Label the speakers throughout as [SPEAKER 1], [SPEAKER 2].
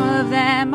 [SPEAKER 1] time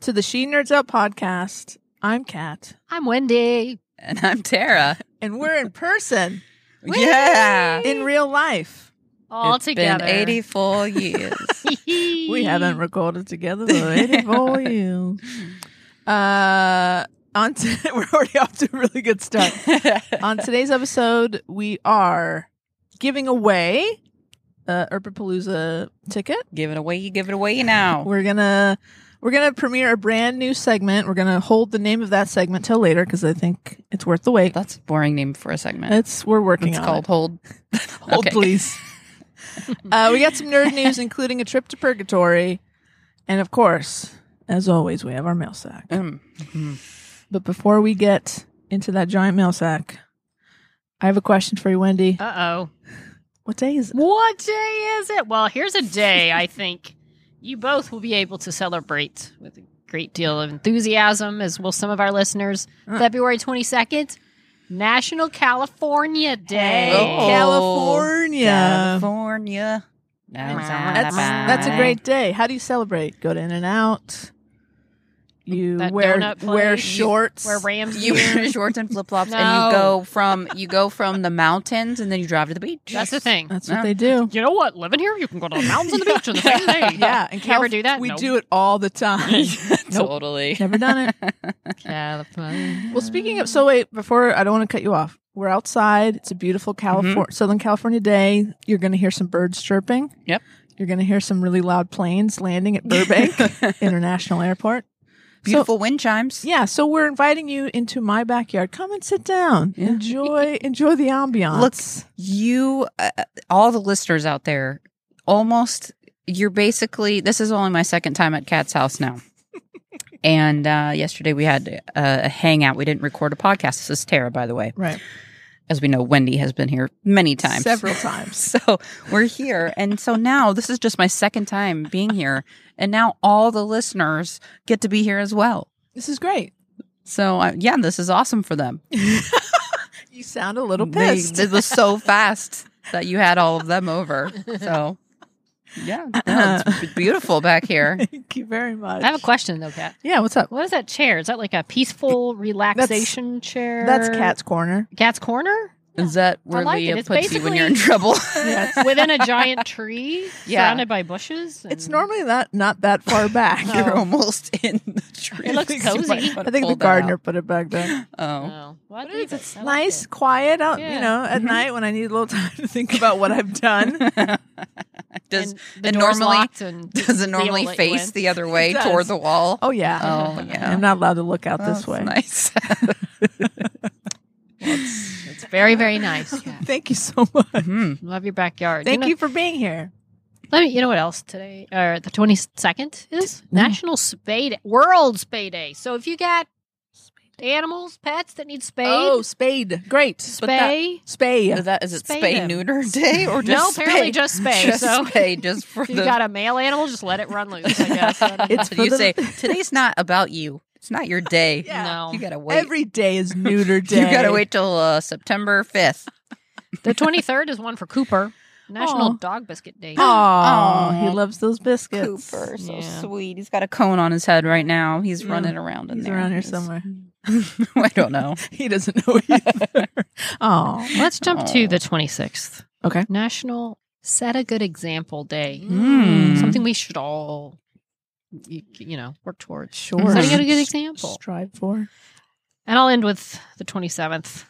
[SPEAKER 2] to the She Nerds Out podcast. I'm Kat,
[SPEAKER 3] I'm Wendy.
[SPEAKER 4] And I'm Tara.
[SPEAKER 2] and we're in person
[SPEAKER 4] Yeah.
[SPEAKER 2] in real life.
[SPEAKER 3] All
[SPEAKER 4] It's
[SPEAKER 3] together.
[SPEAKER 4] Been 80 full years.
[SPEAKER 2] We haven't recorded together though, any volume. Uh, on t- we're already off to a really good start. on today's episode, we are giving away a Urpapalooza ticket.
[SPEAKER 4] give it away. You give it away now.
[SPEAKER 2] We're gonna we're gonna premiere a brand new segment. We're gonna hold the name of that segment till later because I think it's worth the wait.
[SPEAKER 4] That's a boring name for a segment.
[SPEAKER 2] It's we're working
[SPEAKER 4] It's
[SPEAKER 2] on
[SPEAKER 4] called
[SPEAKER 2] it.
[SPEAKER 4] Hold.
[SPEAKER 2] Hold
[SPEAKER 4] Okay.
[SPEAKER 2] please. uh, we got some nerd news, including a trip to purgatory, and of course, as always, we have our mail sack.
[SPEAKER 4] Um,
[SPEAKER 2] But before we get into that giant mail sack, I have a question for you, Wendy.
[SPEAKER 3] Uh oh.
[SPEAKER 2] What day is it?
[SPEAKER 3] What day is it? Well, here's a day I think you both will be able to celebrate with a great deal of enthusiasm, as will some of our listeners.
[SPEAKER 2] Uh.
[SPEAKER 3] February 22nd, National California Day.
[SPEAKER 4] Oh.
[SPEAKER 2] California.
[SPEAKER 4] California.
[SPEAKER 2] That's that's a great day. How do you celebrate? Go to In and Out. You
[SPEAKER 3] That
[SPEAKER 2] wear
[SPEAKER 3] donut place.
[SPEAKER 2] wear
[SPEAKER 3] You-
[SPEAKER 2] shorts.
[SPEAKER 3] Where Rams
[SPEAKER 4] You wear shorts and flip flops, and
[SPEAKER 3] No.
[SPEAKER 4] you go from you go from the mountains, and then you drive to the beach.
[SPEAKER 3] That's the thing.
[SPEAKER 2] That's what
[SPEAKER 4] Yeah.
[SPEAKER 2] they do.
[SPEAKER 3] you know what? Living here, you can go to the mountains and the beach on the same day.
[SPEAKER 2] Yeah, and
[SPEAKER 3] You ever
[SPEAKER 2] Calif-
[SPEAKER 3] do that?
[SPEAKER 2] We
[SPEAKER 3] Nope.
[SPEAKER 2] do it all the time.
[SPEAKER 4] Totally.
[SPEAKER 2] Never done it.
[SPEAKER 3] California.
[SPEAKER 2] Well, speaking of, so wait, before I don't want to cut you off. We're outside. It's a beautiful California, Southern California day. You're going to hear some birds chirping.
[SPEAKER 4] Yep.
[SPEAKER 2] You're going to hear some really loud planes landing at Burbank International Airport.
[SPEAKER 4] Beautiful wind chimes.
[SPEAKER 2] Yeah, so we're inviting you into my backyard. Come and sit down. Enjoy enjoy the ambiance.
[SPEAKER 4] Look, you uh, all the listeners out there almost you're basically this is only my second time at cat's house now and uh, yesterday we had a, a hangout we didn't record a podcast this is tara by the way
[SPEAKER 2] right.
[SPEAKER 4] as we know wendy has been here many times
[SPEAKER 2] Several times.
[SPEAKER 4] so we're here and so now this is just my second time being here and now all the listeners get to be here as well
[SPEAKER 2] This is great.
[SPEAKER 4] so uh, yeah this is awesome for them
[SPEAKER 2] You sound a little
[SPEAKER 4] They-
[SPEAKER 2] pissed.
[SPEAKER 4] it was so fast that you had all of them over. So, yeah, no, it's beautiful back here.
[SPEAKER 2] Thank you very much.
[SPEAKER 3] I have a question though, Kat.
[SPEAKER 2] Yeah, what's up?
[SPEAKER 3] What is that chair? Is that like a peaceful relaxation chair?
[SPEAKER 2] That's Cat's Corner.
[SPEAKER 3] Cat's corner
[SPEAKER 4] Is that
[SPEAKER 3] I
[SPEAKER 4] where
[SPEAKER 3] like
[SPEAKER 4] Leah
[SPEAKER 3] it. It's
[SPEAKER 4] puts you when you're in
[SPEAKER 3] basically-
[SPEAKER 4] trouble?
[SPEAKER 3] within a giant tree,
[SPEAKER 4] Yeah.
[SPEAKER 3] surrounded by bushes.
[SPEAKER 2] It's
[SPEAKER 3] and-
[SPEAKER 2] normally not not that far back.
[SPEAKER 3] No.
[SPEAKER 4] you're almost in the tree.
[SPEAKER 3] It looks
[SPEAKER 4] I think you might
[SPEAKER 3] cozy.
[SPEAKER 4] wanna
[SPEAKER 2] I think the
[SPEAKER 4] pull that
[SPEAKER 2] gardener
[SPEAKER 4] out.
[SPEAKER 2] put it back there.
[SPEAKER 4] Oh,
[SPEAKER 3] Oh, well,
[SPEAKER 2] But it's,
[SPEAKER 3] I like
[SPEAKER 2] nice,
[SPEAKER 3] it.
[SPEAKER 2] quiet out, you
[SPEAKER 3] Yeah.
[SPEAKER 2] know, at
[SPEAKER 4] Mhm.
[SPEAKER 2] night when I need a little time to think about what I've done.
[SPEAKER 4] does
[SPEAKER 3] And the
[SPEAKER 4] and
[SPEAKER 3] door's
[SPEAKER 4] normally-
[SPEAKER 3] locked and
[SPEAKER 4] does it
[SPEAKER 3] the
[SPEAKER 4] normally
[SPEAKER 3] outlet
[SPEAKER 4] face
[SPEAKER 3] went.
[SPEAKER 4] the other way
[SPEAKER 2] It does.
[SPEAKER 4] toward the wall?
[SPEAKER 2] Oh yeah.
[SPEAKER 4] Oh, yeah.
[SPEAKER 2] I'm not allowed to look out
[SPEAKER 4] That's
[SPEAKER 2] this way.
[SPEAKER 4] Nice.
[SPEAKER 3] It's very very nice. Kat.
[SPEAKER 2] Thank you so much.
[SPEAKER 4] Mhm.
[SPEAKER 3] Love your backyard.
[SPEAKER 2] Thank
[SPEAKER 3] know-
[SPEAKER 2] you for being here.
[SPEAKER 3] Let me. You know what else today or the twenty second is
[SPEAKER 2] Mm.
[SPEAKER 3] National Spade World Spade Day. So if you got animals, pets that need spayed,
[SPEAKER 2] Oh, spade. Great.
[SPEAKER 4] but that-
[SPEAKER 3] spay.
[SPEAKER 2] Spade.
[SPEAKER 4] Is that is it
[SPEAKER 3] Spay
[SPEAKER 4] spay,
[SPEAKER 3] them.
[SPEAKER 4] neuter day or
[SPEAKER 3] No,
[SPEAKER 4] just
[SPEAKER 3] apparently
[SPEAKER 4] spay?
[SPEAKER 3] just spay.
[SPEAKER 4] Just
[SPEAKER 3] so
[SPEAKER 4] spay, just for
[SPEAKER 3] if
[SPEAKER 4] the
[SPEAKER 3] you've got a male animal, just let it run loose. I guess.
[SPEAKER 2] It's for
[SPEAKER 4] you
[SPEAKER 2] the-
[SPEAKER 4] say today's not about you. It's not your day.
[SPEAKER 2] Yeah.
[SPEAKER 3] No.
[SPEAKER 4] You gotta wait.
[SPEAKER 2] Every day is neuter day.
[SPEAKER 4] You gotta wait till uh, September fifth.
[SPEAKER 3] The 23rd is one for Cooper. National
[SPEAKER 2] Aw.
[SPEAKER 3] Dog Biscuit Day.
[SPEAKER 2] Oh,
[SPEAKER 4] Aw.
[SPEAKER 2] he loves those biscuits.
[SPEAKER 4] Cooper, so
[SPEAKER 3] Yeah.
[SPEAKER 4] sweet. He's got a cone on his head right now. He's
[SPEAKER 2] Yeah.
[SPEAKER 4] running around in
[SPEAKER 2] He's
[SPEAKER 4] there.
[SPEAKER 2] around here somewhere.
[SPEAKER 4] I don't know.
[SPEAKER 2] He doesn't know either. oh,
[SPEAKER 3] Let's jump to
[SPEAKER 4] Aw.
[SPEAKER 3] the 26th.
[SPEAKER 2] Okay.
[SPEAKER 3] National Set a Good Example Day.
[SPEAKER 4] Mm.
[SPEAKER 3] Something we should all, you, you know, work towards.
[SPEAKER 2] sure.
[SPEAKER 3] Setting a good example.
[SPEAKER 2] Strive for.
[SPEAKER 3] And I'll end with the 27th.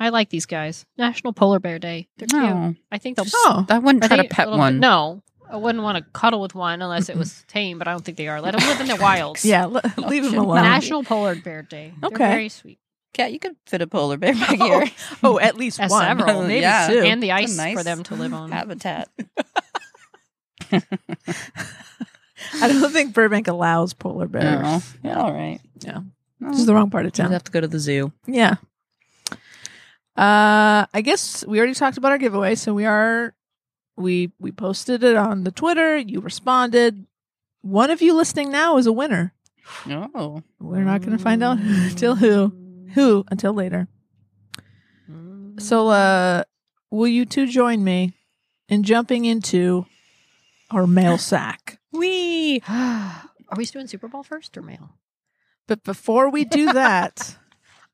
[SPEAKER 3] I like these guys. National Polar Bear Day. They're cute.
[SPEAKER 4] No,
[SPEAKER 3] I think they'll
[SPEAKER 2] Oh,
[SPEAKER 4] I wouldn't
[SPEAKER 3] Are
[SPEAKER 4] try to
[SPEAKER 3] they a
[SPEAKER 4] pet
[SPEAKER 3] little bit-
[SPEAKER 4] one.
[SPEAKER 3] no, I wouldn't want to cuddle with one unless it was tame, but I don't think they are. Let them live in the wild.
[SPEAKER 2] yeah. le- leave him
[SPEAKER 4] shit.
[SPEAKER 2] alone.
[SPEAKER 3] National Polar Bear Day. They're
[SPEAKER 2] Okay.
[SPEAKER 3] very sweet.
[SPEAKER 4] cat. You could fit a polar bear back
[SPEAKER 2] Oh,
[SPEAKER 4] here.
[SPEAKER 2] Oh, at least
[SPEAKER 3] As
[SPEAKER 2] one.
[SPEAKER 3] several.
[SPEAKER 2] Maybe
[SPEAKER 4] Yeah.
[SPEAKER 2] two.
[SPEAKER 3] And the
[SPEAKER 4] It's
[SPEAKER 3] ice
[SPEAKER 4] a nice
[SPEAKER 3] for them to live on.
[SPEAKER 4] Habitat.
[SPEAKER 2] I don't think Burbank allows polar bears.
[SPEAKER 4] No. Yeah, all right.
[SPEAKER 2] Yeah.
[SPEAKER 4] No.
[SPEAKER 2] This is the wrong part of
[SPEAKER 4] We'd
[SPEAKER 2] town.
[SPEAKER 4] have to go to the zoo.
[SPEAKER 2] Yeah. Uh, I guess we already talked about our giveaway, so we are we we posted it on the Twitter. You responded. One of you listening now is a winner.
[SPEAKER 4] Oh.
[SPEAKER 2] We're not going to find out until who who until later.
[SPEAKER 3] Mm.
[SPEAKER 2] So, uh, will you two join me in jumping into our mail sack?
[SPEAKER 4] We.
[SPEAKER 3] Are we doing Super Bowl first or mail?
[SPEAKER 2] But before we do that,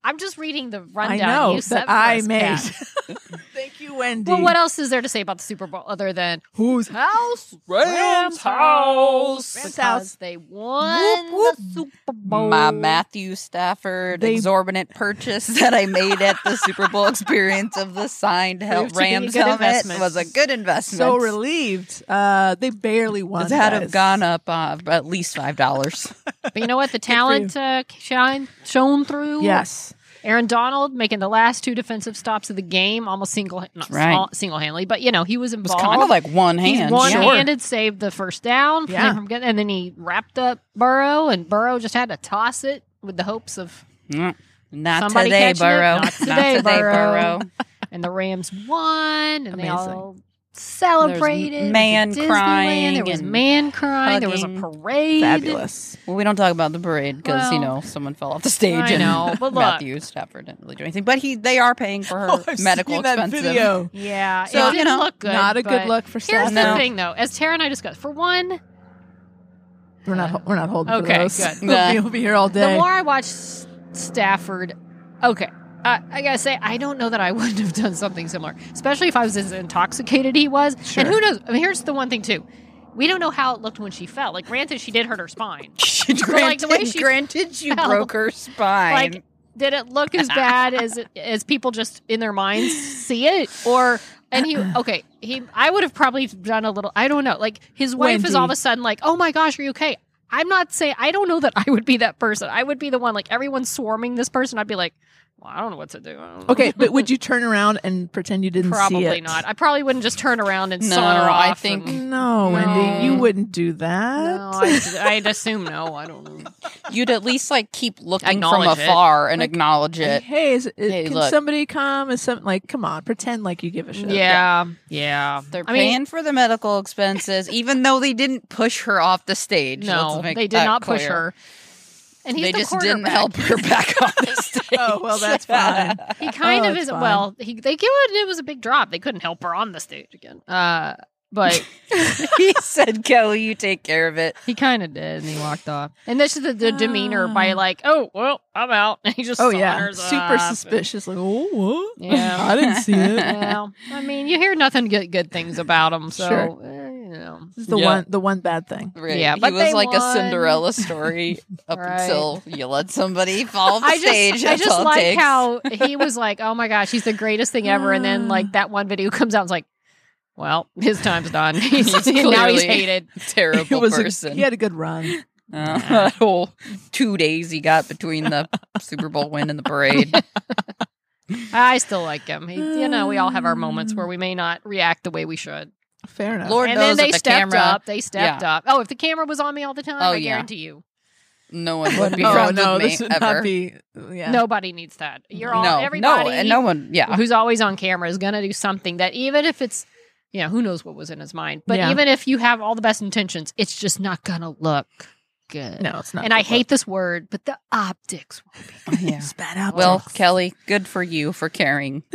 [SPEAKER 3] I'm just reading the
[SPEAKER 2] I
[SPEAKER 3] rundown
[SPEAKER 2] know
[SPEAKER 3] you
[SPEAKER 2] that
[SPEAKER 3] sent
[SPEAKER 2] I
[SPEAKER 3] for us,
[SPEAKER 2] made.
[SPEAKER 3] Kat.
[SPEAKER 2] Thank you, Wendy.
[SPEAKER 3] Well, what else is there to say about the Super Bowl other than
[SPEAKER 2] Who's
[SPEAKER 3] house?
[SPEAKER 2] Ram's house. Ram's
[SPEAKER 3] Because
[SPEAKER 2] house.
[SPEAKER 3] they won
[SPEAKER 2] whoop.
[SPEAKER 3] the Super Bowl.
[SPEAKER 4] My Matthew Stafford
[SPEAKER 2] They-
[SPEAKER 4] exorbitant purchase that I made at the Super Bowl experience of the signed hel-
[SPEAKER 3] Proved to be a
[SPEAKER 4] Rams
[SPEAKER 3] good
[SPEAKER 4] helmet
[SPEAKER 3] investment.
[SPEAKER 4] was a good investment.
[SPEAKER 2] so relieved. Uh, they barely won.
[SPEAKER 4] It's had to
[SPEAKER 2] guys.
[SPEAKER 4] have gone up uh, at least five dollars.
[SPEAKER 3] But you know what? The
[SPEAKER 2] you.
[SPEAKER 3] talent uh, shine shone through.
[SPEAKER 2] Yes.
[SPEAKER 3] Aaron Donald making the last two defensive stops of the game, almost single not
[SPEAKER 4] Right.
[SPEAKER 3] single handedly, but you know he was
[SPEAKER 4] It was
[SPEAKER 3] involved.
[SPEAKER 4] kind of like one hand.
[SPEAKER 3] One
[SPEAKER 4] sure.
[SPEAKER 3] handed saved the first down, for
[SPEAKER 2] Yeah.
[SPEAKER 3] them from getting, and then he wrapped up Burrow, and Burrow just had to toss it with the hopes of,
[SPEAKER 4] Mm. Not
[SPEAKER 3] Somebody
[SPEAKER 4] today,
[SPEAKER 3] catching it?
[SPEAKER 4] Burrow.
[SPEAKER 3] Not today, Burrow.
[SPEAKER 4] Burrow.
[SPEAKER 3] and the Rams won, and they
[SPEAKER 2] Amazing.
[SPEAKER 3] all celebrated. It was
[SPEAKER 4] man
[SPEAKER 3] at Disneyland.
[SPEAKER 4] crying
[SPEAKER 3] there was
[SPEAKER 4] and
[SPEAKER 3] man crying, there was a
[SPEAKER 4] hugging.
[SPEAKER 3] parade.
[SPEAKER 2] Fabulous.
[SPEAKER 4] Well, we don't talk about the parade because you
[SPEAKER 3] Well,
[SPEAKER 4] know someone fell off the stage.
[SPEAKER 3] I
[SPEAKER 4] and
[SPEAKER 3] know, but look.
[SPEAKER 4] Matthew Stafford didn't really do anything. But he, they are paying for her
[SPEAKER 2] Oh, I've
[SPEAKER 4] medical
[SPEAKER 2] seen that
[SPEAKER 4] expenses.
[SPEAKER 2] video.
[SPEAKER 3] Yeah,
[SPEAKER 4] So,
[SPEAKER 3] it didn't
[SPEAKER 4] you know,
[SPEAKER 3] look good.
[SPEAKER 2] Not a good
[SPEAKER 3] but
[SPEAKER 2] look for
[SPEAKER 3] Here's
[SPEAKER 2] Seth.
[SPEAKER 4] No.
[SPEAKER 3] the thing, though, as Tara and I discussed, for one,
[SPEAKER 2] We're not. We're not holding
[SPEAKER 3] Okay,
[SPEAKER 2] for
[SPEAKER 3] good.
[SPEAKER 2] those. we'll, be, we'll be here all
[SPEAKER 3] The
[SPEAKER 2] day.
[SPEAKER 3] more I watch S- Stafford, okay, I I gotta say, I don't know that I wouldn't have done something similar, especially if I was as intoxicated he was.
[SPEAKER 2] Sure.
[SPEAKER 3] And who knows? I mean, here's the one thing too: we don't know how it looked when she fell. Like, granted, she did hurt her spine.
[SPEAKER 4] granted,
[SPEAKER 3] Like, the way she
[SPEAKER 4] granted, you
[SPEAKER 3] fell.
[SPEAKER 4] broke her spine.
[SPEAKER 3] Like, did it look as bad as as people just in their minds see it, or? And he okay. He I would have probably done a little. I don't know. Like his wife is
[SPEAKER 2] Wendy.
[SPEAKER 3] all of a sudden like, "Oh my gosh, are you okay?" I'm not saying I don't know that I would be that person. I would be the one like everyone's swarming this person. I'd be like, "Well, I don't know what to do." I don't know."
[SPEAKER 2] Okay, but would you turn around and pretend you didn't see
[SPEAKER 3] Probably
[SPEAKER 2] it?
[SPEAKER 3] not. I probably wouldn't just turn around and
[SPEAKER 4] No,
[SPEAKER 3] saunter off.
[SPEAKER 4] I think-
[SPEAKER 3] and-
[SPEAKER 2] No, Wendy, you
[SPEAKER 3] No.
[SPEAKER 2] wouldn't do that.
[SPEAKER 3] no, I'd, I'd assume no. I don't know.
[SPEAKER 4] You'd at least like keep looking from
[SPEAKER 3] Acknowledge it.
[SPEAKER 4] afar and acknowledge
[SPEAKER 2] Like,
[SPEAKER 4] it.
[SPEAKER 2] hey, is, is,
[SPEAKER 4] Hey,
[SPEAKER 2] can
[SPEAKER 4] look.
[SPEAKER 2] somebody come? Is some like come on? Pretend like you give a shit.
[SPEAKER 3] Yeah, yeah.
[SPEAKER 4] They're
[SPEAKER 3] I mean,
[SPEAKER 4] paying for the medical expenses, even though they didn't push her off the stage.
[SPEAKER 3] no,
[SPEAKER 4] Let's make
[SPEAKER 3] they did
[SPEAKER 4] that
[SPEAKER 3] not push
[SPEAKER 4] clear.
[SPEAKER 3] her. And he's
[SPEAKER 4] They
[SPEAKER 3] the
[SPEAKER 4] just didn't
[SPEAKER 3] quarterback.
[SPEAKER 4] help her back off the stage.
[SPEAKER 2] Oh well, that's fine.
[SPEAKER 3] He kind
[SPEAKER 2] Oh,
[SPEAKER 3] of
[SPEAKER 2] it's
[SPEAKER 3] is.
[SPEAKER 2] fine.
[SPEAKER 3] Well, he, they give it. It was a big drop. They couldn't help her on the stage again. Uh, but
[SPEAKER 4] he said, "Kelly, you take care of it."
[SPEAKER 3] he kind of did, and he walked off. And this is the, the demeanor by
[SPEAKER 2] Ah.
[SPEAKER 3] like, "Oh well, I'm out." And he just
[SPEAKER 2] oh yeah,
[SPEAKER 3] saunters
[SPEAKER 2] super
[SPEAKER 3] off.
[SPEAKER 2] suspicious. Like oh, what?
[SPEAKER 3] Yeah.
[SPEAKER 2] I didn't see it.
[SPEAKER 3] Well, I mean, you hear nothing good, good things about him, so
[SPEAKER 2] Sure.
[SPEAKER 3] eh, you know.
[SPEAKER 2] This is the
[SPEAKER 4] Yeah.
[SPEAKER 2] one. The one bad thing.
[SPEAKER 4] Right.
[SPEAKER 3] Yeah,
[SPEAKER 4] he
[SPEAKER 3] but
[SPEAKER 4] was
[SPEAKER 3] they
[SPEAKER 4] like a
[SPEAKER 3] won.
[SPEAKER 4] Cinderella story up
[SPEAKER 3] Right.
[SPEAKER 4] until you let somebody fall off the
[SPEAKER 3] I just,
[SPEAKER 4] stage.
[SPEAKER 3] I
[SPEAKER 4] That's
[SPEAKER 3] just
[SPEAKER 4] all it
[SPEAKER 3] like
[SPEAKER 4] takes.
[SPEAKER 3] how he was like, "Oh my gosh, he's the greatest thing ever," and then like that one video comes out, and it's like, "Well, his time's done. He's, now he's
[SPEAKER 4] clearly-
[SPEAKER 3] hated."
[SPEAKER 4] terrible
[SPEAKER 2] He was.
[SPEAKER 4] person.
[SPEAKER 2] A, he had a good run.
[SPEAKER 4] Uh, that whole two days he got between the Super Bowl win and the parade.
[SPEAKER 3] I still like him. He, you know, we all have our moments where we may not react the way we should.
[SPEAKER 2] Fair enough.
[SPEAKER 4] Lord
[SPEAKER 3] and
[SPEAKER 4] knows
[SPEAKER 3] then they
[SPEAKER 4] if the
[SPEAKER 3] stepped
[SPEAKER 4] camera,
[SPEAKER 3] up. They stepped up. Oh, if the camera was on me all the time,
[SPEAKER 4] Oh,
[SPEAKER 3] I
[SPEAKER 4] yeah.
[SPEAKER 3] guarantee you,
[SPEAKER 4] no one would be
[SPEAKER 2] oh,
[SPEAKER 4] friends
[SPEAKER 2] no,
[SPEAKER 4] with me
[SPEAKER 2] this would
[SPEAKER 4] ever.
[SPEAKER 2] not be. Yeah.
[SPEAKER 3] nobody needs that. You're all
[SPEAKER 4] no,
[SPEAKER 3] everybody.
[SPEAKER 4] no, and no one. Yeah,
[SPEAKER 3] who's always on camera is going to do something that even if it's you know who knows what was in his mind but
[SPEAKER 2] Yeah.
[SPEAKER 3] even if you have all the best intentions it's just not going to look good
[SPEAKER 2] No, it's not.
[SPEAKER 3] and i
[SPEAKER 2] good
[SPEAKER 3] hate this word but the optics
[SPEAKER 4] Oh, yeah.
[SPEAKER 2] luck. bad out.
[SPEAKER 4] Well, Kelly, good for you for caring.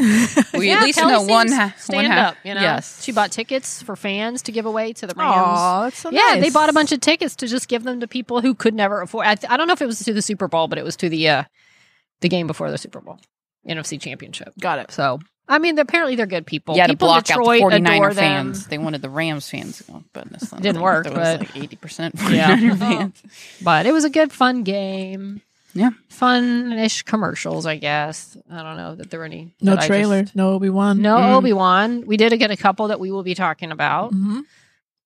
[SPEAKER 4] We
[SPEAKER 3] Yeah,
[SPEAKER 4] at least
[SPEAKER 3] Kelly
[SPEAKER 4] know one
[SPEAKER 3] seems
[SPEAKER 4] ha- one
[SPEAKER 3] stand
[SPEAKER 4] half.
[SPEAKER 3] up you know
[SPEAKER 4] Yes,
[SPEAKER 3] she bought tickets for fans to give away to the rams
[SPEAKER 2] Aw, that's
[SPEAKER 4] Oh,
[SPEAKER 2] so
[SPEAKER 3] yeah they
[SPEAKER 2] nice.
[SPEAKER 3] bought a bunch of tickets to just give them to people who could never afford i, th- I don't know if it was to the super bowl but it was to the uh the game before the super bowl nfc championship
[SPEAKER 2] Got it.
[SPEAKER 3] so i mean apparently they're good people
[SPEAKER 4] yeah, to
[SPEAKER 3] people
[SPEAKER 4] block
[SPEAKER 3] in detroit
[SPEAKER 4] out the 49er
[SPEAKER 3] adore them.
[SPEAKER 4] fans. They wanted the Rams fans. Oh, goodness,
[SPEAKER 3] Didn't work,
[SPEAKER 4] There
[SPEAKER 3] but-
[SPEAKER 4] was like eighty percent
[SPEAKER 3] Yeah. Oh,
[SPEAKER 4] 49er fans.
[SPEAKER 3] But it was a good, fun game.
[SPEAKER 4] Yeah.
[SPEAKER 3] Fun-ish commercials, I guess. I don't know that there were any.
[SPEAKER 2] No
[SPEAKER 3] that I
[SPEAKER 2] trailer.
[SPEAKER 3] just-
[SPEAKER 2] no Mm-hmm. Obi Wan.
[SPEAKER 3] no
[SPEAKER 4] Mm.
[SPEAKER 3] Obi-Wan. We did get a couple that we will be talking about
[SPEAKER 2] Mhm.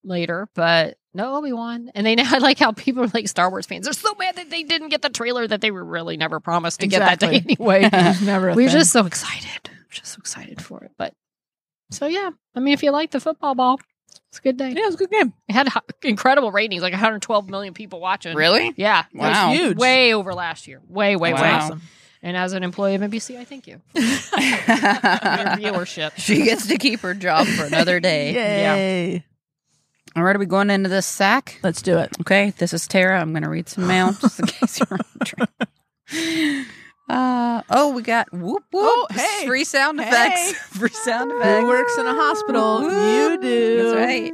[SPEAKER 3] later, but no Obi-Wan. And they now I like how people are like Star Wars fans. They're so mad that they didn't get the trailer that they were really never promised to get that day
[SPEAKER 2] Exactly.
[SPEAKER 3] anyway.
[SPEAKER 2] It was never. A
[SPEAKER 3] we were
[SPEAKER 2] thing.
[SPEAKER 3] just so excited. Just so excited for it. But so yeah. I mean if you like the football ball, It's a good day.
[SPEAKER 2] Yeah, it was a good game.
[SPEAKER 3] It had h- incredible ratings, like 112 million people watching.
[SPEAKER 4] Really?
[SPEAKER 3] Yeah.
[SPEAKER 4] Wow. That's
[SPEAKER 2] huge.
[SPEAKER 3] Way over last year. Way, way,
[SPEAKER 4] Wow.
[SPEAKER 3] way.
[SPEAKER 2] That's awesome.
[SPEAKER 3] And as an employee of NBC, I thank you for your
[SPEAKER 4] she
[SPEAKER 3] viewership.
[SPEAKER 4] gets to keep her job for another day.
[SPEAKER 2] Yay.
[SPEAKER 4] All right, are we going into this sack?
[SPEAKER 2] Let's do it.
[SPEAKER 4] Okay, this is Tara. I'm going to read some mail just in case you're wondering. Uh, oh, we got whoop whoop.
[SPEAKER 2] Oh, hey.
[SPEAKER 4] Free sound
[SPEAKER 2] Hey.
[SPEAKER 4] effects. Free sound
[SPEAKER 2] Who
[SPEAKER 4] effects.
[SPEAKER 2] works in a hospital?
[SPEAKER 4] Whoop.
[SPEAKER 2] You do.
[SPEAKER 4] That's right.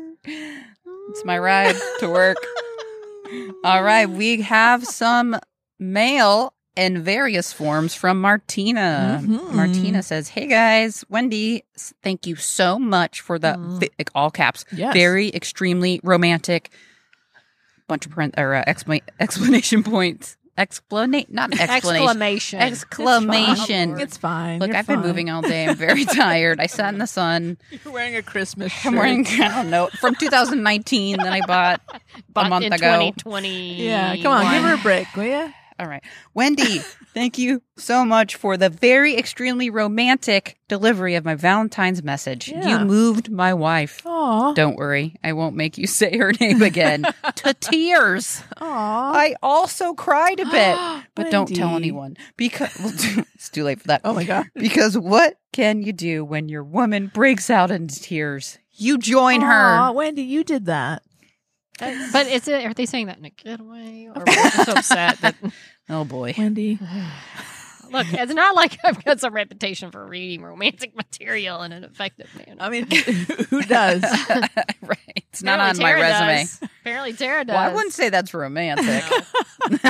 [SPEAKER 4] It's my ride to work. All right, we have some mail in various forms from Martina.
[SPEAKER 2] Mhm.
[SPEAKER 4] Martina says, "Hey guys, Wendy, s- thank you so much for the
[SPEAKER 2] Mm.
[SPEAKER 4] fi- like, all caps,
[SPEAKER 2] Yes.
[SPEAKER 4] very extremely romantic bunch of print or uh, excla- explanation points, explanate not explanation,
[SPEAKER 3] Exclamation.
[SPEAKER 4] exclamation."
[SPEAKER 3] It's
[SPEAKER 2] It's fine.
[SPEAKER 4] Look,
[SPEAKER 2] You're
[SPEAKER 4] I've
[SPEAKER 2] fine.
[SPEAKER 4] been moving all day. I'm very tired. I sat in the sun.
[SPEAKER 2] You're wearing a Christmas shirt.
[SPEAKER 4] I'm wearing, I don't know, from 2019 that I bought.
[SPEAKER 3] But
[SPEAKER 4] month
[SPEAKER 3] in
[SPEAKER 4] ago.
[SPEAKER 3] 2020.
[SPEAKER 2] yeah, come on, give her a break, will you?
[SPEAKER 4] All right. Wendy, thank you so much for the very extremely romantic delivery of my Valentine's message.
[SPEAKER 2] Yeah.
[SPEAKER 4] You moved my wife.
[SPEAKER 2] Aw,
[SPEAKER 4] Don't worry. I won't make you say her name again to tears.
[SPEAKER 2] aw.
[SPEAKER 4] I also cried a bit, but don't tell
[SPEAKER 2] Wendy.
[SPEAKER 4] anyone because it's too late for that.
[SPEAKER 2] Oh my god.
[SPEAKER 4] Because what can you do when your woman breaks out in tears? You join
[SPEAKER 2] Aw,
[SPEAKER 4] her.
[SPEAKER 2] Wendy, you did that.
[SPEAKER 3] But is it, are they saying that in a good way? Or are we just upset that.
[SPEAKER 4] Oh boy.
[SPEAKER 2] Wendy.
[SPEAKER 3] Look, it's not like I've got some reputation for reading romantic material in an effective manner.
[SPEAKER 2] I mean, who does?
[SPEAKER 4] right. It's not on
[SPEAKER 3] Apparently
[SPEAKER 4] my
[SPEAKER 3] Tara
[SPEAKER 4] resume.
[SPEAKER 3] does. Apparently, Tara does.
[SPEAKER 4] Well, I wouldn't say that's romantic.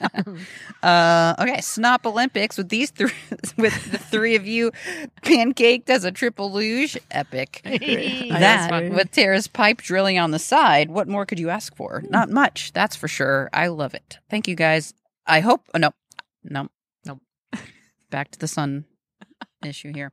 [SPEAKER 4] uh, okay, Snop Olympics with these three, with the three of you, pancaked as a triple luge, epic.
[SPEAKER 2] agree. I
[SPEAKER 4] That
[SPEAKER 2] agree.
[SPEAKER 4] with Tara's pipe drilling on the side. What more could you ask for?
[SPEAKER 2] Hmm.
[SPEAKER 4] Not much, that's for sure. I love it. Thank you guys. I hope. Oh, no, no, no. Back to the sun issue here.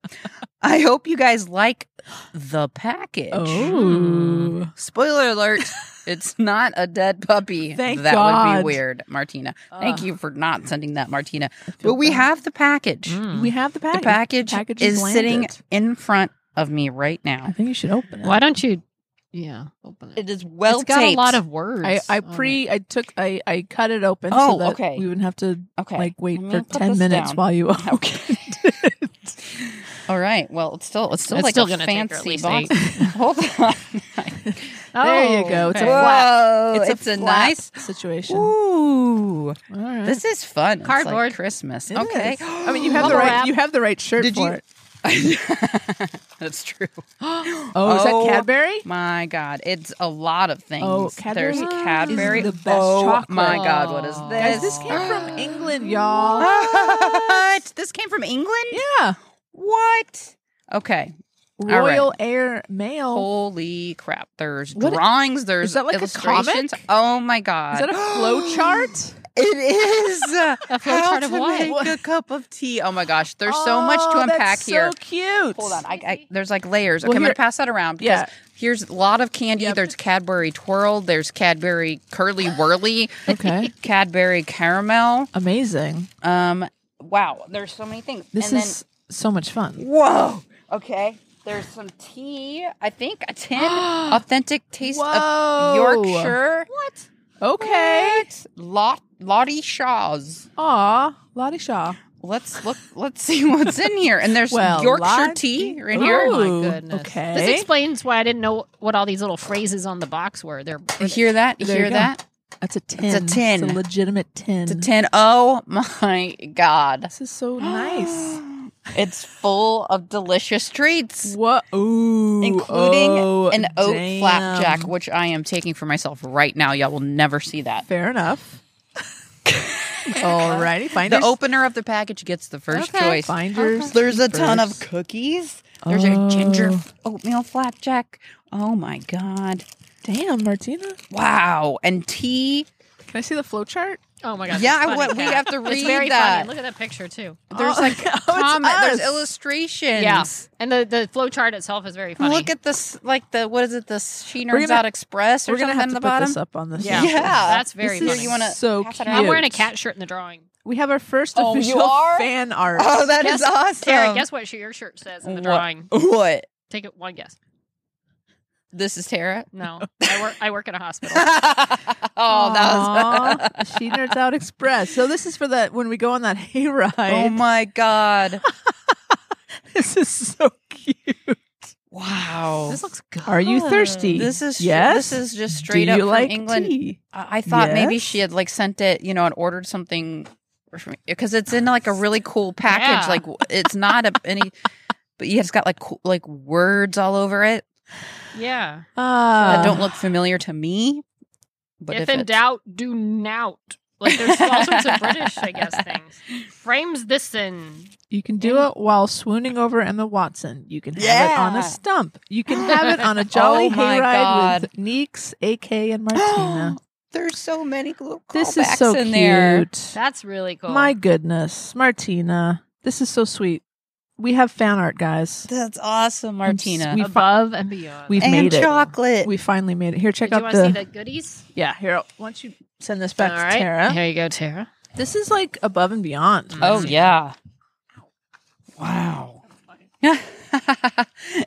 [SPEAKER 4] I hope you guys like the package.
[SPEAKER 2] Oh.
[SPEAKER 4] Spoiler alert, it's not a dead puppy.
[SPEAKER 2] Thank
[SPEAKER 4] that would
[SPEAKER 2] God.
[SPEAKER 4] be weird, Martina. Thank
[SPEAKER 2] Ugh.
[SPEAKER 4] you for not sending that, Martina.
[SPEAKER 2] Uh, feel
[SPEAKER 4] But we
[SPEAKER 2] bad.
[SPEAKER 4] have the package.
[SPEAKER 3] Mm.
[SPEAKER 2] We have the
[SPEAKER 4] The
[SPEAKER 2] package.
[SPEAKER 4] package,
[SPEAKER 2] package has
[SPEAKER 4] is sitting
[SPEAKER 2] landed.
[SPEAKER 4] in front of me right
[SPEAKER 2] I
[SPEAKER 4] now.
[SPEAKER 2] think you should open it.
[SPEAKER 3] Why don't you? Yeah, open it.
[SPEAKER 4] It is well
[SPEAKER 3] it's got
[SPEAKER 4] taped.
[SPEAKER 3] a lot of words.
[SPEAKER 2] I, I
[SPEAKER 3] on it.
[SPEAKER 2] pre I took I I cut it open
[SPEAKER 4] Oh,
[SPEAKER 2] so that
[SPEAKER 4] okay.
[SPEAKER 2] we wouldn't have to
[SPEAKER 4] okay.
[SPEAKER 2] like wait
[SPEAKER 4] I'm
[SPEAKER 2] for
[SPEAKER 4] gonna put
[SPEAKER 2] ten
[SPEAKER 4] this
[SPEAKER 2] minutes
[SPEAKER 4] down.
[SPEAKER 2] while you
[SPEAKER 4] Okay. All right. Well, it's still it's still
[SPEAKER 3] It's
[SPEAKER 4] like
[SPEAKER 3] still
[SPEAKER 4] a
[SPEAKER 3] gonna take her at
[SPEAKER 4] fancy
[SPEAKER 3] least
[SPEAKER 4] box.
[SPEAKER 3] eight.
[SPEAKER 4] Hold on.
[SPEAKER 2] There you go. It's
[SPEAKER 3] Oh, okay.
[SPEAKER 2] a flap.
[SPEAKER 4] Whoa! Oh, It's, a,
[SPEAKER 2] flap
[SPEAKER 4] nice.
[SPEAKER 2] situation.
[SPEAKER 4] Ooh,
[SPEAKER 2] All right.
[SPEAKER 4] this is fun. It's like
[SPEAKER 3] Cardboard.
[SPEAKER 4] Christmas.
[SPEAKER 2] It
[SPEAKER 4] okay.
[SPEAKER 2] is. I mean, you have the
[SPEAKER 3] Bubble
[SPEAKER 2] right
[SPEAKER 3] wrap.
[SPEAKER 2] you have the right shirt
[SPEAKER 4] Did
[SPEAKER 2] for
[SPEAKER 4] you-
[SPEAKER 2] it.
[SPEAKER 4] That's true.
[SPEAKER 2] Oh, is that
[SPEAKER 4] Oh.
[SPEAKER 2] Cadbury?
[SPEAKER 4] My God, it's a lot of things.
[SPEAKER 2] Oh, Cadbury
[SPEAKER 4] There's
[SPEAKER 2] is
[SPEAKER 4] Cadbury.
[SPEAKER 2] the best
[SPEAKER 4] oh
[SPEAKER 2] chocolate.
[SPEAKER 4] my God, what is
[SPEAKER 3] Aw.
[SPEAKER 4] this?
[SPEAKER 2] Guys, this came from England, y'all.
[SPEAKER 4] what? This came from England.
[SPEAKER 2] Yeah.
[SPEAKER 4] What? Okay. All right.
[SPEAKER 2] Royal Air
[SPEAKER 4] Oh.
[SPEAKER 2] Mail.
[SPEAKER 4] Holy crap! There's
[SPEAKER 2] What-
[SPEAKER 4] drawings. There's
[SPEAKER 2] is that like a
[SPEAKER 4] illustrations.
[SPEAKER 2] comic?
[SPEAKER 4] Oh my God!
[SPEAKER 2] Is that a flow chart?
[SPEAKER 4] It is
[SPEAKER 3] A flow
[SPEAKER 4] How
[SPEAKER 3] chart of
[SPEAKER 4] to
[SPEAKER 3] what? Oh,
[SPEAKER 4] make a cup of tea. Oh my gosh! There's so much to
[SPEAKER 2] Oh, that's
[SPEAKER 4] unpack here.
[SPEAKER 2] So cute.
[SPEAKER 4] Hold on, I, I, there's like layers.
[SPEAKER 2] Well,
[SPEAKER 4] okay, I'm
[SPEAKER 2] here-
[SPEAKER 4] gonna pass that around. Because
[SPEAKER 2] Yeah.
[SPEAKER 4] here's a lot of candy. There's Cadbury Twirl. There's Cadbury Curly Whirly.
[SPEAKER 2] Okay.
[SPEAKER 4] Cadbury Caramel.
[SPEAKER 2] Amazing.
[SPEAKER 4] Um, wow, there's so many things.
[SPEAKER 2] This
[SPEAKER 4] and
[SPEAKER 2] is so much fun.
[SPEAKER 4] then, whoa. Okay, there's some tea. I think a tin authentic taste
[SPEAKER 2] Whoa.
[SPEAKER 4] of Yorkshire.
[SPEAKER 3] What?
[SPEAKER 2] Okay.
[SPEAKER 4] Lot Lottie Shaw's.
[SPEAKER 2] Aw, Lottie Shaw.
[SPEAKER 4] Let's look. Let's see what's in here. And there's
[SPEAKER 2] Well,
[SPEAKER 4] Yorkshire
[SPEAKER 2] Lottie-
[SPEAKER 4] tea right
[SPEAKER 3] Oh
[SPEAKER 4] here.
[SPEAKER 3] my
[SPEAKER 2] Ooh,
[SPEAKER 3] goodness.
[SPEAKER 2] okay.
[SPEAKER 3] This explains why I didn't know what all these little phrases on the box were. They're
[SPEAKER 4] You hear that? Oh, You
[SPEAKER 2] There you
[SPEAKER 4] hear
[SPEAKER 2] go.
[SPEAKER 4] that?
[SPEAKER 2] That's a tin.
[SPEAKER 4] tin.
[SPEAKER 2] It's a legitimate tin.
[SPEAKER 4] It's a tin. Oh my god!
[SPEAKER 2] This is so nice.
[SPEAKER 4] It's full of delicious treats.
[SPEAKER 2] What? Ooh,
[SPEAKER 4] including
[SPEAKER 2] oh,
[SPEAKER 4] an oat
[SPEAKER 2] damn.
[SPEAKER 4] flapjack, which I am taking for myself right now. Y'all will never see that.
[SPEAKER 2] Fair enough. Alrighty, finders.
[SPEAKER 4] The opener of the package gets the first
[SPEAKER 3] Okay.
[SPEAKER 4] choice.
[SPEAKER 2] finders.
[SPEAKER 4] There's a ton of
[SPEAKER 2] keepers.
[SPEAKER 4] cookies. There's a ginger f- oatmeal flapjack. Oh my god!
[SPEAKER 2] Damn, Martina.
[SPEAKER 4] Wow, and tea.
[SPEAKER 2] Can I see the flow chart?
[SPEAKER 3] oh my god.
[SPEAKER 4] Yeah,
[SPEAKER 3] it's
[SPEAKER 4] I
[SPEAKER 3] funny,
[SPEAKER 4] wa- we
[SPEAKER 3] Kat.
[SPEAKER 4] have to
[SPEAKER 3] It's
[SPEAKER 4] read
[SPEAKER 3] very
[SPEAKER 4] that.
[SPEAKER 3] funny. Look at that picture too.
[SPEAKER 2] Oh,
[SPEAKER 4] There's like comment. There's illustrations.
[SPEAKER 3] Yeah, and the the flow chart itself is very funny.
[SPEAKER 4] Look at this, like the what is it? The she
[SPEAKER 2] We're
[SPEAKER 4] nerds
[SPEAKER 2] gonna-
[SPEAKER 4] out express or
[SPEAKER 2] We're gonna
[SPEAKER 4] something in
[SPEAKER 2] have to
[SPEAKER 4] the
[SPEAKER 2] put
[SPEAKER 4] bottom.
[SPEAKER 2] this up on the
[SPEAKER 3] Yeah.
[SPEAKER 2] shelf.
[SPEAKER 3] That's very
[SPEAKER 4] This is-
[SPEAKER 3] funny.
[SPEAKER 4] You want to
[SPEAKER 2] So
[SPEAKER 4] pass it
[SPEAKER 2] cute.
[SPEAKER 4] around?
[SPEAKER 3] I'm wearing a cat shirt in the drawing.
[SPEAKER 2] We have our first
[SPEAKER 4] Oh, you
[SPEAKER 2] official
[SPEAKER 4] are?
[SPEAKER 2] fan art.
[SPEAKER 4] Oh, that is
[SPEAKER 3] Guess-
[SPEAKER 4] awesome.
[SPEAKER 3] Tara, guess what sh- your shirt says in the
[SPEAKER 4] What?
[SPEAKER 3] drawing?
[SPEAKER 4] What?
[SPEAKER 3] Take it one guess.
[SPEAKER 4] This is Tara.
[SPEAKER 3] No, I work. I work in a hospital.
[SPEAKER 4] oh, that was.
[SPEAKER 2] Aw, she nerds out express. So this is for that when we go on that hayride.
[SPEAKER 4] oh my god!
[SPEAKER 2] this is so cute.
[SPEAKER 4] Wow.
[SPEAKER 3] This looks good.
[SPEAKER 2] Are you thirsty?
[SPEAKER 4] This is
[SPEAKER 2] Yes?
[SPEAKER 4] This is just straight
[SPEAKER 2] Do
[SPEAKER 4] up
[SPEAKER 2] you
[SPEAKER 4] from
[SPEAKER 2] like
[SPEAKER 4] England.
[SPEAKER 2] tea?
[SPEAKER 4] I I thought maybe
[SPEAKER 2] Yes?
[SPEAKER 4] she had like sent it, you know, and ordered something because it's in like a really cool package.
[SPEAKER 3] Yeah.
[SPEAKER 4] Like w- it's not a, any, but yeah, it's got like cool, like words all over it
[SPEAKER 3] Yeah.
[SPEAKER 2] Ah,
[SPEAKER 4] that don't look familiar to me. But
[SPEAKER 3] if,
[SPEAKER 4] if,
[SPEAKER 3] in
[SPEAKER 4] it's-
[SPEAKER 3] doubt, do nout. Like there's all sorts of British, I guess, things. Frames this in.
[SPEAKER 2] You can do it while swooning over Emma Watson. You can have it on
[SPEAKER 4] Yeah.
[SPEAKER 2] a stump. You can have it on a jolly
[SPEAKER 4] Oh my
[SPEAKER 2] hayride
[SPEAKER 4] God.
[SPEAKER 2] with Neeks, AK, and Martina.
[SPEAKER 4] there's so many little
[SPEAKER 2] this is so
[SPEAKER 4] in
[SPEAKER 2] cute.
[SPEAKER 4] there.
[SPEAKER 3] That's really cool.
[SPEAKER 2] My goodness, Martina, this is so sweet. We have fan art, guys.
[SPEAKER 4] That's awesome, Martina.
[SPEAKER 2] we-
[SPEAKER 3] above and beyond.
[SPEAKER 2] we've
[SPEAKER 4] and
[SPEAKER 2] made it.
[SPEAKER 4] chocolate.
[SPEAKER 2] We finally made it. Here, check
[SPEAKER 3] Did you
[SPEAKER 2] out
[SPEAKER 3] want to
[SPEAKER 2] the,
[SPEAKER 3] see the goodies?
[SPEAKER 2] yeah. Here, why don't you send this back
[SPEAKER 3] All
[SPEAKER 2] to
[SPEAKER 3] right.
[SPEAKER 2] Tara?
[SPEAKER 3] Here you go, Tara.
[SPEAKER 2] This is like above and beyond.
[SPEAKER 4] oh yeah. Wow.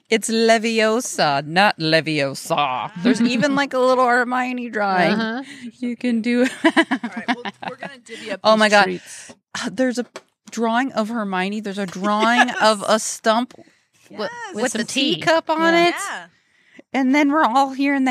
[SPEAKER 4] it's Leviosa, not Leviosa. There's even like a little Hermione drawing.
[SPEAKER 3] Uh-huh.
[SPEAKER 4] You can do.
[SPEAKER 2] All right, well, we're gonna divvy up.
[SPEAKER 4] Oh my
[SPEAKER 2] these
[SPEAKER 4] God.
[SPEAKER 2] treats.
[SPEAKER 4] There's a drawing of Hermione. There's a drawing of a stump wi-
[SPEAKER 2] Yes.
[SPEAKER 4] with,
[SPEAKER 3] With
[SPEAKER 4] the
[SPEAKER 3] some tea.
[SPEAKER 4] teacup on
[SPEAKER 3] Yeah.
[SPEAKER 4] it, and then we're all here in the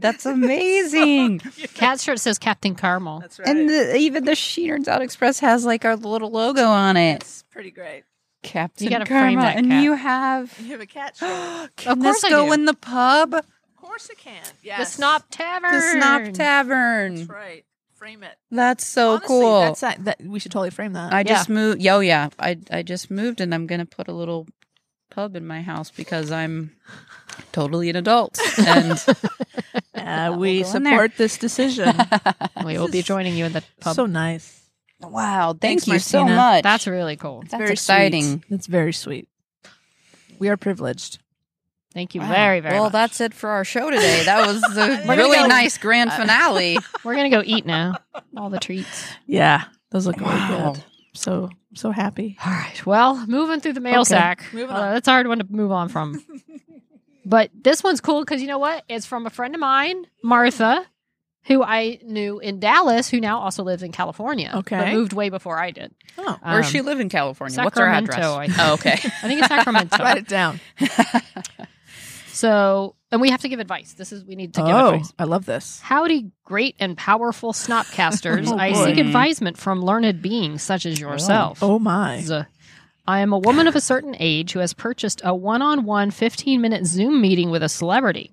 [SPEAKER 4] That's amazing.
[SPEAKER 3] Cat's shirt says Captain Caramel.
[SPEAKER 2] that's right.
[SPEAKER 4] and the, even the She Nerds Out Express has like our little logo on it.
[SPEAKER 2] it's pretty great.
[SPEAKER 4] Captain
[SPEAKER 3] gotta
[SPEAKER 4] Karma,
[SPEAKER 3] frame that
[SPEAKER 4] and
[SPEAKER 3] cat.
[SPEAKER 4] you have.
[SPEAKER 2] You have a cat show. of
[SPEAKER 4] Can
[SPEAKER 3] course
[SPEAKER 4] this
[SPEAKER 3] I
[SPEAKER 4] go
[SPEAKER 3] do.
[SPEAKER 4] in the pub?
[SPEAKER 2] course it can. Yes.
[SPEAKER 3] The Snop Tavern.
[SPEAKER 4] The Snop Tavern.
[SPEAKER 2] That's
[SPEAKER 4] That's,
[SPEAKER 2] right. Frame it.
[SPEAKER 4] so
[SPEAKER 2] Honestly,
[SPEAKER 4] Oh, cool.
[SPEAKER 2] That's that, that, we should totally frame that.
[SPEAKER 4] I just moved. Yo, yeah. I I just moved, and I'm gonna put a little pub in my house because I'm totally an adult. And We'll
[SPEAKER 2] uh, we
[SPEAKER 4] go in there.
[SPEAKER 2] support this decision.
[SPEAKER 3] We will be joining you in the pub.
[SPEAKER 2] so nice.
[SPEAKER 4] wow, thank
[SPEAKER 2] Thanks,
[SPEAKER 4] you so
[SPEAKER 2] Martina.
[SPEAKER 4] much.
[SPEAKER 3] That's really cool.
[SPEAKER 4] That's
[SPEAKER 2] Very
[SPEAKER 4] exciting.
[SPEAKER 2] Sweet. That's very sweet. We are privileged.
[SPEAKER 3] Thank you
[SPEAKER 4] Wow.
[SPEAKER 3] very, very
[SPEAKER 4] well.
[SPEAKER 3] much.
[SPEAKER 4] That's it for our show today. That was a
[SPEAKER 2] We're
[SPEAKER 4] really
[SPEAKER 2] gonna go-
[SPEAKER 4] nice grand
[SPEAKER 3] Uh,
[SPEAKER 4] finale.
[SPEAKER 3] We're gonna go eat now. All the treats.
[SPEAKER 2] Yeah, those look
[SPEAKER 4] Wow.
[SPEAKER 2] really good. So so happy.
[SPEAKER 3] All right. Well, moving through the mail
[SPEAKER 2] Okay,
[SPEAKER 3] sack.
[SPEAKER 2] moving
[SPEAKER 3] Uh,
[SPEAKER 2] on.
[SPEAKER 3] that's a hard one to move on from. but this one's cool because you know what? It's from a friend of mine, Martha, who I knew in Dallas, who now also lives in California. But
[SPEAKER 2] Okay.
[SPEAKER 3] moved way before I did.
[SPEAKER 2] Oh,
[SPEAKER 3] Um,
[SPEAKER 4] Where's she live in California? What's her address?
[SPEAKER 3] Sacramento,
[SPEAKER 4] Oh, okay.
[SPEAKER 3] I think it's Sacramento.
[SPEAKER 2] write it down.
[SPEAKER 3] So, and we have to give advice. This is, we need to give
[SPEAKER 2] oh,
[SPEAKER 3] advice.
[SPEAKER 2] I love this.
[SPEAKER 3] Howdy, great and powerful snopcasters.
[SPEAKER 2] Oh,
[SPEAKER 3] I
[SPEAKER 2] boy.
[SPEAKER 3] seek advisement from learned beings such as yourself.
[SPEAKER 2] Oh my.
[SPEAKER 3] Z- I am a woman of a certain age who has purchased a one on one 15 minute Zoom meeting with a celebrity.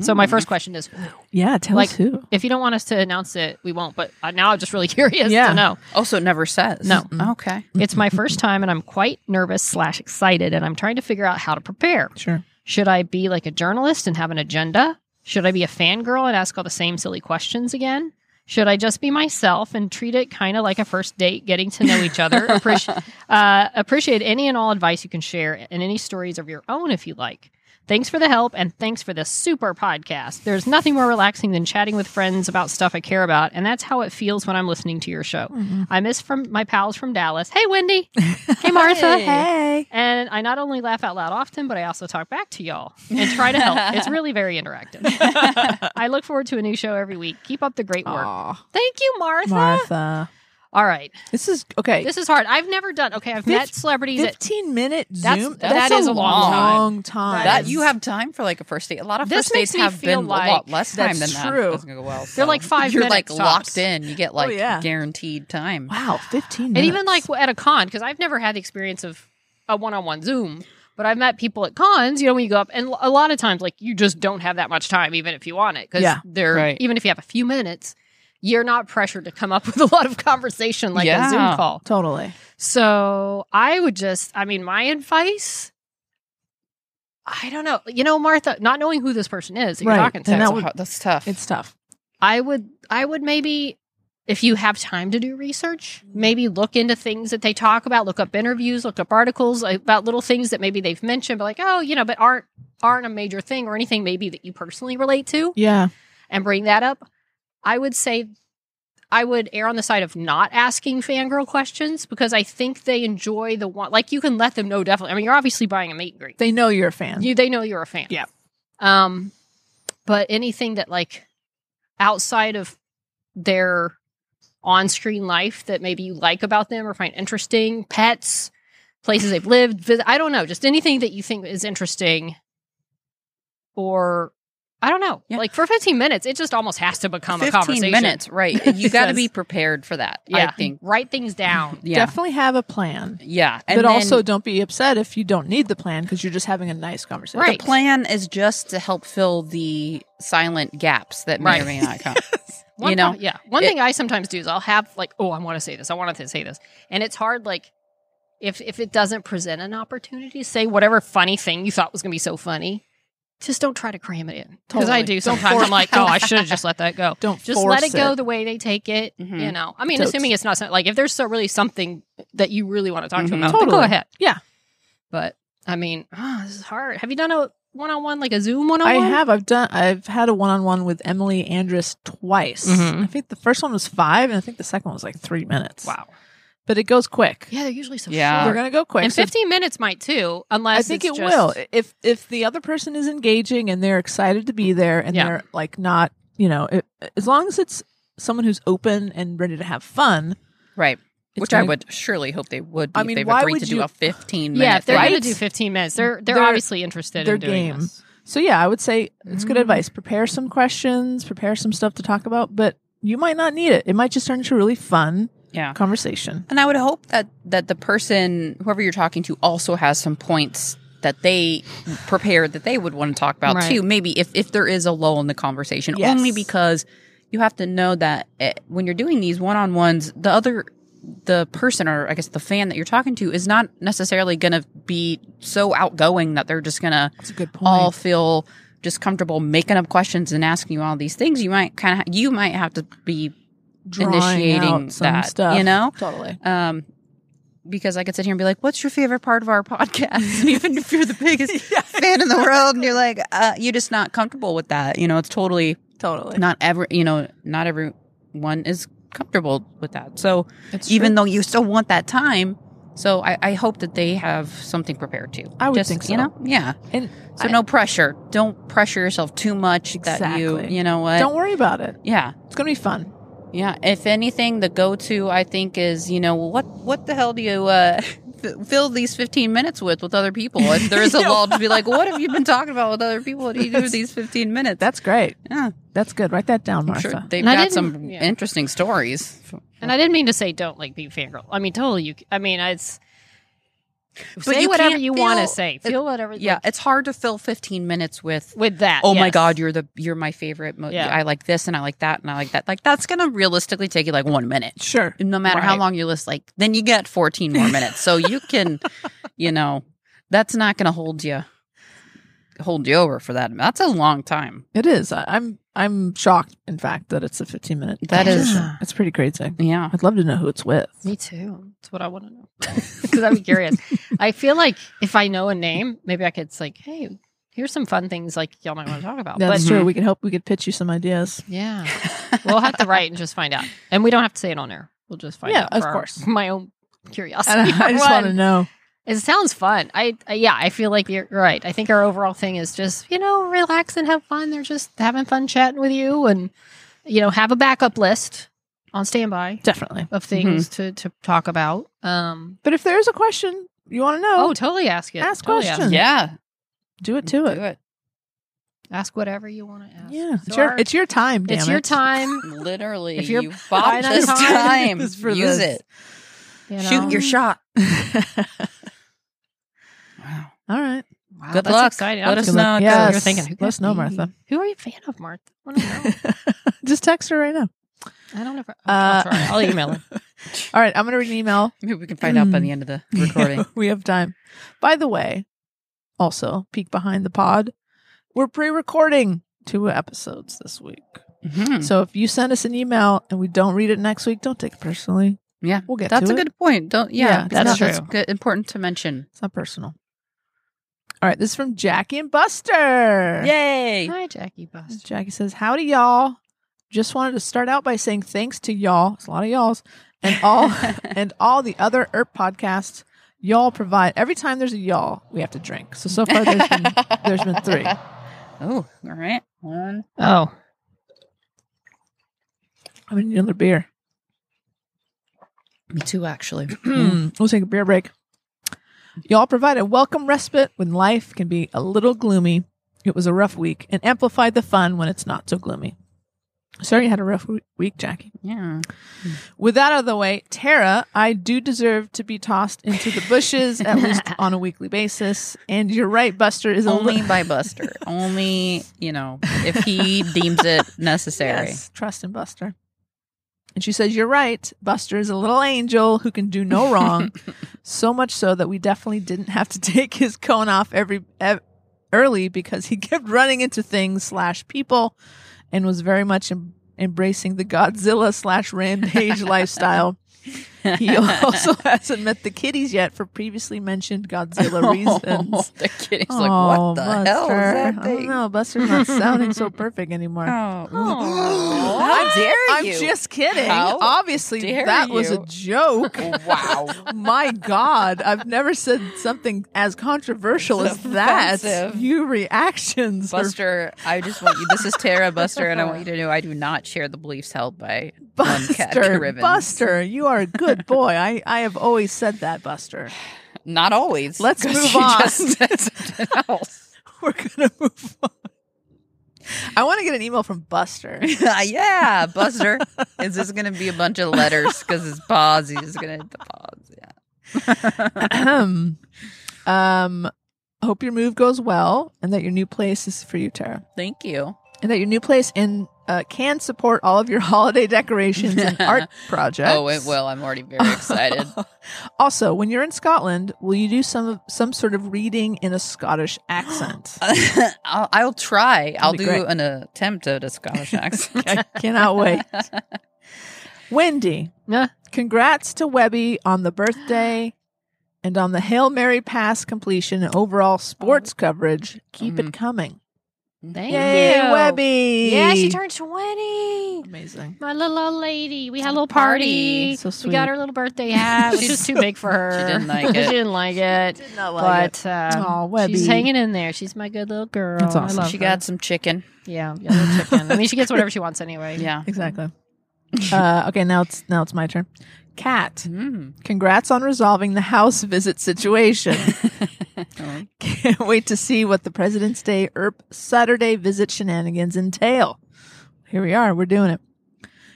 [SPEAKER 3] So, my
[SPEAKER 2] Mm-hmm.
[SPEAKER 3] first question is who?
[SPEAKER 2] Yeah, tell
[SPEAKER 3] Like-
[SPEAKER 2] us who.
[SPEAKER 3] If you don't want us to announce it, we won't. But uh, now I'm just really curious
[SPEAKER 2] Yeah.
[SPEAKER 3] to know.
[SPEAKER 4] Also, Oh, it never says.
[SPEAKER 3] No.
[SPEAKER 4] Okay.
[SPEAKER 3] It's my first time and I'm quite nervous slash excited, and I'm trying to figure out how to prepare.
[SPEAKER 2] Sure.
[SPEAKER 3] Should I be like a journalist and have an agenda? Should I be a fangirl and ask all the same silly questions again? Should I just be myself and treat it kind of like a first date, getting to know each other? Appreci- uh, appreciate any and all advice you can share and any stories of your own if you like. Thanks for the help and thanks for this super podcast. There's nothing more relaxing than chatting with friends about stuff I care about, and that's how it feels when I'm listening to your show. I miss from my pals from Dallas. Hey, Wendy. Hey, Martha.
[SPEAKER 2] Hey.
[SPEAKER 3] And I not only laugh out loud often, but I also talk back to y'all and try to help. It's really very interactive. I look forward to a new show every week. Keep up the great work.
[SPEAKER 2] Aw,
[SPEAKER 3] Thank you, Martha.
[SPEAKER 2] Martha.
[SPEAKER 3] All right.
[SPEAKER 2] This is okay.
[SPEAKER 3] This is hard. I've never done. Okay, I've
[SPEAKER 2] Fif-
[SPEAKER 3] met celebrities at
[SPEAKER 2] 15 minute
[SPEAKER 3] That's-
[SPEAKER 2] Zoom.
[SPEAKER 3] that is a long time.
[SPEAKER 2] long time.
[SPEAKER 4] That you have time for like a first date. A lot of
[SPEAKER 3] This
[SPEAKER 4] first
[SPEAKER 3] makes
[SPEAKER 4] dates
[SPEAKER 3] me
[SPEAKER 4] have
[SPEAKER 3] feel
[SPEAKER 4] been
[SPEAKER 3] like-
[SPEAKER 4] a lot less time
[SPEAKER 2] That's
[SPEAKER 4] than
[SPEAKER 2] true.
[SPEAKER 4] that. Doesn't go well.
[SPEAKER 3] They're
[SPEAKER 4] so.
[SPEAKER 3] like five
[SPEAKER 4] You're
[SPEAKER 3] minute Oh,
[SPEAKER 4] like
[SPEAKER 3] tops.
[SPEAKER 4] locked in. You get like
[SPEAKER 2] yeah.
[SPEAKER 4] guaranteed time.
[SPEAKER 2] Wow, 15 minutes.
[SPEAKER 3] and even like at a con because I've never had the experience of a one-on-one Zoom. But I've met people at cons, you know, when you go up, and a lot of times, like you just don't have that much time, even if you want it, because
[SPEAKER 2] Yeah.
[SPEAKER 3] they're
[SPEAKER 4] Right.
[SPEAKER 3] even if you have a few minutes, you're not pressured to come up with a lot of conversation like a Zoom
[SPEAKER 4] Yeah.
[SPEAKER 3] call.
[SPEAKER 2] Totally.
[SPEAKER 3] So I would just, I mean, my advice, I don't know. You know, Martha, not knowing who this person is that
[SPEAKER 2] Right.
[SPEAKER 3] you're talking to,
[SPEAKER 2] And
[SPEAKER 4] That's,
[SPEAKER 2] that would-
[SPEAKER 4] hard- that's tough.
[SPEAKER 2] It's tough.
[SPEAKER 3] I would, I would maybe, if you have time to do research, maybe look into things that they talk about, look up interviews, look up articles uh, about little things that maybe they've mentioned, but like, oh, you know, but aren't, aren't a major thing or anything maybe that you personally relate to
[SPEAKER 2] Yeah.
[SPEAKER 3] and bring that up. I would say I would err on the side of not asking fangirl questions because I think they enjoy the one. Like you can let them know definitely. I mean, you're obviously buying a meet and greet.
[SPEAKER 2] They know you're a fan.
[SPEAKER 3] You they know you're a fan.
[SPEAKER 2] Yeah.
[SPEAKER 3] Um, but anything that like outside of their on-screen life that maybe you like about them or find interesting, pets, places they've lived, visit, I don't know, just anything that you think is interesting or I don't know.
[SPEAKER 4] Yeah.
[SPEAKER 3] Like for 15 minutes, it just almost has to become a
[SPEAKER 4] 15
[SPEAKER 3] conversation.
[SPEAKER 4] minutes, right. You got to
[SPEAKER 3] Says-
[SPEAKER 4] be prepared for that,
[SPEAKER 3] Yeah.
[SPEAKER 4] I think.
[SPEAKER 3] Write things down.
[SPEAKER 4] Yeah.
[SPEAKER 2] Definitely have a plan.
[SPEAKER 4] yeah.
[SPEAKER 2] but
[SPEAKER 4] then
[SPEAKER 2] also don't be upset if you don't need the plan because you're just having a nice conversation.
[SPEAKER 3] Right.
[SPEAKER 4] the plan is just to help fill the silent gaps that may
[SPEAKER 3] Right.
[SPEAKER 4] or may not come.
[SPEAKER 3] One
[SPEAKER 4] You know,
[SPEAKER 3] pro- yeah. One
[SPEAKER 4] it-
[SPEAKER 3] thing I sometimes do is I'll have like, oh, I want to say this. I want to say this, and it's hard. Like, if if it doesn't present an opportunity, say whatever funny thing you thought was going to be so funny. Just don't try to cram it in because I
[SPEAKER 2] Totally.
[SPEAKER 3] do
[SPEAKER 2] Don't
[SPEAKER 3] sometimes.
[SPEAKER 2] force-
[SPEAKER 3] I'm like, oh, I should have just let that go.
[SPEAKER 2] Don't
[SPEAKER 3] Just
[SPEAKER 2] force
[SPEAKER 3] let it go the way they take it.
[SPEAKER 4] Mhm.
[SPEAKER 3] You know, I mean,
[SPEAKER 2] Totes.
[SPEAKER 3] assuming it's not some- like if there's so really something that you really want to talk to them
[SPEAKER 4] Mhm.
[SPEAKER 3] about, then go
[SPEAKER 2] Totally.
[SPEAKER 3] ahead.
[SPEAKER 2] Yeah.
[SPEAKER 3] but I mean, oh, this is hard. Have you done a one on one like a Zoom one on
[SPEAKER 2] I
[SPEAKER 3] one?
[SPEAKER 2] have. I've done. I've had a one-on-one with Emily Andrus twice.
[SPEAKER 3] Mhm.
[SPEAKER 4] Mm-hmm.
[SPEAKER 2] I think the first one was five, and I think the second one was like three minutes.
[SPEAKER 3] Wow.
[SPEAKER 2] But it goes quick.
[SPEAKER 3] Yeah, they're usually so
[SPEAKER 4] Yeah.
[SPEAKER 3] short.
[SPEAKER 2] We're gonna go quick.
[SPEAKER 3] and
[SPEAKER 2] so
[SPEAKER 3] 15 minutes might too, unless
[SPEAKER 2] I think it
[SPEAKER 3] it's just-
[SPEAKER 2] will. If if the other person is engaging and they're excited to be there and
[SPEAKER 3] Yeah.
[SPEAKER 2] they're like not, you know, it, as long as it's someone who's open and ready to have fun.
[SPEAKER 4] right.
[SPEAKER 2] it's
[SPEAKER 4] Which I
[SPEAKER 2] gonna-
[SPEAKER 4] would surely hope they would be
[SPEAKER 2] I
[SPEAKER 4] if
[SPEAKER 2] mean,
[SPEAKER 4] they've
[SPEAKER 2] why
[SPEAKER 4] agreed
[SPEAKER 2] would
[SPEAKER 4] to do
[SPEAKER 2] you-
[SPEAKER 4] a 15 minute
[SPEAKER 3] Yeah, if they're
[SPEAKER 4] thing.
[SPEAKER 3] going
[SPEAKER 2] Right?
[SPEAKER 3] to do 15 minutes, they're they're,
[SPEAKER 2] They're-
[SPEAKER 3] obviously interested
[SPEAKER 2] they're
[SPEAKER 3] in doing
[SPEAKER 2] game.
[SPEAKER 3] this.
[SPEAKER 2] So yeah, I would say it's good
[SPEAKER 3] Mm.
[SPEAKER 2] advice. Prepare some questions, prepare some stuff to talk about, but you might not need it. It might just turn into a really fun
[SPEAKER 4] Yeah.
[SPEAKER 2] conversation.
[SPEAKER 4] And I would hope that that the person, whoever you're talking to, also has some points that they prepared that they would want to talk about
[SPEAKER 3] Right.
[SPEAKER 4] too. Maybe if if there is a lull in the conversation,
[SPEAKER 2] Yes.
[SPEAKER 4] only because you have to know that eh, when you're doing these one on ones, the other the person or I guess the fan that you're talking to is not necessarily going to be so outgoing that they're just going to
[SPEAKER 2] That's a good point.
[SPEAKER 4] all feel just comfortable making up questions and asking you all these things. You might kind of you might have to be
[SPEAKER 2] Drawing
[SPEAKER 4] initiating
[SPEAKER 2] out some
[SPEAKER 4] that,
[SPEAKER 2] stuff.
[SPEAKER 4] you know?
[SPEAKER 2] Totally.
[SPEAKER 4] um, because I could sit here and be like, "What's your favorite part of our podcast?" And even if you're the biggest fan in the world, and you're like, uh, "You're just not comfortable with that," you know, it's totally
[SPEAKER 2] Totally.
[SPEAKER 4] not every, you know, not everyone is comfortable with that. So
[SPEAKER 2] It's
[SPEAKER 4] even
[SPEAKER 2] true.
[SPEAKER 4] though you still want that time, so I, I hope that they have something prepared too.
[SPEAKER 2] I would
[SPEAKER 4] just,
[SPEAKER 2] think
[SPEAKER 4] You
[SPEAKER 2] so.
[SPEAKER 4] know, yeah.
[SPEAKER 2] And
[SPEAKER 4] So
[SPEAKER 2] I-
[SPEAKER 4] no pressure. Don't pressure yourself too much. That
[SPEAKER 2] Exactly.
[SPEAKER 4] you, you know what?
[SPEAKER 2] don't worry about it.
[SPEAKER 4] yeah.
[SPEAKER 2] It's going to be fun.
[SPEAKER 4] Yeah, if anything, the go-to I think is you know what what the hell do you uh, f- fill these fifteen minutes with with other people? If there is a lull, to be like, what have you been talking about with other people? What do you do with these fifteen minutes?
[SPEAKER 2] That's great.
[SPEAKER 4] yeah,
[SPEAKER 2] That's good. Write that down,
[SPEAKER 4] I'm
[SPEAKER 2] Martha.
[SPEAKER 4] sure they've
[SPEAKER 3] And I
[SPEAKER 4] got
[SPEAKER 3] didn't-
[SPEAKER 4] some
[SPEAKER 3] yeah.
[SPEAKER 4] interesting stories.
[SPEAKER 3] And I didn't mean to say don't like be fangirl. I mean totally. You, c- I mean it's say
[SPEAKER 4] you
[SPEAKER 3] whatever
[SPEAKER 4] can't
[SPEAKER 3] you want to
[SPEAKER 4] feel-
[SPEAKER 3] say.
[SPEAKER 4] it-
[SPEAKER 3] Feel whatever.
[SPEAKER 4] Yeah,
[SPEAKER 3] like,
[SPEAKER 4] it's hard to fill fifteen minutes with.
[SPEAKER 3] with that.
[SPEAKER 4] Oh my
[SPEAKER 3] yes.
[SPEAKER 4] God, you're the you're my favorite. Mo-
[SPEAKER 3] Yeah.
[SPEAKER 4] I like this and I like that and I like that. Like that's gonna realistically take you like one minute.
[SPEAKER 2] Sure.
[SPEAKER 4] no matter how
[SPEAKER 3] Right.
[SPEAKER 4] long you list like then you get 14 more minutes so you can you know that's not going to hold you hold you over for that that's a long time
[SPEAKER 2] It is. I, I'm I'm shocked, in fact, that it's a 15 minute.
[SPEAKER 4] That is-
[SPEAKER 2] conversation. It's pretty crazy.
[SPEAKER 4] yeah
[SPEAKER 2] I'd love to know who it's with.
[SPEAKER 3] Me too. That's what I want to know. Because I'm curious. I feel like if I know a name, maybe I could it's like, hey, here's some fun things like y'all might want to talk about. but
[SPEAKER 2] That's
[SPEAKER 3] Hmm.
[SPEAKER 2] true. We could help. We could pitch you some ideas.
[SPEAKER 3] yeah, we'll have to write and just find out. And we don't have to say it on air. We'll just find
[SPEAKER 2] Yeah,
[SPEAKER 3] out.
[SPEAKER 2] of
[SPEAKER 3] for our-
[SPEAKER 2] course.
[SPEAKER 3] My own curiosity.
[SPEAKER 2] And I, I just
[SPEAKER 3] One.
[SPEAKER 2] want to know.
[SPEAKER 3] It sounds fun. I, I yeah, I feel like you're right. I think our overall thing is just you know relax and have fun. They're just having fun chatting with you, and you know have a backup list on standby
[SPEAKER 2] Definitely.
[SPEAKER 3] of things to to talk about. Um,
[SPEAKER 2] But if there is a question you want to know,
[SPEAKER 3] oh, totally ask it.
[SPEAKER 2] Ask
[SPEAKER 3] totally
[SPEAKER 2] questions.
[SPEAKER 4] yeah
[SPEAKER 2] do it to it.
[SPEAKER 4] do it
[SPEAKER 3] Ask whatever you want to ask.
[SPEAKER 2] Yeah.
[SPEAKER 3] So
[SPEAKER 2] it's, your,
[SPEAKER 3] our-
[SPEAKER 2] it's your time.
[SPEAKER 3] it's
[SPEAKER 2] damn
[SPEAKER 3] your
[SPEAKER 2] it.
[SPEAKER 3] time.
[SPEAKER 4] literally
[SPEAKER 3] If you're
[SPEAKER 4] you bought
[SPEAKER 3] buying on
[SPEAKER 4] this
[SPEAKER 3] time,
[SPEAKER 4] time
[SPEAKER 2] it's for
[SPEAKER 4] use
[SPEAKER 2] this.
[SPEAKER 4] it
[SPEAKER 3] you know?
[SPEAKER 4] shoot your shot wow
[SPEAKER 2] All right.
[SPEAKER 3] Wow,
[SPEAKER 4] Good
[SPEAKER 3] that's
[SPEAKER 4] luck.
[SPEAKER 3] Exciting.
[SPEAKER 4] Let
[SPEAKER 3] I'm
[SPEAKER 4] us
[SPEAKER 3] just-
[SPEAKER 4] know.
[SPEAKER 2] luck.
[SPEAKER 4] good.
[SPEAKER 2] Yes.
[SPEAKER 3] You're thinking, who
[SPEAKER 2] Let us
[SPEAKER 3] could
[SPEAKER 2] know,
[SPEAKER 3] be?
[SPEAKER 2] Martha.
[SPEAKER 3] Who are you a fan of, Martha? I don't know.
[SPEAKER 2] Just text her right now.
[SPEAKER 3] I don't ever. oh, I'll,
[SPEAKER 2] Uh,
[SPEAKER 3] try. I'll email her.
[SPEAKER 2] All right. I'm going to read an email
[SPEAKER 4] maybe we can find out by the end of the recording
[SPEAKER 2] we have time. By the way, also peek behind the pod. We're pre-recording two episodes this week.
[SPEAKER 4] Mhm.
[SPEAKER 2] So if you send us an email and we don't read it next week, don't take it personally.
[SPEAKER 4] yeah
[SPEAKER 2] We'll get
[SPEAKER 4] that's
[SPEAKER 2] to
[SPEAKER 4] a
[SPEAKER 2] it.
[SPEAKER 4] good point don't yeah,
[SPEAKER 2] Yeah,
[SPEAKER 3] that's
[SPEAKER 4] because
[SPEAKER 3] true.
[SPEAKER 4] good, important to mention
[SPEAKER 2] It's not personal. All right, this is from Jackie and Buster.
[SPEAKER 4] yay
[SPEAKER 3] Hi, Jackie Bust.
[SPEAKER 2] Jackie says, "Howdy y'all. Just wanted to start out by saying thanks to y'all. It's a lot of y'alls and all and all the other ERP podcasts y'all provide. Every time there's a y'all, we have to drink. So so far there's been there's been three.
[SPEAKER 4] oh all right One.
[SPEAKER 3] Oh,
[SPEAKER 2] I need another beer.
[SPEAKER 4] Me too, actually. Mm.
[SPEAKER 2] we'll Hmm, take a beer break. Y'all provide a welcome respite when life can be a little gloomy. It was a rough week and amplified the fun when it's not so gloomy. Sorry you had a rough w- week, Jackie.
[SPEAKER 4] yeah.
[SPEAKER 2] With that out of the way, Tara, I do deserve to be tossed into the bushes at least on a weekly basis. And you're right, Buster is a
[SPEAKER 4] Only
[SPEAKER 2] li-
[SPEAKER 4] by Buster. Only, you know, if he deems it necessary.
[SPEAKER 2] yes, trust in Buster. And she says, "You're right. Buster is a little angel who can do no wrong. so much so that we definitely didn't have to take his cone off every ev- early because he kept running into things slash people, and was very much em- embracing the Godzilla slash rampage lifestyle." He also hasn't met the kitties yet for previously mentioned Godzilla reasons. Oh,
[SPEAKER 4] the kid is Oh. like, what the hell is that
[SPEAKER 2] I
[SPEAKER 4] thing?
[SPEAKER 2] don't know. Buster's not sounding so perfect anymore.
[SPEAKER 4] Oh,
[SPEAKER 3] Oh.
[SPEAKER 4] how dare
[SPEAKER 2] I'm
[SPEAKER 4] you?
[SPEAKER 2] just kidding.
[SPEAKER 4] How
[SPEAKER 2] Obviously,
[SPEAKER 4] dare
[SPEAKER 2] that was a
[SPEAKER 4] you.
[SPEAKER 2] joke.
[SPEAKER 4] wow.
[SPEAKER 2] My God, I've never said something as controversial
[SPEAKER 4] It's
[SPEAKER 2] as that.
[SPEAKER 4] offensive.
[SPEAKER 2] You reactions, are-
[SPEAKER 4] Buster, I just want you. This is Tara Buster, and I want you to know I do not share the beliefs held by one cat to
[SPEAKER 2] Buster.
[SPEAKER 4] ribbons.
[SPEAKER 2] Buster, you are a good boy. I, I have always said that, Buster.
[SPEAKER 4] Not always.
[SPEAKER 2] Let's
[SPEAKER 4] 'cause
[SPEAKER 2] move
[SPEAKER 4] she
[SPEAKER 2] on.
[SPEAKER 4] just said something else.
[SPEAKER 2] We're gonna move on. I want to get an email from Buster.
[SPEAKER 4] Uh, yeah, Buster. Is this going to be a bunch of letters? Because it's pause. He's just going to hit the pause. Yeah.
[SPEAKER 2] um, hope your move goes well, and that your new place is for you, Tara.
[SPEAKER 4] Thank you.
[SPEAKER 2] and that your new place in uh, can support all of your holiday decorations and art projects.
[SPEAKER 4] Oh, it will. I'm already very excited.
[SPEAKER 2] Also, when you're in Scotland, will you do some some sort of reading in a Scottish accent?
[SPEAKER 4] I'll, I'll try. I'll
[SPEAKER 2] be
[SPEAKER 4] do
[SPEAKER 2] great.
[SPEAKER 4] an attempt at a Scottish accent.
[SPEAKER 2] I cannot wait. Wendy,
[SPEAKER 3] Yeah.
[SPEAKER 2] congrats to Webby on the birthday and on the Hail Mary pass completion and overall sports coverage. Keep it coming.
[SPEAKER 3] thank
[SPEAKER 2] Yay,
[SPEAKER 3] you,
[SPEAKER 2] Webby.
[SPEAKER 3] Yeah, she turned twenty.
[SPEAKER 2] amazing.
[SPEAKER 3] My little old lady. We had a little
[SPEAKER 4] Party.
[SPEAKER 3] party.
[SPEAKER 2] So
[SPEAKER 3] We got her little birthday hat, which
[SPEAKER 4] She's
[SPEAKER 3] was too big for her.
[SPEAKER 4] She didn't like it.
[SPEAKER 3] She didn't like it.
[SPEAKER 2] Did not
[SPEAKER 3] but
[SPEAKER 2] Aw,
[SPEAKER 3] um,
[SPEAKER 2] Webby.
[SPEAKER 3] she's hanging in there. She's my good little girl.
[SPEAKER 2] That's awesome.
[SPEAKER 3] I love
[SPEAKER 4] She
[SPEAKER 3] her.
[SPEAKER 4] got some chicken.
[SPEAKER 3] yeah, yeah, little chicken. I mean, she gets whatever she wants anyway.
[SPEAKER 4] Yeah.
[SPEAKER 2] Exactly. uh, okay, now it's now it's my turn. Cat,
[SPEAKER 4] Mm.
[SPEAKER 2] congrats on resolving the house visit situation. Can't wait to see what the President's Day ERP Saturday visit shenanigans entail. Here we are, we're doing it.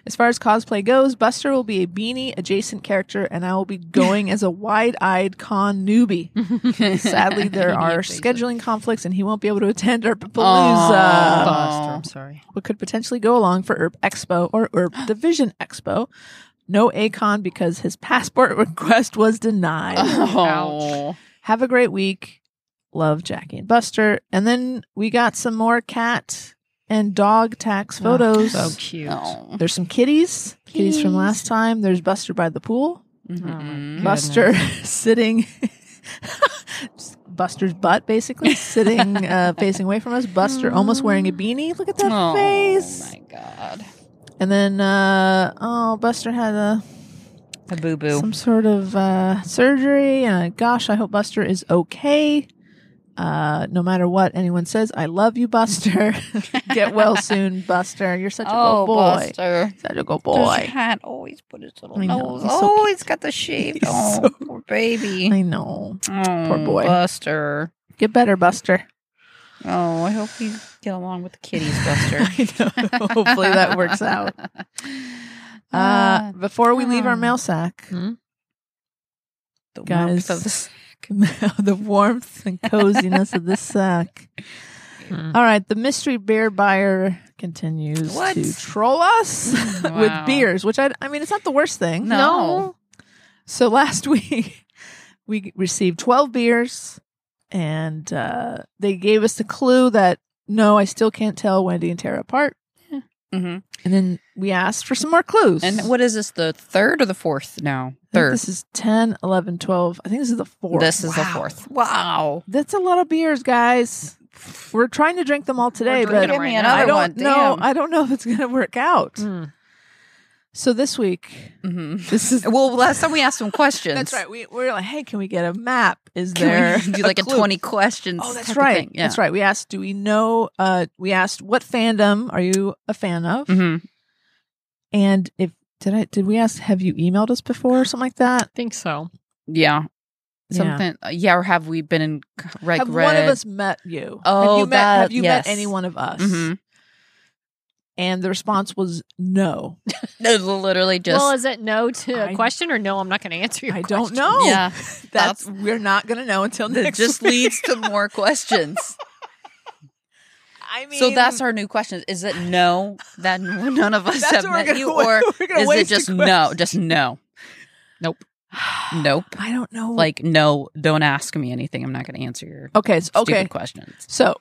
[SPEAKER 2] As far as cosplay goes, Buster will be a beanie adjacent character, and I will be going as a wide eyed con newbie. Sadly, there are scheduling conflicts, and he won't be able to attend ERP Palooza
[SPEAKER 4] Aw.
[SPEAKER 3] Buster, I'm sorry.
[SPEAKER 2] what could potentially go along for ERP Expo or ERP Division Expo. No Akon because his passport request was denied.
[SPEAKER 4] Oh.
[SPEAKER 2] Have a great week. Love Jackie and Buster. And then we got some more cat and dog tax photos.
[SPEAKER 3] So cute.
[SPEAKER 4] Oh.
[SPEAKER 2] There's some kitties, kitties from
[SPEAKER 3] Kitties.
[SPEAKER 2] last time. There's Buster by the pool.
[SPEAKER 4] Mhm.
[SPEAKER 2] Buster sitting, Buster's butt basically sitting uh, facing away from us. Buster almost wearing a beanie. Look at that
[SPEAKER 4] Oh,
[SPEAKER 2] face.
[SPEAKER 4] my God.
[SPEAKER 2] And then, uh, oh, Buster had a,
[SPEAKER 4] A boo boo.
[SPEAKER 2] some sort of uh, surgery. And uh, gosh, I hope Buster is okay. Uh, no matter what anyone says, I love you, Buster. Get well soon, Buster. You're such a good boy.
[SPEAKER 4] Oh, Buster.
[SPEAKER 2] Such a good
[SPEAKER 4] This
[SPEAKER 2] boy.
[SPEAKER 4] cat always put his little
[SPEAKER 2] I know,
[SPEAKER 4] nose.
[SPEAKER 2] he's so
[SPEAKER 4] oh, he's got the shape.
[SPEAKER 2] He's
[SPEAKER 4] Oh,
[SPEAKER 2] so-
[SPEAKER 4] poor baby.
[SPEAKER 2] I know.
[SPEAKER 4] oh,
[SPEAKER 2] poor boy.
[SPEAKER 4] Buster.
[SPEAKER 2] Get better, Buster.
[SPEAKER 4] Oh, I hope you get along with the kitties, Buster.
[SPEAKER 2] I know. Hopefully that works out. Uh,
[SPEAKER 4] Uh,
[SPEAKER 2] before we leave our
[SPEAKER 4] hmm.
[SPEAKER 2] mail sack,
[SPEAKER 4] the
[SPEAKER 2] guys.
[SPEAKER 4] warmth of the
[SPEAKER 2] the warmth and coziness of this sack.
[SPEAKER 3] Mm.
[SPEAKER 2] All right, the mystery beer buyer continues
[SPEAKER 4] Hmm. What?
[SPEAKER 2] to troll us with
[SPEAKER 4] Wow.
[SPEAKER 2] beers, which I, I mean, it's not the worst thing.
[SPEAKER 4] No.
[SPEAKER 2] So last week, we received 12 beers, and uh, they gave us the clue that no, I still can't tell Wendy and Tara apart.
[SPEAKER 4] Mhm.
[SPEAKER 2] And then we asked for some more clues.
[SPEAKER 4] And what is this? The third or the fourth now?
[SPEAKER 2] I think
[SPEAKER 4] Third.
[SPEAKER 2] This is 10, 11, 12. I think this is the fourth.
[SPEAKER 4] This is the
[SPEAKER 2] Wow.
[SPEAKER 4] fourth. Wow.
[SPEAKER 2] That's a lot of beers, guys. We're trying to drink them all today,
[SPEAKER 3] We're drinking
[SPEAKER 2] but
[SPEAKER 3] them
[SPEAKER 4] Give me
[SPEAKER 3] right now.
[SPEAKER 4] another
[SPEAKER 2] I don't
[SPEAKER 4] one.
[SPEAKER 2] know.
[SPEAKER 4] Damn.
[SPEAKER 2] Hmm. I don't know if it's going to work out.
[SPEAKER 3] Mm.
[SPEAKER 2] So this week,
[SPEAKER 4] hmm
[SPEAKER 2] this is
[SPEAKER 4] Well, last time we asked some questions.
[SPEAKER 2] that's right. We we're like, hey, can we get a map? Is there
[SPEAKER 4] Can we do like a,
[SPEAKER 2] clue?
[SPEAKER 4] twenty questions?
[SPEAKER 2] Oh, that's
[SPEAKER 4] type of
[SPEAKER 2] right.
[SPEAKER 4] thing? Yeah.
[SPEAKER 2] That's right. We asked, do we know? Uh, we asked, what fandom are you a fan of?
[SPEAKER 4] Mhm.
[SPEAKER 2] And if did I did we ask, have you emailed us before or something like that?
[SPEAKER 3] think so.
[SPEAKER 4] Yeah.
[SPEAKER 2] Yeah.
[SPEAKER 4] Something. uh, Yeah. Or have we been in c- like
[SPEAKER 2] have
[SPEAKER 4] red?
[SPEAKER 2] one of us met you? have
[SPEAKER 4] Oh,
[SPEAKER 2] you met, have
[SPEAKER 4] that-
[SPEAKER 2] you
[SPEAKER 4] yes.
[SPEAKER 2] met any one of us?
[SPEAKER 4] Mhm.
[SPEAKER 2] And the response was no.
[SPEAKER 4] No, Literally just.
[SPEAKER 3] well, is it no to a
[SPEAKER 2] I-
[SPEAKER 3] question or no? I'm not going to answer your
[SPEAKER 2] I
[SPEAKER 3] question.
[SPEAKER 2] don't know.
[SPEAKER 4] Yeah.
[SPEAKER 2] That's we're not gonna know until
[SPEAKER 4] That
[SPEAKER 2] next.
[SPEAKER 4] just
[SPEAKER 2] week.
[SPEAKER 4] leads to more questions.
[SPEAKER 2] I mean,
[SPEAKER 4] so that's our new question. Is it no that none of us have
[SPEAKER 2] that's what we're
[SPEAKER 4] met
[SPEAKER 2] gonna,
[SPEAKER 4] you, or
[SPEAKER 2] we're gonna
[SPEAKER 4] is it
[SPEAKER 2] waste the
[SPEAKER 4] just
[SPEAKER 2] question.
[SPEAKER 4] no? Just no. Nope.
[SPEAKER 2] I don't know.
[SPEAKER 4] Like no. Don't ask me anything. I'm not going to answer your
[SPEAKER 2] okay, so,
[SPEAKER 4] stupid
[SPEAKER 2] okay.
[SPEAKER 4] questions
[SPEAKER 2] So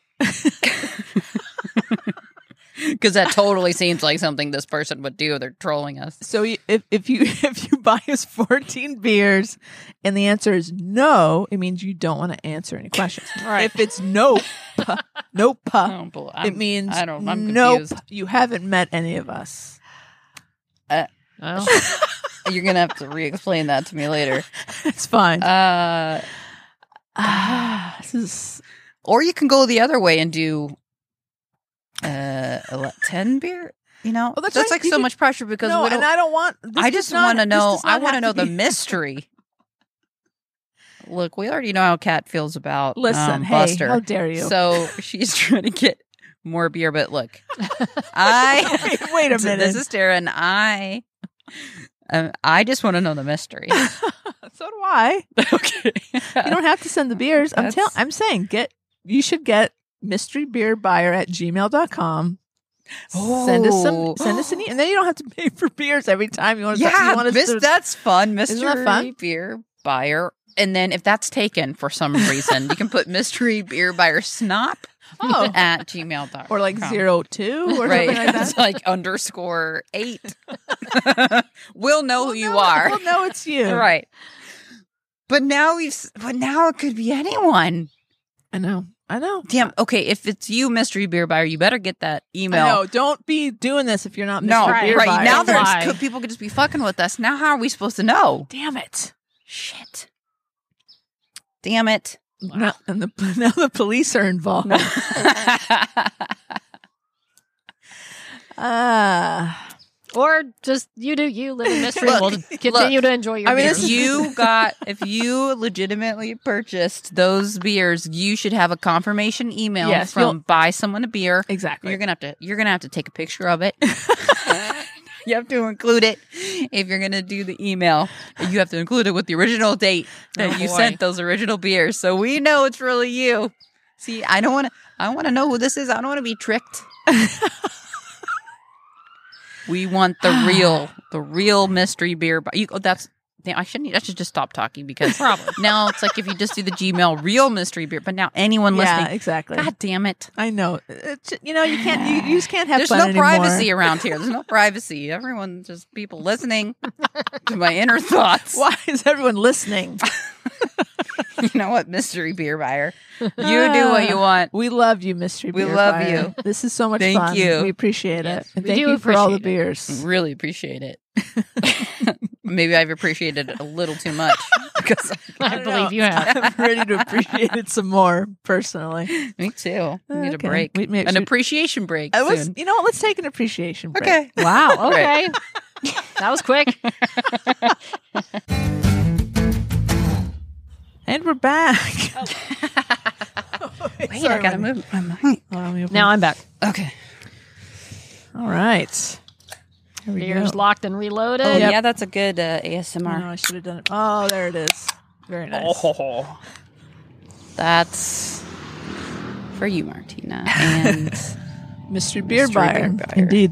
[SPEAKER 4] because that totally seems like something this person would do. They're trolling us.
[SPEAKER 2] So y- if if you if you buy us 14 beers and the answer is no, it means you don't want to answer any questions.
[SPEAKER 3] Right.
[SPEAKER 2] If it's nope, nope,
[SPEAKER 4] Oh, boy, I'm-
[SPEAKER 2] it means
[SPEAKER 4] I don't. I'm
[SPEAKER 2] nope,
[SPEAKER 4] confused.
[SPEAKER 2] you haven't met any of us.
[SPEAKER 3] Well,
[SPEAKER 4] You're gonna have to re-explain that to me later.
[SPEAKER 2] It's fine.
[SPEAKER 4] Uh,
[SPEAKER 2] Ah, this is
[SPEAKER 4] or you can go the other way and do uh ele- ten beer. You know,
[SPEAKER 2] Oh, that's
[SPEAKER 4] that's
[SPEAKER 2] right.
[SPEAKER 4] like
[SPEAKER 2] You
[SPEAKER 4] so
[SPEAKER 2] could-
[SPEAKER 4] much pressure because
[SPEAKER 2] no,
[SPEAKER 4] we
[SPEAKER 2] and
[SPEAKER 4] don't,
[SPEAKER 2] I don't want. this
[SPEAKER 4] I
[SPEAKER 2] does
[SPEAKER 4] just
[SPEAKER 2] not-
[SPEAKER 4] want to
[SPEAKER 2] this
[SPEAKER 4] know.
[SPEAKER 2] does not
[SPEAKER 4] I want to
[SPEAKER 2] have
[SPEAKER 4] know the
[SPEAKER 2] be-
[SPEAKER 4] mystery. Look, we already know how Kat feels about
[SPEAKER 2] Listen,
[SPEAKER 4] um,
[SPEAKER 2] hey,
[SPEAKER 4] Buster.
[SPEAKER 2] how dare you?
[SPEAKER 4] So she's trying to get more beer, but look, I
[SPEAKER 2] Wait- wait a minute.
[SPEAKER 4] This is Taryn. I um, I just want to know the mystery.
[SPEAKER 2] so do I.
[SPEAKER 4] okay,
[SPEAKER 2] You don't have to send the beers. I'm tell-
[SPEAKER 4] That's-
[SPEAKER 2] I'm saying get you should get mysterybeerbuyer at gmail.com. Send us some
[SPEAKER 4] Oh.
[SPEAKER 2] send us an e- and then you don't have to pay for beers every time you want to
[SPEAKER 4] yeah,
[SPEAKER 2] you want us
[SPEAKER 4] mis-
[SPEAKER 2] to-
[SPEAKER 4] that's fun.
[SPEAKER 2] Isn't
[SPEAKER 4] Mystery
[SPEAKER 2] that fun?
[SPEAKER 4] beer buyer. And then if that's taken for some reason, you can put mystery beer buyer snop
[SPEAKER 2] Oh.
[SPEAKER 4] at gmail.com.
[SPEAKER 2] or like zero two or
[SPEAKER 4] right.
[SPEAKER 2] something like that.
[SPEAKER 4] it's like underscore eight. we'll know
[SPEAKER 2] We'll
[SPEAKER 4] who Oh, you
[SPEAKER 2] know-
[SPEAKER 4] are.
[SPEAKER 2] We'll know it's you.
[SPEAKER 4] Right. But now we've s- but now it could be anyone.
[SPEAKER 2] I know. I know.
[SPEAKER 4] Damn. Okay, if it's you, mystery beer buyer, you better get that email.
[SPEAKER 2] I know. Don't be doing this if you're not Mr.
[SPEAKER 4] No,
[SPEAKER 3] Mystery
[SPEAKER 4] right.
[SPEAKER 2] Beer Buyer.
[SPEAKER 4] Now
[SPEAKER 3] Don't
[SPEAKER 4] there's
[SPEAKER 3] lie.
[SPEAKER 4] could- people could just be fucking with us. Now how are we supposed to know?
[SPEAKER 2] damn it.
[SPEAKER 4] Shit. Damn it.
[SPEAKER 2] Now, and the now the police are involved. Uh,
[SPEAKER 3] or just you do you live in mystery.
[SPEAKER 4] Look,
[SPEAKER 3] we'll continue to enjoy your
[SPEAKER 2] I mean,
[SPEAKER 3] beer.
[SPEAKER 2] this
[SPEAKER 4] if you got if you legitimately purchased those beers, you should have a confirmation email
[SPEAKER 2] Yes,
[SPEAKER 4] from
[SPEAKER 2] you'll-
[SPEAKER 4] buy someone a beer.
[SPEAKER 2] exactly.
[SPEAKER 4] You're gonna have to you're gonna have to take a picture of it. you have to include it if you're gonna do the email. You have to include it with the original date that
[SPEAKER 2] Oh,
[SPEAKER 4] you
[SPEAKER 2] boy.
[SPEAKER 4] sent those original beers, so we know it's really you. See, I don't want to. I want to know who this is. I don't want to be tricked. we want the real, the real mystery beer. bu- You, oh, that's. Damn, I shouldn't. I should just stop talking because
[SPEAKER 3] Probably.
[SPEAKER 4] now it's like if you just do the Gmail real mystery beer, but now anyone
[SPEAKER 2] yeah,
[SPEAKER 4] listening,
[SPEAKER 2] exactly.
[SPEAKER 4] God damn it.
[SPEAKER 2] I know. It's, you know, you can't. You, you just can't have
[SPEAKER 4] There's
[SPEAKER 2] fun
[SPEAKER 4] no
[SPEAKER 2] anymore.
[SPEAKER 4] privacy around here. There's no privacy. Everyone, just people listening to my inner thoughts.
[SPEAKER 2] Why is everyone listening?
[SPEAKER 4] You know what, mystery beer buyer? You do what you want.
[SPEAKER 2] We love you, mystery.
[SPEAKER 4] We
[SPEAKER 2] Beer
[SPEAKER 4] love
[SPEAKER 2] Buyer. This is so much
[SPEAKER 4] Thank
[SPEAKER 2] fun.
[SPEAKER 4] you.
[SPEAKER 2] We appreciate
[SPEAKER 3] Yes,
[SPEAKER 2] it. And
[SPEAKER 3] we
[SPEAKER 2] thank
[SPEAKER 3] do
[SPEAKER 2] you for all the
[SPEAKER 3] appreciate it.
[SPEAKER 2] beers.
[SPEAKER 4] Really appreciate it. Maybe I've appreciated it a little too much because
[SPEAKER 3] I believe you have.
[SPEAKER 2] I'm ready to appreciate it some more personally.
[SPEAKER 4] me too. I need
[SPEAKER 2] Okay.
[SPEAKER 4] a break,
[SPEAKER 2] We may-
[SPEAKER 4] an
[SPEAKER 2] should-
[SPEAKER 4] appreciation break.
[SPEAKER 2] I was,
[SPEAKER 4] soon.
[SPEAKER 2] you know, what? let's take an appreciation break.
[SPEAKER 4] okay.
[SPEAKER 3] Wow. Okay. that was quick.
[SPEAKER 2] and we're back.
[SPEAKER 4] Oh. Wait,
[SPEAKER 2] Sorry,
[SPEAKER 4] I gotta
[SPEAKER 2] Wendy.
[SPEAKER 4] move my mic.
[SPEAKER 2] Allow me to-
[SPEAKER 3] Now I'm back.
[SPEAKER 4] Okay.
[SPEAKER 2] all right. Here we
[SPEAKER 3] Beer's
[SPEAKER 2] go.
[SPEAKER 3] locked and reloaded.
[SPEAKER 4] Oh, Yeah, that's a good uh,
[SPEAKER 2] Oh,
[SPEAKER 4] ASMR.
[SPEAKER 2] I should have done it. Oh, there it is. Very nice.
[SPEAKER 4] Oh. That's for you, Martina. And.
[SPEAKER 2] Mystery beer
[SPEAKER 4] Mystery Beer
[SPEAKER 2] buyer.
[SPEAKER 4] Buyer.
[SPEAKER 2] Indeed.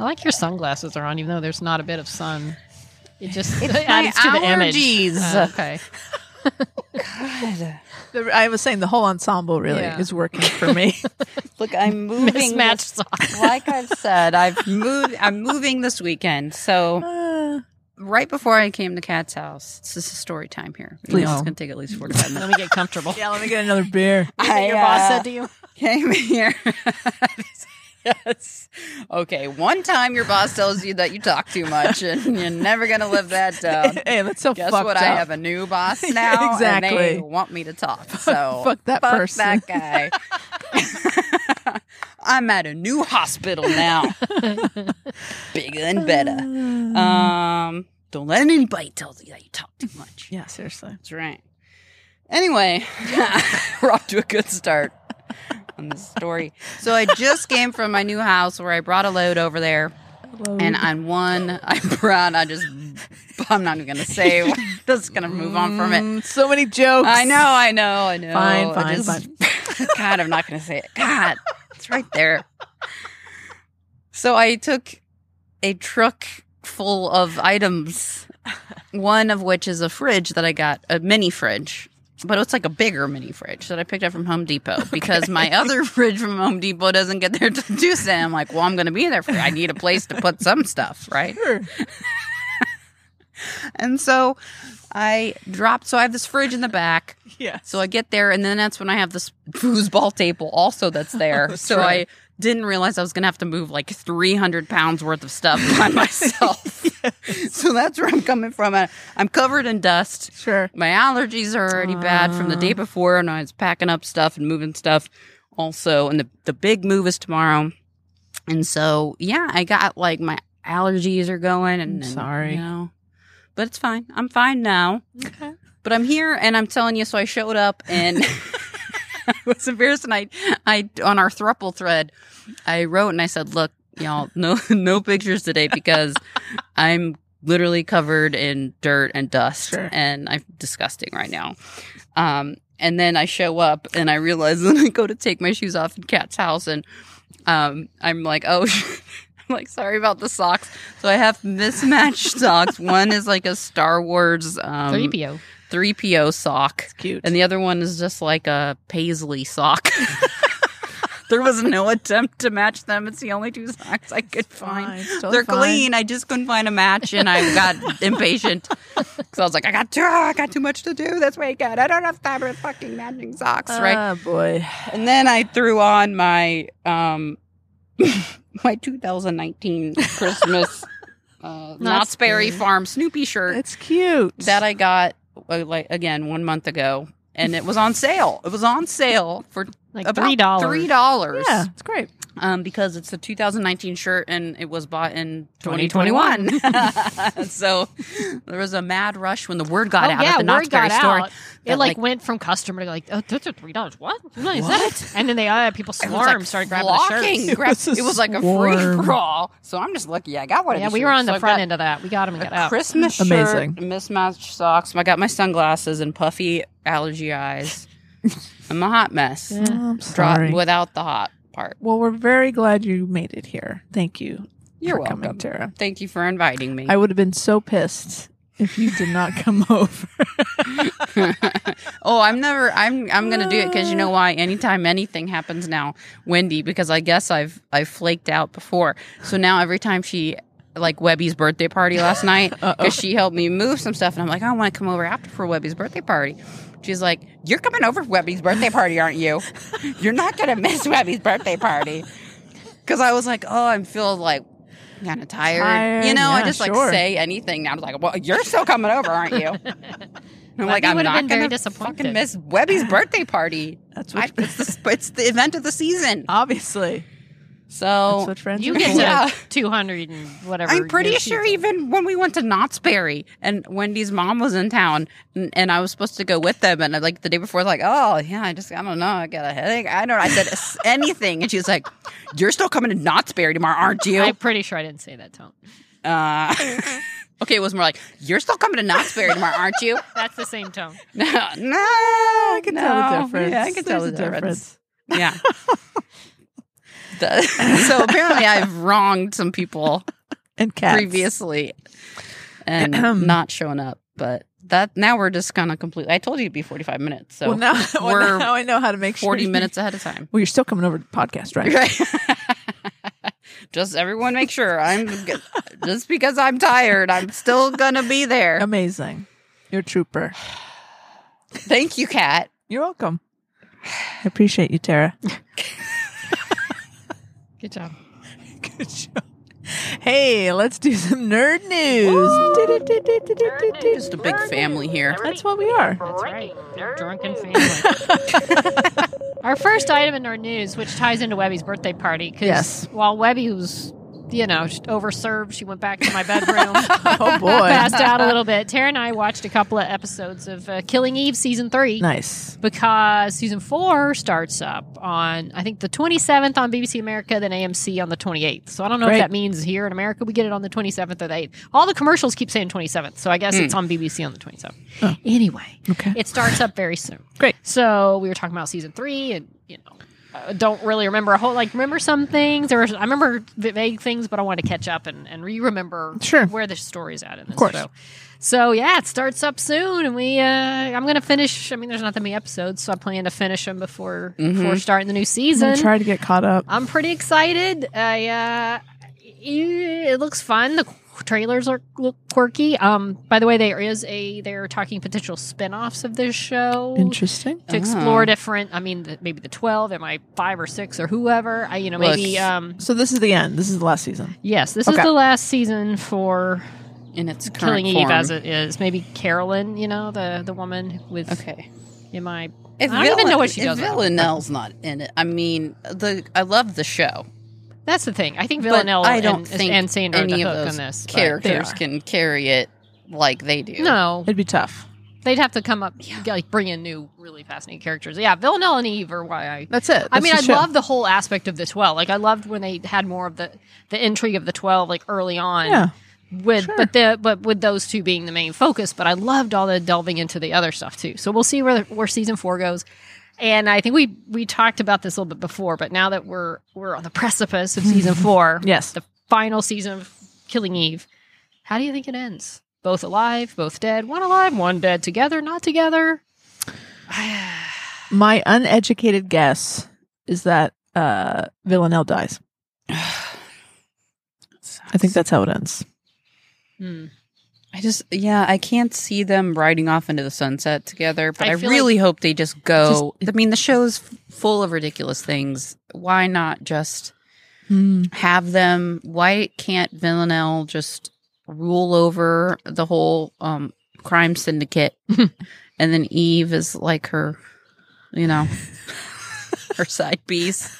[SPEAKER 3] I like your sunglasses are on, even though there's not a bit of sun. It just
[SPEAKER 4] It's my
[SPEAKER 3] adds to the image.
[SPEAKER 4] allergies.
[SPEAKER 3] Uh, okay.
[SPEAKER 2] The- I was saying the whole ensemble really
[SPEAKER 3] Yeah.
[SPEAKER 2] is working for me.
[SPEAKER 4] Look, I'm moving. this-
[SPEAKER 3] Mismatched socks.
[SPEAKER 4] like I've said, I've moved. I'm moving this weekend. So
[SPEAKER 2] Uh,
[SPEAKER 4] right before I came to Kat's house, this is story time here. You know
[SPEAKER 2] Please.
[SPEAKER 4] it's going to take at least 45 minutes.
[SPEAKER 3] Let me get comfortable. uh,
[SPEAKER 2] yeah, let me get another beer.
[SPEAKER 3] Your
[SPEAKER 4] I,
[SPEAKER 3] boss
[SPEAKER 4] uh,
[SPEAKER 3] said to you,
[SPEAKER 4] came here.
[SPEAKER 5] yes. Okay. One time your boss tells you that you talk too much and you're never going to live that down.
[SPEAKER 2] hey, that's so
[SPEAKER 5] Guess
[SPEAKER 2] fucked
[SPEAKER 5] what?
[SPEAKER 2] up.
[SPEAKER 5] I have a new boss now. And
[SPEAKER 2] exactly.
[SPEAKER 5] they want me to talk. So
[SPEAKER 2] Fuck that
[SPEAKER 5] fuck
[SPEAKER 2] person.
[SPEAKER 5] that guy. I'm at a new hospital now. Bigger and better. Um, don't let anybody tell you that you talk too much.
[SPEAKER 2] yeah, seriously.
[SPEAKER 5] That's right. Anyway, we're off to a good start on this story. So I just came from my new house where I brought a load over there. And on one I brought, I just, I'm not even going to say, I'm just going to move on from it.
[SPEAKER 2] Mm, so many jokes.
[SPEAKER 5] I know, I know, I know.
[SPEAKER 2] Fine,
[SPEAKER 5] I
[SPEAKER 2] fine,
[SPEAKER 5] God, I'm not going to say it. God, it's right there. So I took a truck full of items, one of which is a fridge that I got, a mini fridge. But it's like a bigger mini fridge that I picked up from Home Depot because my other fridge from Home Depot doesn't get there till Tuesday. I'm like, well, I'm going to be there for. I need a place to put some stuff, right?
[SPEAKER 2] Sure.
[SPEAKER 5] And so I dropped. So I have this fridge in the back.
[SPEAKER 2] Yes.
[SPEAKER 5] So I get there, and then that's when I have this foosball table also that's there. so
[SPEAKER 2] Oh, right.
[SPEAKER 5] I didn't realize I was going to have to move like 300 pounds worth of stuff by myself. So that's where I'm coming from. I- I'm covered in dust.
[SPEAKER 2] Sure.
[SPEAKER 5] My allergies are already bad from the day before, and I was packing up stuff and moving stuff also. And the, the big move is tomorrow. And so, yeah, I got like my allergies are going. And, and,
[SPEAKER 2] sorry.
[SPEAKER 5] You know, but it's fine. I'm fine now.
[SPEAKER 3] Okay.
[SPEAKER 5] But I'm here and I'm telling you, so I showed up and I was embarrassed and I, I on our thruple thread, I wrote and I said, Look, y'all, no no pictures today because I'm literally covered in dirt and dust
[SPEAKER 2] Sure.
[SPEAKER 5] and I'm disgusting right now. Um and then I show up and I realize when I go to take my shoes off in Cat's house and um I'm like, oh I'm like, sorry about the socks. So I have mismatched socks. One is like a Star Wars um,
[SPEAKER 3] 3PO.
[SPEAKER 5] three PO sock,
[SPEAKER 2] Cute.
[SPEAKER 5] and the other one is just like a paisley sock. there was no attempt to match them. It's the only two socks I could
[SPEAKER 2] fine.
[SPEAKER 5] find.
[SPEAKER 2] It's totally
[SPEAKER 5] They're
[SPEAKER 2] fine.
[SPEAKER 5] clean. I just couldn't find a match, and I got impatient because I was like, I got too, I got too much to do this weekend. I don't have time for fucking matching socks, right?
[SPEAKER 2] Oh boy.
[SPEAKER 5] And then I threw on my um my 2019 Christmas uh, Knott's Berry
[SPEAKER 3] Berry.
[SPEAKER 5] Farm Snoopy shirt
[SPEAKER 2] It's cute.
[SPEAKER 5] that I got uh, like again one month ago, and it was on sale. It was on sale for
[SPEAKER 3] Like
[SPEAKER 5] about
[SPEAKER 3] three dollars.
[SPEAKER 5] Three dollars,
[SPEAKER 2] yeah, it's great.
[SPEAKER 5] um, because it's a 2019 shirt and it was bought in 2021. so there was a mad rush when the word got
[SPEAKER 3] Oh,
[SPEAKER 5] out
[SPEAKER 3] yeah,
[SPEAKER 5] at the Knott's
[SPEAKER 3] word
[SPEAKER 5] Berry
[SPEAKER 3] got
[SPEAKER 5] store.
[SPEAKER 3] out. It
[SPEAKER 5] that,
[SPEAKER 3] like,
[SPEAKER 5] like-
[SPEAKER 3] went from customer to like, oh, those are three dollars. What? What is that? And then they uh, people
[SPEAKER 5] It was,
[SPEAKER 3] swarmed,
[SPEAKER 5] like,
[SPEAKER 3] started grabbing the shirts.
[SPEAKER 5] flocking. Grab-
[SPEAKER 2] It was a
[SPEAKER 5] it was like a
[SPEAKER 2] swarm.
[SPEAKER 5] free for all. So I'm just lucky I got one. of
[SPEAKER 3] Yeah,
[SPEAKER 5] these
[SPEAKER 3] we were
[SPEAKER 5] shirts.
[SPEAKER 3] on
[SPEAKER 5] So
[SPEAKER 3] the
[SPEAKER 5] I've
[SPEAKER 3] front
[SPEAKER 5] got
[SPEAKER 3] end of that. We got them and got
[SPEAKER 5] a
[SPEAKER 3] out.
[SPEAKER 5] Christmas shirt,
[SPEAKER 2] Amazing.
[SPEAKER 5] mismatched socks. I got my sunglasses and puffy allergy eyes. I'm a hot mess.
[SPEAKER 2] Oh, I'm
[SPEAKER 5] Dra-
[SPEAKER 2] sorry.
[SPEAKER 5] without the hot part.
[SPEAKER 2] well, we're very glad you made it here. Thank you.
[SPEAKER 5] You're
[SPEAKER 2] for
[SPEAKER 5] welcome.
[SPEAKER 2] coming, Tara.
[SPEAKER 5] Thank you for inviting me.
[SPEAKER 2] I would have been so pissed if you did not come over.
[SPEAKER 5] oh, I'm never. I'm. I'm gonna do it because you know why? Anytime anything happens now, Wendy, because I guess I've I've flaked out before. So now every time she. Like Webby's birthday party last night because she helped me move some stuff, and I'm like, I want to come over after for Webby's birthday party. She's like, You're coming over for Webby's birthday party, aren't you? You're not gonna miss Webby's birthday party because I was like, Oh, I'm feel like kind of tired.
[SPEAKER 2] Tired,
[SPEAKER 5] you know, I
[SPEAKER 2] yeah,
[SPEAKER 5] just like
[SPEAKER 2] sure.
[SPEAKER 5] say anything now. I was like, Well, you're still coming over, aren't you? And I'm
[SPEAKER 3] Well,
[SPEAKER 5] like,
[SPEAKER 3] he
[SPEAKER 5] I'm
[SPEAKER 3] would've
[SPEAKER 5] not
[SPEAKER 3] been very
[SPEAKER 5] going to
[SPEAKER 3] disappointed.
[SPEAKER 5] fucking miss Webby's birthday party.
[SPEAKER 2] That's
[SPEAKER 5] I,
[SPEAKER 2] what
[SPEAKER 5] it's, the, sp- it's the event of the season.
[SPEAKER 2] obviously. That's
[SPEAKER 5] So
[SPEAKER 2] what friends
[SPEAKER 3] You
[SPEAKER 2] are
[SPEAKER 3] get
[SPEAKER 2] for.
[SPEAKER 3] to
[SPEAKER 5] Yeah.
[SPEAKER 3] two hundred and whatever.
[SPEAKER 5] I'm pretty
[SPEAKER 3] years you-
[SPEAKER 5] sure even when we went to Knott's Berry and Wendy's mom was in town and, and I was supposed to go with them and like the day before like, oh yeah, I just I don't know, I got a headache. I don't. I said "S- anything and she was like, you're still coming to Knott's Berry tomorrow, aren't you?
[SPEAKER 3] I'm pretty sure I didn't say that tone.
[SPEAKER 5] Uh, okay, it was more like you're still coming to Knott's Berry tomorrow, aren't you?
[SPEAKER 3] That's the same tone.
[SPEAKER 5] No, no, I
[SPEAKER 2] I can tell the difference.
[SPEAKER 5] Yeah, I can tell
[SPEAKER 2] There's
[SPEAKER 5] the
[SPEAKER 2] a
[SPEAKER 5] difference. Yeah. The- so apparently, I've wronged some people
[SPEAKER 2] And cats.
[SPEAKER 5] previously and
[SPEAKER 3] Um,
[SPEAKER 5] not shown up. But that now we're just gonna completely. I told you it'd be forty five minutes, so
[SPEAKER 2] well, now, well,
[SPEAKER 5] we're
[SPEAKER 2] now I know how to make sure
[SPEAKER 5] forty
[SPEAKER 2] you-
[SPEAKER 5] minutes ahead of time.
[SPEAKER 2] Well, you're still coming over to the podcast, right?
[SPEAKER 5] Right. just everyone make sure I'm just because I'm tired, I'm still gonna be there.
[SPEAKER 2] Amazing. You're a trooper.
[SPEAKER 5] Thank you, Kat.
[SPEAKER 2] You're welcome. I appreciate you, Tara.
[SPEAKER 3] Good job.
[SPEAKER 2] Good job. Hey, let's do some nerd news.
[SPEAKER 4] Just a big family here.
[SPEAKER 2] That's what we are.
[SPEAKER 3] That's right. Drunken family. Our first item in our news, which ties into Webby's birthday party, because
[SPEAKER 2] Yes.
[SPEAKER 3] while Webby was, you know, just overserved, she went back to my bedroom,
[SPEAKER 2] Oh
[SPEAKER 3] passed
[SPEAKER 2] boy.
[SPEAKER 3] out a little bit. Tara and I watched a couple of episodes of uh, Killing Eve season three.
[SPEAKER 2] Nice.
[SPEAKER 3] Because season four starts up on, I think, the 27th on BBC America, then AMC on the 28th. So I don't know
[SPEAKER 2] Great.
[SPEAKER 3] if that means here in America we get it on the 27th or the 8th. All the commercials keep saying 27th, so I guess it's on BBC on the 27th. Anyway,
[SPEAKER 2] Hmm. Okay.
[SPEAKER 3] it starts up very soon.
[SPEAKER 2] Great.
[SPEAKER 3] So we were talking about season three, and you know, I don't really remember a whole. Like, remember some things. There was I remember v- vague things, but I wanted to catch up and and re-remember
[SPEAKER 2] Sure.
[SPEAKER 3] where the story's at in this
[SPEAKER 2] course.
[SPEAKER 3] show. So yeah, it starts up soon, and we uh, I'm gonna finish. I mean, there's not that many episodes, so I plan to finish them before before starting the new season.
[SPEAKER 2] I'm trying to get caught up.
[SPEAKER 3] I'm pretty excited. I uh, e, it looks fun. The trailers are look quirky. Um, by the way, there is a they're talking potential spin-offs of this show
[SPEAKER 2] Interesting.
[SPEAKER 3] to
[SPEAKER 4] Uh-huh.
[SPEAKER 3] explore different. I mean, the, maybe the twelve, am I five or six or whoever? I, you know,
[SPEAKER 4] Well,
[SPEAKER 3] maybe.
[SPEAKER 4] it's-
[SPEAKER 3] Um,
[SPEAKER 2] So this is the end. This is the last season.
[SPEAKER 3] yes, this
[SPEAKER 2] Okay.
[SPEAKER 3] is the last season for
[SPEAKER 4] In its current
[SPEAKER 3] Killing
[SPEAKER 4] form.
[SPEAKER 3] Eve as it is. Maybe Carolyn, you know, the the woman with
[SPEAKER 4] Okay.
[SPEAKER 3] am I?
[SPEAKER 4] If
[SPEAKER 3] I don't even know what she
[SPEAKER 4] if
[SPEAKER 3] does. with it.
[SPEAKER 4] Villanelle's not in it. I mean, the I love the show.
[SPEAKER 3] That's the thing. I think
[SPEAKER 4] but
[SPEAKER 3] Villanelle
[SPEAKER 4] I don't
[SPEAKER 3] and,
[SPEAKER 4] think
[SPEAKER 3] and Sandra are
[SPEAKER 4] any
[SPEAKER 3] the
[SPEAKER 4] of
[SPEAKER 3] hook
[SPEAKER 4] those
[SPEAKER 3] on this but-
[SPEAKER 4] characters
[SPEAKER 2] are.
[SPEAKER 4] can carry it like they do.
[SPEAKER 3] No,
[SPEAKER 2] It'd be tough.
[SPEAKER 3] They'd have to come up, like bring in new, really fascinating characters. Yeah, Villanelle and Eve are why I.
[SPEAKER 2] That's it.
[SPEAKER 3] I
[SPEAKER 2] That's
[SPEAKER 3] mean,
[SPEAKER 2] the
[SPEAKER 3] I
[SPEAKER 2] show.
[SPEAKER 3] love the whole aspect of this. Well, like I loved when they had more of the the intrigue of the twelve, like early on.
[SPEAKER 2] Yeah.
[SPEAKER 3] With
[SPEAKER 2] sure.
[SPEAKER 3] but the but with those two being the main focus, but I loved all the delving into the other stuff too. So we'll see where where season four goes. And I think we we talked about this a little bit before, but now that we're we're on the precipice of season four,
[SPEAKER 2] Yes.
[SPEAKER 3] the final season of Killing Eve. How do you think it ends? Both alive, both dead, one alive, one dead, together, not together.
[SPEAKER 2] My uneducated guess is that uh, Villanelle dies. I think that's how it ends.
[SPEAKER 3] Hmm.
[SPEAKER 4] I just yeah, I can't see them riding off into the sunset together, but
[SPEAKER 3] I
[SPEAKER 4] I,
[SPEAKER 3] feel
[SPEAKER 4] really hope they just go. I mean, the show's f- full of ridiculous things. Why not just
[SPEAKER 3] Hmm.
[SPEAKER 4] have them? Why can't Villanelle just rule over the whole um, crime syndicate? and then Eve is like her, you know, her side piece,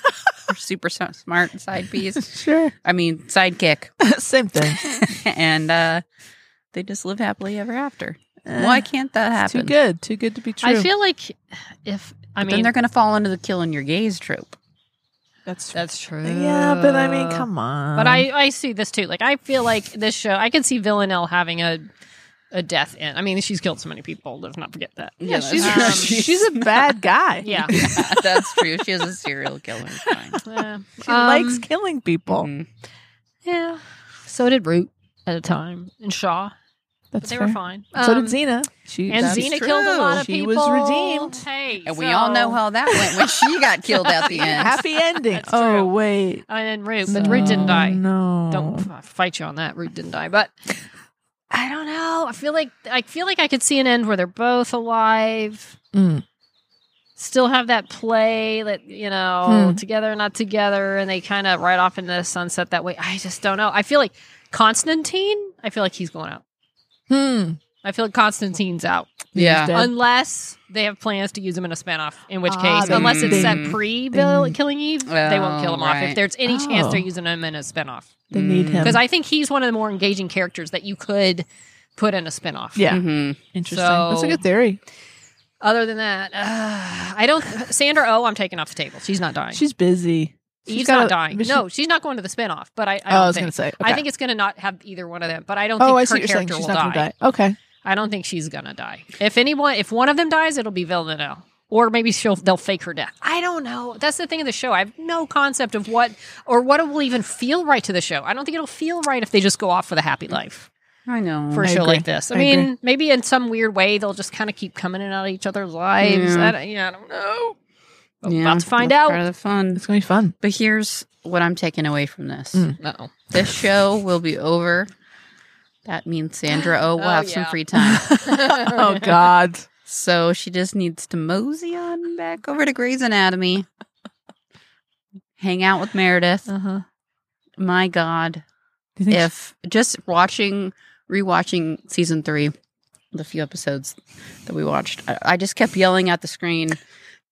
[SPEAKER 4] her super s- smart side piece.
[SPEAKER 2] Sure.
[SPEAKER 4] I mean, sidekick
[SPEAKER 2] Same thing.
[SPEAKER 4] and uh, they just live happily ever after. Why can't that happen?
[SPEAKER 2] Eh, Too good. Too good to be true.
[SPEAKER 3] I feel like if I
[SPEAKER 4] then
[SPEAKER 3] mean
[SPEAKER 4] they're going to fall into the killing your gaze trope.
[SPEAKER 2] that's
[SPEAKER 3] that's true.
[SPEAKER 2] yeah, but I mean, come on.
[SPEAKER 3] But I I see this too. Like I feel like this show. I can see Villanelle having a a death end. I mean, she's killed so many people. Let's not forget that.
[SPEAKER 2] yeah, she's
[SPEAKER 3] that's true.
[SPEAKER 2] she's, a bad guy.
[SPEAKER 3] Yeah.
[SPEAKER 4] that's true. She is a serial killer. It's fine.
[SPEAKER 3] Yeah.
[SPEAKER 2] she
[SPEAKER 3] Um,
[SPEAKER 2] likes killing people.
[SPEAKER 4] Mm.
[SPEAKER 3] Yeah. So did Root at a time, and Shaw. But
[SPEAKER 2] mm-hmm. That's
[SPEAKER 3] they
[SPEAKER 2] fair.
[SPEAKER 3] were fine.
[SPEAKER 2] so
[SPEAKER 3] Um,
[SPEAKER 2] did Xena. She
[SPEAKER 3] And
[SPEAKER 2] that's
[SPEAKER 3] Xena
[SPEAKER 2] true.
[SPEAKER 3] killed a lot of
[SPEAKER 2] She
[SPEAKER 3] people.
[SPEAKER 2] was redeemed.
[SPEAKER 3] Hey,
[SPEAKER 4] And we all know
[SPEAKER 3] so- uh,
[SPEAKER 4] how that went when she got killed at the end.
[SPEAKER 2] Happy ending.
[SPEAKER 3] That's
[SPEAKER 2] oh
[SPEAKER 3] true.
[SPEAKER 2] wait,
[SPEAKER 3] And then Root, but
[SPEAKER 2] No,
[SPEAKER 3] Root didn't die.
[SPEAKER 2] No,
[SPEAKER 3] Don't f- fight you on that. Root didn't die, but I don't know. I feel like I feel like I could see an end where they're both alive,
[SPEAKER 2] Mm.
[SPEAKER 3] still have that play that you know
[SPEAKER 2] Hmm.
[SPEAKER 3] together, not together, and they kind of ride off into the sunset that way. I just don't know. I feel like Constantine. I feel like he's going out.
[SPEAKER 2] Hmm.
[SPEAKER 3] I feel like Constantine's out.
[SPEAKER 4] yeah.
[SPEAKER 2] Dead.
[SPEAKER 3] Unless they have plans to use him in a spinoff, in which
[SPEAKER 2] Ah,
[SPEAKER 3] case,
[SPEAKER 2] they-
[SPEAKER 3] unless it's
[SPEAKER 4] they-
[SPEAKER 3] set pre Bill
[SPEAKER 2] they-
[SPEAKER 3] Killing Eve, they won't kill him
[SPEAKER 4] Oh,
[SPEAKER 3] off. If
[SPEAKER 4] right.
[SPEAKER 3] there's any chance
[SPEAKER 2] Oh.
[SPEAKER 3] they're using him in a spinoff,
[SPEAKER 2] They need him
[SPEAKER 3] because I think he's one of the more engaging characters that you could put in a spinoff.
[SPEAKER 2] Yeah,
[SPEAKER 4] Mhm.
[SPEAKER 2] interesting. That's a good theory.
[SPEAKER 3] Other than that, uh, I don't. Sandra Oh, I'm taking off the table. She's not dying.
[SPEAKER 2] She's busy. She's
[SPEAKER 3] Eve's
[SPEAKER 2] got
[SPEAKER 3] not
[SPEAKER 2] a-
[SPEAKER 3] dying.
[SPEAKER 2] but she-
[SPEAKER 3] no, she's not going to the spinoff. But I, I
[SPEAKER 2] oh,
[SPEAKER 3] don't
[SPEAKER 2] I was
[SPEAKER 3] think.
[SPEAKER 2] gonna say.
[SPEAKER 3] I
[SPEAKER 2] okay.
[SPEAKER 3] think it's going to not have either one of them. But I don't think
[SPEAKER 2] Oh, I
[SPEAKER 3] her
[SPEAKER 2] see what you're saying.
[SPEAKER 3] character
[SPEAKER 2] She's
[SPEAKER 3] will
[SPEAKER 2] not gonna
[SPEAKER 3] die.
[SPEAKER 2] die. Okay.
[SPEAKER 3] I don't think she's gonna die. If anyone, if one of them dies, it'll be Villanelle, or maybe she'll they'll fake her death. I don't know. That's the thing of the show. I have no concept of what or what it will even feel right to the show. I don't think it'll feel right if they just go off with a happy life
[SPEAKER 4] I know.
[SPEAKER 3] for a
[SPEAKER 2] I
[SPEAKER 3] show
[SPEAKER 2] agree.
[SPEAKER 3] like this. I,
[SPEAKER 2] I
[SPEAKER 3] mean,
[SPEAKER 2] agree.
[SPEAKER 3] maybe in some weird way they'll just kind of keep coming in out of each other's lives.
[SPEAKER 4] Yeah.
[SPEAKER 3] I don't, yeah, I don't know. But
[SPEAKER 4] Yeah,
[SPEAKER 3] we're about to find
[SPEAKER 4] that's
[SPEAKER 3] out.
[SPEAKER 4] Part of the fun.
[SPEAKER 2] It's gonna be fun.
[SPEAKER 4] But here's what I'm taking away from this:
[SPEAKER 2] Mm.
[SPEAKER 3] No,
[SPEAKER 4] this show will be over. That means Sandra Oh will
[SPEAKER 3] Oh,
[SPEAKER 4] have some
[SPEAKER 3] yeah.
[SPEAKER 4] free time.
[SPEAKER 2] Oh God.
[SPEAKER 4] So she just needs to mosey on back over to Grey's Anatomy, hang out with Meredith.
[SPEAKER 3] Uh-huh.
[SPEAKER 4] My God,
[SPEAKER 2] Do you think
[SPEAKER 4] if just watching, rewatching season three, the few episodes that we watched, I, I just kept yelling at the screen,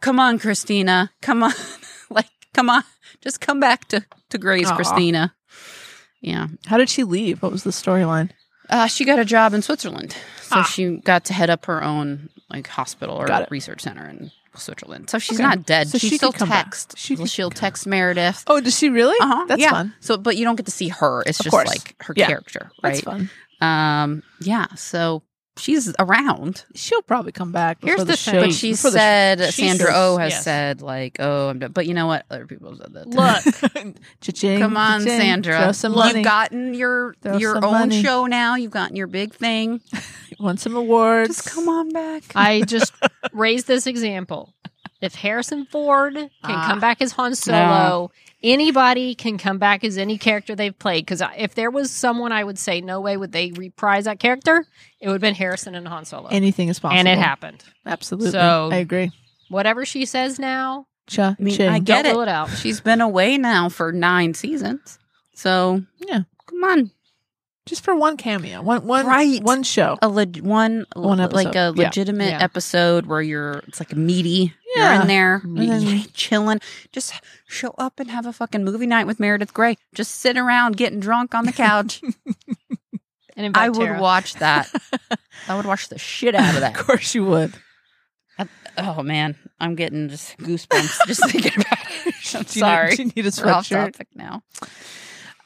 [SPEAKER 4] "Come on, Christina! Come on! like, come on! Just come back to to Grace,
[SPEAKER 2] Aw.
[SPEAKER 4] Christina." Yeah,
[SPEAKER 2] she- how did she leave? What was the storyline?
[SPEAKER 4] uh, she got a job in Switzerland, so
[SPEAKER 3] Ah.
[SPEAKER 4] she got to head up her own like hospital or
[SPEAKER 2] Got it.
[SPEAKER 4] research center in Switzerland. So she's
[SPEAKER 2] Okay.
[SPEAKER 4] not dead.
[SPEAKER 2] So
[SPEAKER 4] she,
[SPEAKER 2] she
[SPEAKER 4] still
[SPEAKER 2] could come back.
[SPEAKER 4] texts.
[SPEAKER 2] She
[SPEAKER 4] Well,
[SPEAKER 2] could
[SPEAKER 4] she'll text Meredith.
[SPEAKER 2] Oh, does she really?
[SPEAKER 4] Uh-huh.
[SPEAKER 2] That's
[SPEAKER 4] yeah.
[SPEAKER 2] fun.
[SPEAKER 4] So, but you don't get to see her. It's
[SPEAKER 2] Of
[SPEAKER 4] just
[SPEAKER 2] course.
[SPEAKER 4] like her
[SPEAKER 2] Yeah.
[SPEAKER 4] character,
[SPEAKER 2] That's
[SPEAKER 4] right?
[SPEAKER 2] fun.
[SPEAKER 4] Um, yeah. So she's around,
[SPEAKER 2] She'll probably come back.
[SPEAKER 3] Here's
[SPEAKER 2] before
[SPEAKER 3] the
[SPEAKER 2] show.
[SPEAKER 3] thing.
[SPEAKER 4] but she
[SPEAKER 2] before the
[SPEAKER 4] said
[SPEAKER 2] she
[SPEAKER 4] Sandra
[SPEAKER 2] says-
[SPEAKER 4] O has
[SPEAKER 3] yes.
[SPEAKER 4] said like, "Oh, I'm done." But you know what? Other people have said that. too.
[SPEAKER 3] Look,
[SPEAKER 2] Cha-ching,
[SPEAKER 4] Come on,
[SPEAKER 2] cha-ching.
[SPEAKER 4] Sandra.
[SPEAKER 2] Throw some
[SPEAKER 4] You've
[SPEAKER 2] money.
[SPEAKER 4] gotten your
[SPEAKER 2] Throw
[SPEAKER 4] your
[SPEAKER 2] some
[SPEAKER 4] own
[SPEAKER 2] money.
[SPEAKER 4] show now. You've gotten your big thing.
[SPEAKER 2] Won some awards.
[SPEAKER 4] Just come on back.
[SPEAKER 3] I just raised this example. If Harrison Ford can
[SPEAKER 4] Ah.
[SPEAKER 3] come back as Han Solo, anybody can come back as any character they've played. Because if there was someone I would say, no way would they reprise that character, it would have been Harrison and Han Solo. And,
[SPEAKER 2] Anything is possible.
[SPEAKER 3] it happened.
[SPEAKER 2] Absolutely.
[SPEAKER 3] So-
[SPEAKER 2] I agree.
[SPEAKER 3] Whatever she says now,
[SPEAKER 2] Cha
[SPEAKER 4] mean,
[SPEAKER 2] ching.
[SPEAKER 4] I Get
[SPEAKER 3] don't
[SPEAKER 4] it.
[SPEAKER 3] rule it out.
[SPEAKER 4] She's been away now for nine seasons. So
[SPEAKER 2] Yeah.
[SPEAKER 4] come on,
[SPEAKER 2] Just for one cameo. One one
[SPEAKER 4] Right.
[SPEAKER 2] one show.
[SPEAKER 4] a leg- one,
[SPEAKER 2] One episode.
[SPEAKER 4] like a
[SPEAKER 2] Yeah.
[SPEAKER 4] legitimate
[SPEAKER 3] Yeah.
[SPEAKER 4] episode where you're it's like meaty. You're
[SPEAKER 2] Yeah.
[SPEAKER 4] in there
[SPEAKER 2] And then-
[SPEAKER 4] chilling. Just show up and have a fucking movie night with Meredith Grey. Just sit around getting drunk on the couch.
[SPEAKER 3] And invite
[SPEAKER 4] I would
[SPEAKER 3] Tara.
[SPEAKER 4] watch that. I would watch the shit out of
[SPEAKER 2] Of
[SPEAKER 4] that.
[SPEAKER 2] course you would.
[SPEAKER 4] Oh man, I'm getting just goosebumps just thinking about it. I'm
[SPEAKER 2] Do you-
[SPEAKER 4] sorry.
[SPEAKER 2] do you need a
[SPEAKER 4] We're off
[SPEAKER 2] sweatshirt?
[SPEAKER 4] topic now.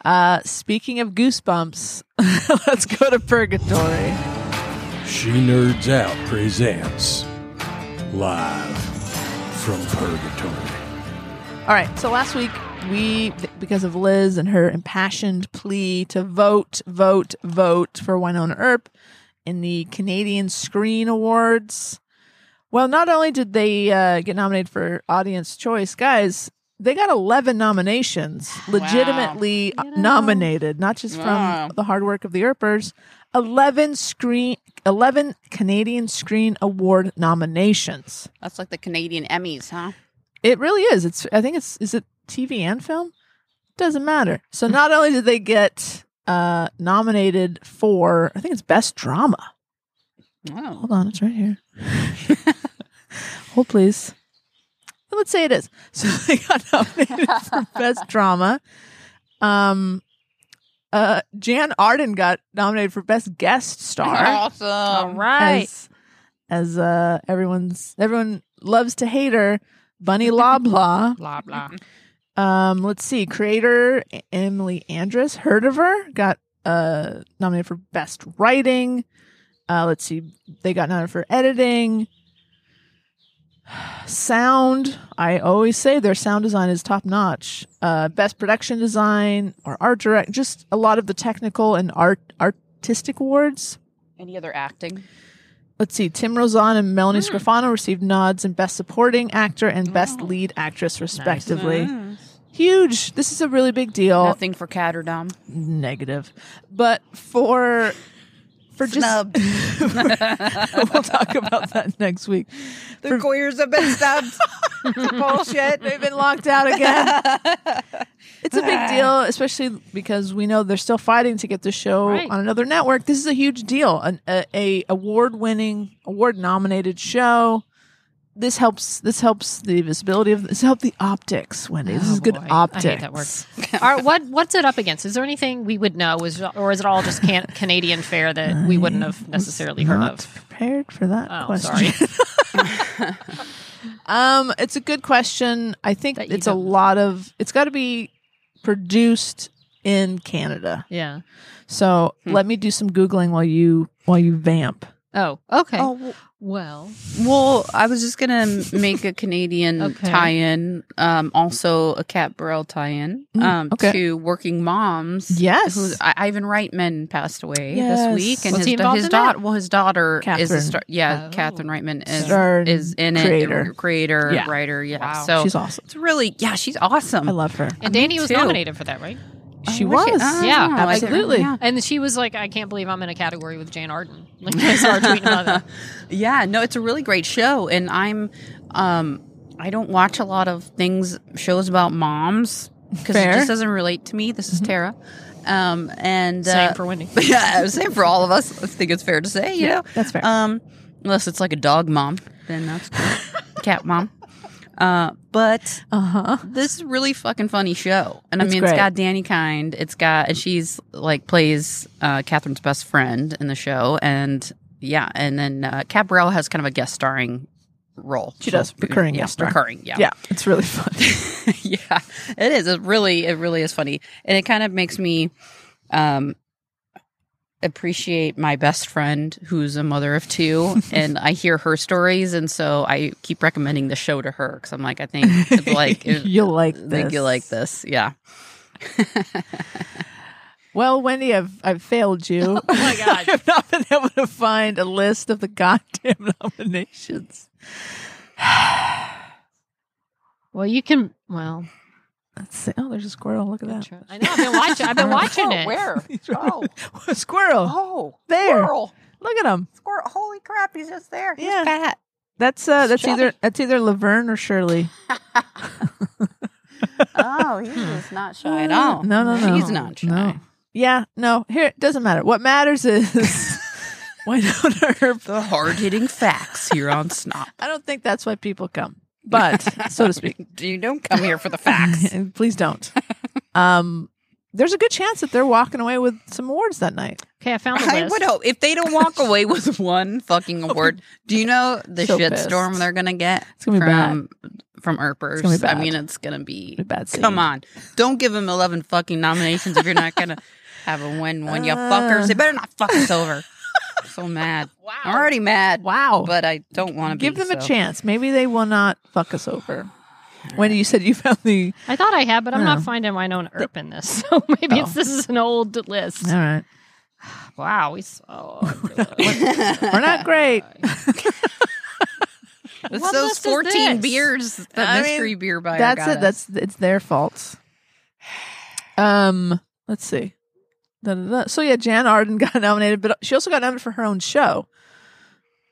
[SPEAKER 2] Uh, speaking of goosebumps, let's go to purgatory.
[SPEAKER 6] She Nerds Out presents live from Purgatory.
[SPEAKER 2] All right. So last week we, because of Liz and her impassioned plea to vote, vote, vote for Winona Earp in the Canadian Screen Awards. Well, not only did they uh, get nominated for Audience Choice, guys, they got eleven nominations, legitimately
[SPEAKER 3] You know.
[SPEAKER 2] nominated, not just
[SPEAKER 4] Wow.
[SPEAKER 2] from the hard work of the Earpers. Eleven screen, eleven Canadian Screen Award nominations.
[SPEAKER 4] That's like the Canadian Emmys, huh?
[SPEAKER 2] It really is. It's I think it's is it TV and film? Doesn't matter. So
[SPEAKER 3] Hmm.
[SPEAKER 2] not only did they get uh nominated for I think it's best drama.
[SPEAKER 4] Oh.
[SPEAKER 2] Hold on, it's right here. Hold please. Well, let's say it is. So they got nominated for best drama. Um uh Jan Arden got nominated for best guest star
[SPEAKER 4] Awesome.
[SPEAKER 3] All right.
[SPEAKER 2] as as uh everyone's everyone loves to hate her, Bunny Loblaw.
[SPEAKER 3] Blah, blah.
[SPEAKER 2] Um, let's see. Creator A- Emily Andress, heard of her, got uh nominated for best writing. Uh, let's see, they got nominated for editing. Sound. I always say their sound design is top notch. Uh, best production design or art direct. Just a lot of the technical and art artistic awards.
[SPEAKER 4] Any other acting?
[SPEAKER 2] Let's see. Tim Rosanne and Melanie Scrofano received nods in best supporting actor and best lead actress, respectively. Huge. This is a really big deal.
[SPEAKER 4] Nothing for Catterdom.
[SPEAKER 2] Negative. But for for
[SPEAKER 4] Snubbed.
[SPEAKER 2] just we'll talk about that next week.
[SPEAKER 4] The queers have been stabbed. bullshit.
[SPEAKER 2] They've been locked out again. it's a big deal, especially because we know they're still fighting to get the show
[SPEAKER 3] Right.
[SPEAKER 2] on another network. This is a huge deal. An a, a award winning, award nominated show. This helps. This helps the visibility of this. Help the optics, Wendy. This
[SPEAKER 3] Oh,
[SPEAKER 2] is good
[SPEAKER 3] boy. I hate
[SPEAKER 2] optics.
[SPEAKER 3] that word. Are, what what's it up against? Is there anything we would know? Is or is it all just can, Canadian fare that we wouldn't have necessarily heard
[SPEAKER 2] Not
[SPEAKER 3] of?
[SPEAKER 2] prepared for that
[SPEAKER 3] Oh,
[SPEAKER 2] question.
[SPEAKER 3] sorry.
[SPEAKER 2] Um, it's a good question. I think
[SPEAKER 3] That you
[SPEAKER 2] it's a
[SPEAKER 3] don't-
[SPEAKER 2] lot of. It's got to be produced in Canada.
[SPEAKER 3] Yeah.
[SPEAKER 2] So let me do some googling while you while you vamp.
[SPEAKER 3] Oh. Okay.
[SPEAKER 4] Oh w-
[SPEAKER 3] Well.
[SPEAKER 4] well, I was just gonna make a Canadian
[SPEAKER 3] Okay.
[SPEAKER 4] tie-in, um, also a Cat Burrell tie-in
[SPEAKER 2] Mm,
[SPEAKER 4] um,
[SPEAKER 2] okay.
[SPEAKER 4] to Working Moms.
[SPEAKER 2] Yes.
[SPEAKER 4] who's I- Ivan Reitman passed away
[SPEAKER 2] Yes.
[SPEAKER 4] this week, and
[SPEAKER 3] Was
[SPEAKER 4] his
[SPEAKER 3] he
[SPEAKER 4] da-
[SPEAKER 3] involved
[SPEAKER 4] his
[SPEAKER 3] in that?
[SPEAKER 4] daughter, well, his daughter is the
[SPEAKER 2] Catherine.
[SPEAKER 4] star- yeah,
[SPEAKER 3] Oh.
[SPEAKER 4] Catherine Reitman is
[SPEAKER 2] Star and
[SPEAKER 4] is in
[SPEAKER 2] creator.
[SPEAKER 4] it, creator,
[SPEAKER 2] Yeah.
[SPEAKER 4] writer, yeah.
[SPEAKER 3] Wow.
[SPEAKER 4] So
[SPEAKER 2] She's awesome.
[SPEAKER 4] it's really yeah, she's awesome.
[SPEAKER 2] I love her.
[SPEAKER 3] And Danny was
[SPEAKER 4] too.
[SPEAKER 3] nominated for that, right?
[SPEAKER 2] She
[SPEAKER 4] Oh,
[SPEAKER 2] was.
[SPEAKER 4] she? Oh,
[SPEAKER 3] Yeah,
[SPEAKER 4] I like her.
[SPEAKER 2] absolutely.
[SPEAKER 4] Yeah.
[SPEAKER 3] And she was like, "I can't believe I'm in a category with Jan Arden." Like I saw her tweeting about that.
[SPEAKER 4] Yeah, no, it's a really great show, and I'm um I don't watch a lot of things shows about moms because it
[SPEAKER 2] Fair. Mm-hmm.
[SPEAKER 4] just doesn't relate to me. This is Tara, um, and
[SPEAKER 3] Same
[SPEAKER 4] uh,
[SPEAKER 3] for Wendy.
[SPEAKER 4] yeah, same for all of us. I think it's fair to say, you know.
[SPEAKER 2] That's fair.
[SPEAKER 4] Um, unless it's like a dog mom, then that's cool. cat mom. Uh, but
[SPEAKER 2] Uh huh.
[SPEAKER 4] this is a really fucking funny show, and I
[SPEAKER 2] It's
[SPEAKER 4] mean,
[SPEAKER 2] great.
[SPEAKER 4] it's got Danny Kind. It's got and she's like plays uh, Catherine's best friend in the show, and yeah, and then uh, Cabrell has kind of a guest starring role.
[SPEAKER 2] She does. Recurring
[SPEAKER 4] yeah,
[SPEAKER 2] guest star.
[SPEAKER 4] recurring, yeah,
[SPEAKER 2] Yeah. it's really fun.
[SPEAKER 4] yeah, it is. It really, it really is funny, and it kind of makes me um, appreciate my best friend, who's a mother of two, and I hear her stories, and so I keep recommending the show to her because I'm like, I think it's like it-
[SPEAKER 2] You'll like
[SPEAKER 4] I think you
[SPEAKER 2] this.
[SPEAKER 4] like this, yeah.
[SPEAKER 2] Well, Wendy, I've I've failed you. Oh my god, I have not been able to find a list of the goddamn nominations.
[SPEAKER 3] Well, you can. Well,
[SPEAKER 2] Let's see. Oh, there's a squirrel. Look at that.
[SPEAKER 3] try- I know. I've been watching. I've been watching it.
[SPEAKER 4] Oh,
[SPEAKER 2] A squirrel.
[SPEAKER 4] oh,
[SPEAKER 2] there. Look at him.
[SPEAKER 4] squirrel! Holy crap, he's just there.
[SPEAKER 2] He's Yeah.
[SPEAKER 4] fat.
[SPEAKER 2] That's uh, that's
[SPEAKER 4] Johnny.
[SPEAKER 2] either that's either Laverne or Shirley.
[SPEAKER 4] Oh, he's just not shy at all.
[SPEAKER 2] No, no, no.
[SPEAKER 4] She's not shy.
[SPEAKER 2] No. Yeah, no. Here it doesn't matter. What matters is Winona Earp.
[SPEAKER 4] The hard hitting facts here on Snop.
[SPEAKER 2] I don't think that's why people come, but so to speak.
[SPEAKER 4] You don't come here for the facts.
[SPEAKER 2] And Please don't. Um, there's a good chance that they're walking away with some awards that night.
[SPEAKER 3] Okay, I found the list.
[SPEAKER 4] I would hope if they don't walk away with one fucking award. Do you know the
[SPEAKER 2] So
[SPEAKER 4] shit
[SPEAKER 2] pissed.
[SPEAKER 4] storm they're gonna get
[SPEAKER 2] It's gonna be
[SPEAKER 4] from from Erpers?
[SPEAKER 2] It's gonna be
[SPEAKER 4] I
[SPEAKER 2] bad.
[SPEAKER 4] mean, it's gonna be
[SPEAKER 2] Pretty bad. scene.
[SPEAKER 4] Come on, don't give them eleven fucking nominations if you're not gonna have a win one. You
[SPEAKER 2] Uh.
[SPEAKER 4] fuckers, they better not fuck us over. I'm so mad. Wow. I'm already mad.
[SPEAKER 2] Wow.
[SPEAKER 4] But I don't want to
[SPEAKER 2] Give them a
[SPEAKER 4] so.
[SPEAKER 2] chance. Maybe they will not fuck us over. Wendy, you said you found the.
[SPEAKER 3] I thought I had, but I'm
[SPEAKER 2] Oh.
[SPEAKER 3] not finding my own ERP in this. So maybe it's,
[SPEAKER 2] Oh.
[SPEAKER 3] this is an old list.
[SPEAKER 2] All right.
[SPEAKER 3] Wow, we saw.
[SPEAKER 2] We're not great.
[SPEAKER 4] Oh, It's
[SPEAKER 3] What
[SPEAKER 4] those
[SPEAKER 3] list is
[SPEAKER 4] fourteen
[SPEAKER 3] this?
[SPEAKER 4] beers that
[SPEAKER 2] I mean,
[SPEAKER 4] mystery beer buyer.
[SPEAKER 2] That's
[SPEAKER 4] got
[SPEAKER 2] it.
[SPEAKER 4] us.
[SPEAKER 2] That's it's their fault. Um, let's see. Da, da, da. So yeah, Jan Arden got nominated, but she also got nominated for her own show.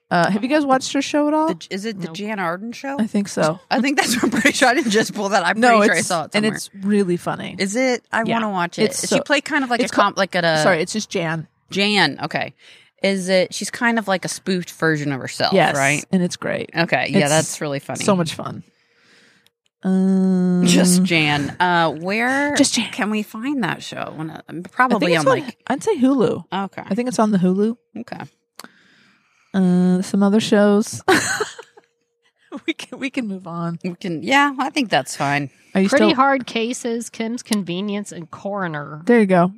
[SPEAKER 2] Uh, have you guys watched her show at all?
[SPEAKER 4] The, is it the
[SPEAKER 3] Nope.
[SPEAKER 4] Jan Arden show?
[SPEAKER 2] I think so.
[SPEAKER 4] I think that's. I'm pretty sure I didn't just pull that. I'm
[SPEAKER 2] No,
[SPEAKER 4] pretty
[SPEAKER 2] it's
[SPEAKER 4] sure I saw it
[SPEAKER 2] and
[SPEAKER 4] somewhere.
[SPEAKER 2] it's really funny.
[SPEAKER 4] is it? I
[SPEAKER 2] Yeah.
[SPEAKER 4] want to watch it.
[SPEAKER 2] It's
[SPEAKER 4] Does she
[SPEAKER 2] so-
[SPEAKER 4] play kind of like a
[SPEAKER 2] it's ca-
[SPEAKER 4] comp, like at a
[SPEAKER 2] Sorry, it's just Jan.
[SPEAKER 4] Jan. Okay, is it? She's kind of like a spoofed version of herself,
[SPEAKER 2] Yes,
[SPEAKER 4] right?
[SPEAKER 2] and it's great.
[SPEAKER 4] Okay, yeah,
[SPEAKER 2] It's
[SPEAKER 4] that's really funny.
[SPEAKER 2] So much fun. Um,
[SPEAKER 4] Just Jan. Uh, where
[SPEAKER 2] Just Jan.
[SPEAKER 4] can we find that show? Wanna-
[SPEAKER 2] I think
[SPEAKER 4] Probably
[SPEAKER 2] it's
[SPEAKER 4] on
[SPEAKER 2] on-
[SPEAKER 4] like
[SPEAKER 2] I'd say Hulu.
[SPEAKER 4] okay,
[SPEAKER 2] I think it's on the Hulu.
[SPEAKER 4] okay.
[SPEAKER 2] Uh, some other shows. we can we can move on.
[SPEAKER 4] We can. Yeah, I think that's fine.
[SPEAKER 2] Are you
[SPEAKER 3] Pretty
[SPEAKER 2] still?
[SPEAKER 3] hard cases, Kim's Convenience, and Coroner.
[SPEAKER 2] There you go.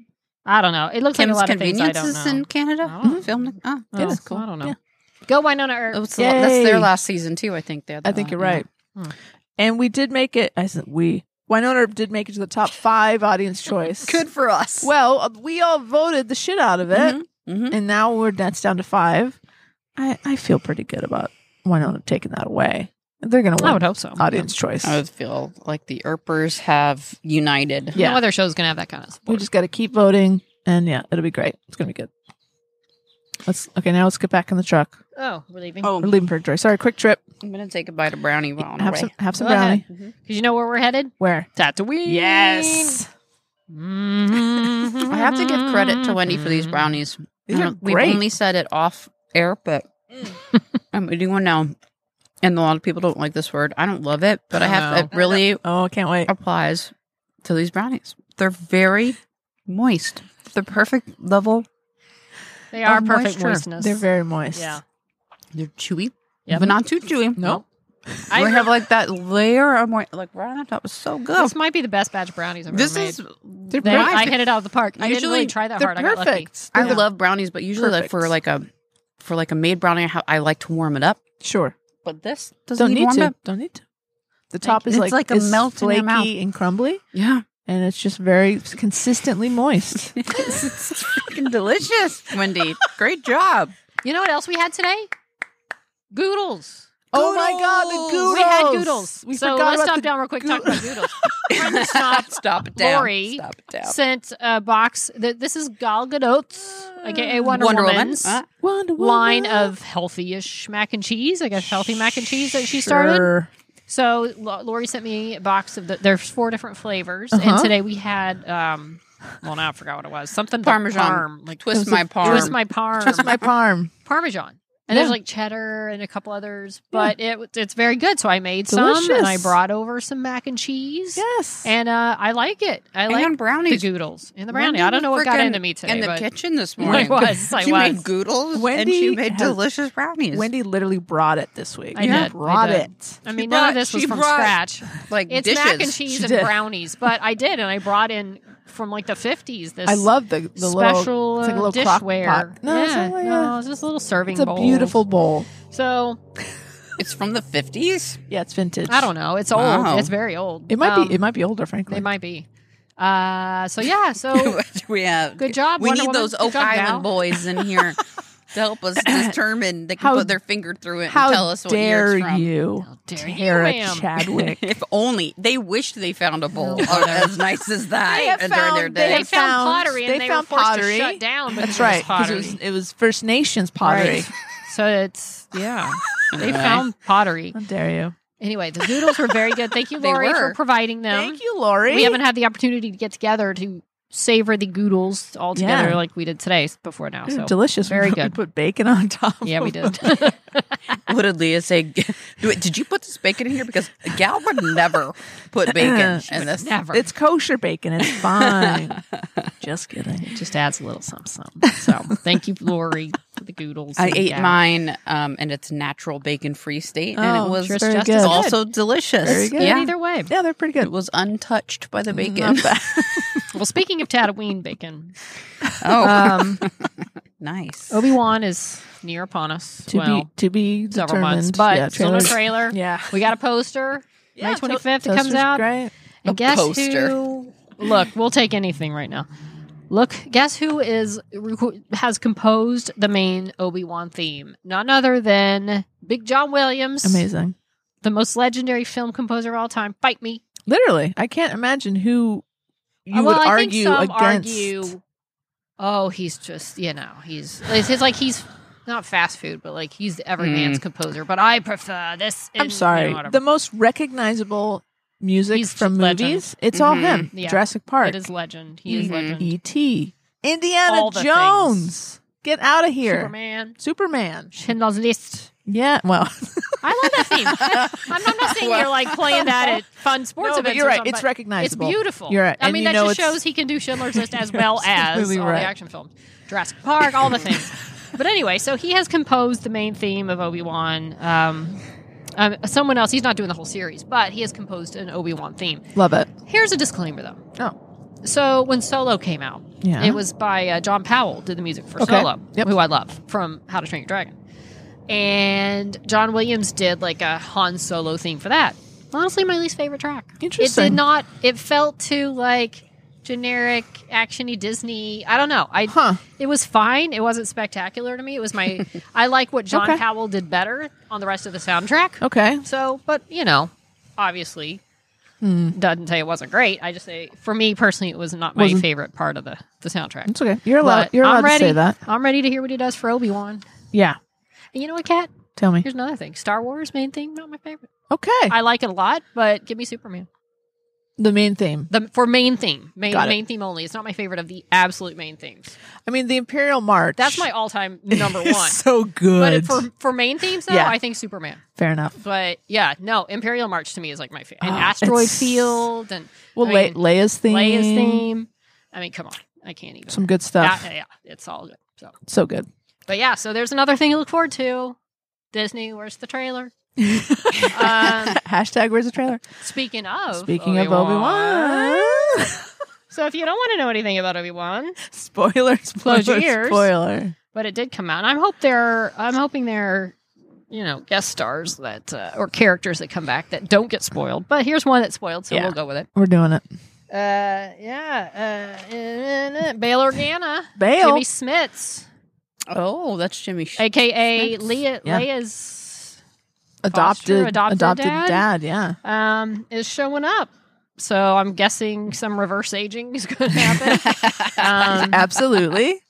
[SPEAKER 3] I don't know. It looks
[SPEAKER 4] Kim's
[SPEAKER 3] like a lot of things I
[SPEAKER 4] Convenience
[SPEAKER 3] don't
[SPEAKER 4] is
[SPEAKER 3] know.
[SPEAKER 4] in Canada.
[SPEAKER 3] I don't know.
[SPEAKER 4] Filmed. Oh,
[SPEAKER 3] Oh,
[SPEAKER 2] It is
[SPEAKER 3] I don't know.
[SPEAKER 2] Yeah.
[SPEAKER 3] Go Winona Earp.
[SPEAKER 4] that's the- that's
[SPEAKER 2] Yay.
[SPEAKER 4] their last season too. I think they're. The,
[SPEAKER 2] I think
[SPEAKER 5] Uh,
[SPEAKER 2] you're
[SPEAKER 4] yeah.
[SPEAKER 2] right.
[SPEAKER 3] Hmm.
[SPEAKER 2] And we did make it. I said we. Winona Earp did make it to the top five audience choice.
[SPEAKER 4] Good for us.
[SPEAKER 2] Well, uh, we all voted the shit out of it,
[SPEAKER 4] hmm
[SPEAKER 2] and now we're that's down to five. I I feel pretty good about Winona taking that away. They're gonna
[SPEAKER 3] I
[SPEAKER 2] win
[SPEAKER 3] would hope so.
[SPEAKER 2] Oh. audience choice.
[SPEAKER 4] I would feel like the Erpers have united.
[SPEAKER 2] yeah.
[SPEAKER 3] No other show's gonna have that kind of
[SPEAKER 2] We
[SPEAKER 3] support.
[SPEAKER 2] just got to keep voting, and yeah, it'll be great. It's gonna be good. Let's okay. Now let's get back in the truck.
[SPEAKER 3] oh, we're leaving.
[SPEAKER 4] Oh,
[SPEAKER 2] We're leaving for a drive. Sorry, quick trip.
[SPEAKER 4] I'm gonna take a bite of brownie while I'm
[SPEAKER 2] have
[SPEAKER 4] away.
[SPEAKER 2] some have some
[SPEAKER 3] Go
[SPEAKER 2] brownie.
[SPEAKER 3] ahead. Because you know where we're headed?
[SPEAKER 2] Where?
[SPEAKER 3] Tatooine.
[SPEAKER 2] Yes.
[SPEAKER 3] I
[SPEAKER 4] I have to give credit to Wendy for these brownies.
[SPEAKER 2] These
[SPEAKER 4] I
[SPEAKER 2] are
[SPEAKER 4] don't- We've
[SPEAKER 2] great.
[SPEAKER 4] only said it off air, but Um, I'm eating one now, and a lot of people don't like this word. I don't love it, but I,
[SPEAKER 3] I
[SPEAKER 4] have
[SPEAKER 3] know.
[SPEAKER 4] it really
[SPEAKER 2] Oh, I can't wait.
[SPEAKER 4] applies to these brownies. They're very moist. The perfect level.
[SPEAKER 3] They are
[SPEAKER 4] of
[SPEAKER 3] perfect
[SPEAKER 4] moisture.
[SPEAKER 3] moistness.
[SPEAKER 2] They're very moist.
[SPEAKER 3] yeah.
[SPEAKER 4] They're chewy,
[SPEAKER 3] Yep.
[SPEAKER 4] but not too chewy.
[SPEAKER 2] No.
[SPEAKER 3] I
[SPEAKER 4] I have like that layer of moist, like right on top. It's so good.
[SPEAKER 3] This might be the best batch of brownies I've
[SPEAKER 4] This
[SPEAKER 3] ever made.
[SPEAKER 4] is
[SPEAKER 3] They- I hit it out of the park. I
[SPEAKER 4] Usually
[SPEAKER 3] didn't really try that
[SPEAKER 2] They're
[SPEAKER 3] hard. I got lucky.
[SPEAKER 2] perfect.
[SPEAKER 4] I
[SPEAKER 2] They're-
[SPEAKER 4] love brownies, but usually like for
[SPEAKER 2] Perfect.
[SPEAKER 4] like a for like a made brownie, I, ha- I like to warm it up.
[SPEAKER 2] Sure.
[SPEAKER 4] But this doesn't
[SPEAKER 2] Don't
[SPEAKER 4] need
[SPEAKER 2] need
[SPEAKER 4] warmed
[SPEAKER 2] to.
[SPEAKER 4] up.
[SPEAKER 2] Don't need to. The top is
[SPEAKER 4] It's
[SPEAKER 2] like,
[SPEAKER 4] like a
[SPEAKER 2] is
[SPEAKER 4] melt in your
[SPEAKER 2] flaky
[SPEAKER 4] mouth.
[SPEAKER 2] and crumbly,
[SPEAKER 4] Yeah,
[SPEAKER 2] and it's just very consistently moist.
[SPEAKER 4] it's, it's freaking delicious, Wendy. Great job.
[SPEAKER 3] You know what else we had today? Goodles.
[SPEAKER 2] oh my god, the
[SPEAKER 4] Goodles.
[SPEAKER 2] goodles!
[SPEAKER 3] We had goodles.
[SPEAKER 2] We
[SPEAKER 3] so
[SPEAKER 2] forgot
[SPEAKER 3] let's
[SPEAKER 2] about
[SPEAKER 3] stop
[SPEAKER 2] the
[SPEAKER 3] down real quick. Talk about goodles.
[SPEAKER 4] Stop, stop it down.
[SPEAKER 3] Lori
[SPEAKER 4] stop it down.
[SPEAKER 3] Sent a uh, box. Th- this is Gal Gadot's, aka
[SPEAKER 4] Uh,
[SPEAKER 3] Wonder, Woman's
[SPEAKER 4] Huh?
[SPEAKER 2] Wonder Woman.
[SPEAKER 3] line of healthy-ish mac and cheese. I guess healthy mac and cheese that she started.
[SPEAKER 2] Sure.
[SPEAKER 3] So Lo- Lori sent me a box of the. There's four different flavors, and
[SPEAKER 2] Uh-huh.
[SPEAKER 3] today we had. um Well, now I forgot what it was. Something
[SPEAKER 4] Parmesan.
[SPEAKER 3] parm, like
[SPEAKER 4] Twist my parm.
[SPEAKER 3] Twist my parm.
[SPEAKER 2] Just my parm.
[SPEAKER 3] parmesan. And
[SPEAKER 2] Yeah.
[SPEAKER 3] there's like cheddar and a couple others, but it it's very good. So I made some and I
[SPEAKER 2] Delicious.
[SPEAKER 3] brought over some mac and cheese.
[SPEAKER 2] Yes.
[SPEAKER 3] And uh, I like it. I
[SPEAKER 4] And
[SPEAKER 3] like the
[SPEAKER 4] brownies.
[SPEAKER 3] doodles and the brownie. I don't know what got into me today.
[SPEAKER 4] In the
[SPEAKER 3] but
[SPEAKER 4] kitchen this
[SPEAKER 3] I
[SPEAKER 4] morning.
[SPEAKER 3] was, I
[SPEAKER 4] she
[SPEAKER 3] was.
[SPEAKER 4] made goodles and
[SPEAKER 2] Wendy
[SPEAKER 4] she made
[SPEAKER 2] has-
[SPEAKER 4] delicious brownies.
[SPEAKER 2] Wendy literally brought it this week.
[SPEAKER 3] I Yeah. did, I
[SPEAKER 2] Brought
[SPEAKER 3] did.
[SPEAKER 2] it.
[SPEAKER 3] I mean,
[SPEAKER 4] She
[SPEAKER 3] none
[SPEAKER 4] brought-
[SPEAKER 3] of this was
[SPEAKER 4] she
[SPEAKER 3] from
[SPEAKER 4] brought
[SPEAKER 3] scratch.
[SPEAKER 4] like
[SPEAKER 3] It's
[SPEAKER 4] dishes.
[SPEAKER 3] mac and cheese
[SPEAKER 2] She
[SPEAKER 3] and
[SPEAKER 2] did.
[SPEAKER 3] brownies, but I did, and I brought in from like the fifties. This
[SPEAKER 2] I love the, the
[SPEAKER 3] special
[SPEAKER 2] little, it's like a
[SPEAKER 3] uh,
[SPEAKER 2] little crock
[SPEAKER 3] dishware.
[SPEAKER 2] pot. No, it's
[SPEAKER 3] yeah,
[SPEAKER 2] not like
[SPEAKER 3] no,
[SPEAKER 2] a-
[SPEAKER 3] it's just a little serving.
[SPEAKER 2] it's a
[SPEAKER 3] bowl.
[SPEAKER 2] beautiful bowl.
[SPEAKER 3] So
[SPEAKER 4] It's from the fifties.
[SPEAKER 2] Yeah, it's vintage.
[SPEAKER 3] I don't know. It's old.
[SPEAKER 4] Wow.
[SPEAKER 3] It's very old.
[SPEAKER 2] It might
[SPEAKER 3] Um,
[SPEAKER 2] be. It might be older, frankly.
[SPEAKER 3] It might be. Uh, so yeah, so
[SPEAKER 4] we have
[SPEAKER 3] Good job,
[SPEAKER 4] We
[SPEAKER 3] Wonder
[SPEAKER 4] need
[SPEAKER 3] Woman.
[SPEAKER 4] those
[SPEAKER 3] Good
[SPEAKER 4] Oak
[SPEAKER 3] job,
[SPEAKER 4] Island
[SPEAKER 3] gal.
[SPEAKER 4] boys in here to help us determine. They can
[SPEAKER 2] How-
[SPEAKER 4] put their finger through it and
[SPEAKER 2] How
[SPEAKER 4] tell us what year
[SPEAKER 2] dare
[SPEAKER 4] it's from.
[SPEAKER 2] you,
[SPEAKER 3] How dare you,
[SPEAKER 2] Tara
[SPEAKER 3] ma'am.
[SPEAKER 2] Chadwick?
[SPEAKER 4] If only they wished they found a bowl as nice as that during their
[SPEAKER 2] found- they
[SPEAKER 4] day.
[SPEAKER 3] Oh, they
[SPEAKER 2] have found-
[SPEAKER 3] found pottery and
[SPEAKER 2] they
[SPEAKER 3] they,
[SPEAKER 2] found
[SPEAKER 3] were forced
[SPEAKER 2] pottery.
[SPEAKER 3] to shut down. because
[SPEAKER 2] That's
[SPEAKER 3] it was
[SPEAKER 2] right. 'cause it was,
[SPEAKER 3] pottery.
[SPEAKER 2] it was First Nations pottery.
[SPEAKER 3] Right. So it's yeah, they
[SPEAKER 4] Anyway.
[SPEAKER 3] found pottery.
[SPEAKER 2] How dare you?
[SPEAKER 3] Anyway, the doodles were very good. Thank you,
[SPEAKER 4] They
[SPEAKER 3] Lori,
[SPEAKER 4] were.
[SPEAKER 3] for providing them.
[SPEAKER 2] Thank you, Lori.
[SPEAKER 3] We haven't had the opportunity to get together to savor the goodles all together
[SPEAKER 2] Yeah.
[SPEAKER 3] like we did today before now.
[SPEAKER 2] They're
[SPEAKER 3] So
[SPEAKER 2] delicious.
[SPEAKER 3] very
[SPEAKER 2] we,
[SPEAKER 3] good.
[SPEAKER 2] We put bacon on top.
[SPEAKER 3] yeah, we did.
[SPEAKER 4] What did Leah say? G- Wait, Did you put this bacon in here? Because Gal would never put bacon in this.
[SPEAKER 3] Never.
[SPEAKER 2] It's kosher bacon. It's fine. Just
[SPEAKER 3] it
[SPEAKER 2] kidding.
[SPEAKER 3] just adds a little something. something. So thank you, Lori, for the goodles.
[SPEAKER 4] I
[SPEAKER 3] and
[SPEAKER 4] ate
[SPEAKER 3] gal.
[SPEAKER 4] mine, um, and it's natural bacon-free state, and
[SPEAKER 2] Oh,
[SPEAKER 4] it was
[SPEAKER 2] sure it's
[SPEAKER 4] just
[SPEAKER 2] very
[SPEAKER 4] as
[SPEAKER 2] good.
[SPEAKER 4] also delicious.
[SPEAKER 2] Very good.
[SPEAKER 3] Good
[SPEAKER 4] Yeah,
[SPEAKER 3] either way.
[SPEAKER 2] Yeah, they're pretty
[SPEAKER 4] it
[SPEAKER 2] good.
[SPEAKER 4] was untouched by
[SPEAKER 3] Mm,
[SPEAKER 4] the bacon.
[SPEAKER 3] Well, speaking of Tatooine bacon,
[SPEAKER 4] oh,
[SPEAKER 3] um,
[SPEAKER 4] nice.
[SPEAKER 3] Obi Wan is near upon us.
[SPEAKER 2] To
[SPEAKER 3] well,
[SPEAKER 2] be to be
[SPEAKER 3] several
[SPEAKER 2] determined.
[SPEAKER 3] months, but
[SPEAKER 2] yeah,
[SPEAKER 3] still no
[SPEAKER 2] trailers-
[SPEAKER 3] trailer.
[SPEAKER 2] Yeah.
[SPEAKER 3] We got a poster. May
[SPEAKER 2] Yeah,
[SPEAKER 3] twenty fifth. It
[SPEAKER 2] Toaster's
[SPEAKER 3] comes out.
[SPEAKER 2] Great.
[SPEAKER 3] And
[SPEAKER 4] A
[SPEAKER 3] guess
[SPEAKER 4] poster.
[SPEAKER 3] who? Look, we'll take anything right now. Look, guess who is who has composed the main Obi Wan theme? None other than Big John Williams,
[SPEAKER 2] Amazing.
[SPEAKER 3] the most legendary film composer of all time. Fight me.
[SPEAKER 2] Literally, I can't imagine who you
[SPEAKER 3] well, I
[SPEAKER 2] would argue
[SPEAKER 3] think some
[SPEAKER 2] against.
[SPEAKER 3] argue. Oh, he's just you know he's it's, it's like he's not fast food, but like he's every man's composer. But I prefer this.
[SPEAKER 2] I'm
[SPEAKER 3] and, you
[SPEAKER 2] sorry.
[SPEAKER 3] know, whatever.
[SPEAKER 2] the most recognizable music
[SPEAKER 3] He's
[SPEAKER 2] from
[SPEAKER 3] legend. Mm-hmm.
[SPEAKER 2] movies, it's all him.
[SPEAKER 3] Yeah.
[SPEAKER 2] Jurassic Park,
[SPEAKER 3] it is legend. He is
[SPEAKER 4] Mhm.
[SPEAKER 3] legend.
[SPEAKER 2] E.T., Indiana
[SPEAKER 3] All the
[SPEAKER 2] Jones. Get out of here.
[SPEAKER 3] Superman.
[SPEAKER 2] Superman.
[SPEAKER 3] Schindler's List.
[SPEAKER 2] Yeah, well,
[SPEAKER 3] I love that theme. I'm not, I'm not saying you're like playing that at fun sports
[SPEAKER 2] No, but
[SPEAKER 3] events.
[SPEAKER 2] you're
[SPEAKER 3] or
[SPEAKER 2] right.
[SPEAKER 3] something,
[SPEAKER 2] It's
[SPEAKER 3] but
[SPEAKER 2] recognizable.
[SPEAKER 3] It's beautiful.
[SPEAKER 2] You're right.
[SPEAKER 3] I
[SPEAKER 2] And
[SPEAKER 3] mean,
[SPEAKER 2] you
[SPEAKER 3] that
[SPEAKER 2] know
[SPEAKER 3] just
[SPEAKER 2] it's-
[SPEAKER 3] shows he can do Schindler's List as
[SPEAKER 2] You're
[SPEAKER 3] well as
[SPEAKER 2] absolutely
[SPEAKER 3] all
[SPEAKER 2] right.
[SPEAKER 3] the action films, Jurassic Park, all the things. but anyway, so he has composed the main theme of Obi Wan. Um, um, someone else. He's not doing the whole series, but he has composed an Obi Wan theme.
[SPEAKER 2] love it.
[SPEAKER 3] Here's a disclaimer, though.
[SPEAKER 2] Oh,
[SPEAKER 3] So when Solo came out,
[SPEAKER 2] Yeah.
[SPEAKER 3] it was by uh, John Powell did the music for
[SPEAKER 2] Okay.
[SPEAKER 3] Solo,
[SPEAKER 2] Yep.
[SPEAKER 3] who I love from How to Train Your Dragon, and John Williams did like a Han Solo theme for that. Honestly, my least favorite track. It
[SPEAKER 2] Interesting.
[SPEAKER 3] did not. It felt too like generic actiony Disney. I don't know. I
[SPEAKER 2] Huh.
[SPEAKER 3] it was fine. It wasn't spectacular to me. It was my. I like what John
[SPEAKER 2] Okay.
[SPEAKER 3] Powell did better on the rest of the soundtrack.
[SPEAKER 2] okay.
[SPEAKER 3] So, but you know, obviously,
[SPEAKER 2] Hmm.
[SPEAKER 3] doesn't say it wasn't great. I just say for me personally, it was not my
[SPEAKER 2] Wasn't-
[SPEAKER 3] favorite part of the the soundtrack.
[SPEAKER 2] It's okay. You're allowed.
[SPEAKER 3] But
[SPEAKER 2] You're allowed
[SPEAKER 3] I'm ready.
[SPEAKER 2] to say that.
[SPEAKER 3] I'm ready to hear what he does for Obi Wan.
[SPEAKER 2] Yeah.
[SPEAKER 3] And you know what, Kat?
[SPEAKER 2] Tell me.
[SPEAKER 3] Here's another thing. Star Wars main thing, not my favorite.
[SPEAKER 2] Okay.
[SPEAKER 3] I like it a lot, but give me Superman.
[SPEAKER 2] the main theme.
[SPEAKER 3] The for main theme, main
[SPEAKER 2] Got it.
[SPEAKER 3] main theme only. It's not my favorite of the absolute main themes.
[SPEAKER 2] I mean, the Imperial March.
[SPEAKER 3] That's my all time number
[SPEAKER 2] is
[SPEAKER 3] one.
[SPEAKER 2] So
[SPEAKER 3] But
[SPEAKER 2] good.
[SPEAKER 3] it- for for main themes though,
[SPEAKER 2] Yeah.
[SPEAKER 3] I think Superman.
[SPEAKER 2] Fair enough.
[SPEAKER 3] But yeah, no, Imperial March to me is like my favorite. And
[SPEAKER 2] Oh,
[SPEAKER 3] Asteroid
[SPEAKER 2] it's-
[SPEAKER 3] Field and
[SPEAKER 2] Well,
[SPEAKER 3] I mean,
[SPEAKER 2] Le- Leia's theme.
[SPEAKER 3] Leia's theme. I mean, come on, I can't even.
[SPEAKER 2] Some good
[SPEAKER 3] Yeah,
[SPEAKER 2] stuff.
[SPEAKER 3] yeah, yeah, it's all good. So,
[SPEAKER 2] So good.
[SPEAKER 3] but yeah, so there's another thing to look forward to. Disney, where's the trailer? um,
[SPEAKER 2] Hashtag where's the trailer?
[SPEAKER 3] speaking of,
[SPEAKER 2] Speaking of Obi Wan.
[SPEAKER 3] so if you don't want to know anything about Obi Wan,
[SPEAKER 2] spoiler, spoiler,
[SPEAKER 3] Close your ears.
[SPEAKER 2] spoiler.
[SPEAKER 3] but it did come out, and I'm hope there, I'm hoping there, you know, guest stars that uh, or characters that come back that don't get spoiled. But here's one that's spoiled, so
[SPEAKER 2] Yeah.
[SPEAKER 3] we'll go with it.
[SPEAKER 2] We're doing it.
[SPEAKER 3] Uh, yeah, uh, uh, uh, uh, Bail Organa,
[SPEAKER 2] Bail.
[SPEAKER 3] Jimmy Smits,
[SPEAKER 4] Oh, that's Jimmy. Sh-
[SPEAKER 3] aka
[SPEAKER 4] Smits.
[SPEAKER 3] Leah,
[SPEAKER 2] Yeah.
[SPEAKER 3] Leia's
[SPEAKER 2] adopted,
[SPEAKER 3] adopted
[SPEAKER 2] dad?
[SPEAKER 3] dad?
[SPEAKER 2] Yeah.
[SPEAKER 3] um, is showing up. So I'm guessing some reverse aging is going to happen. um,
[SPEAKER 2] Absolutely.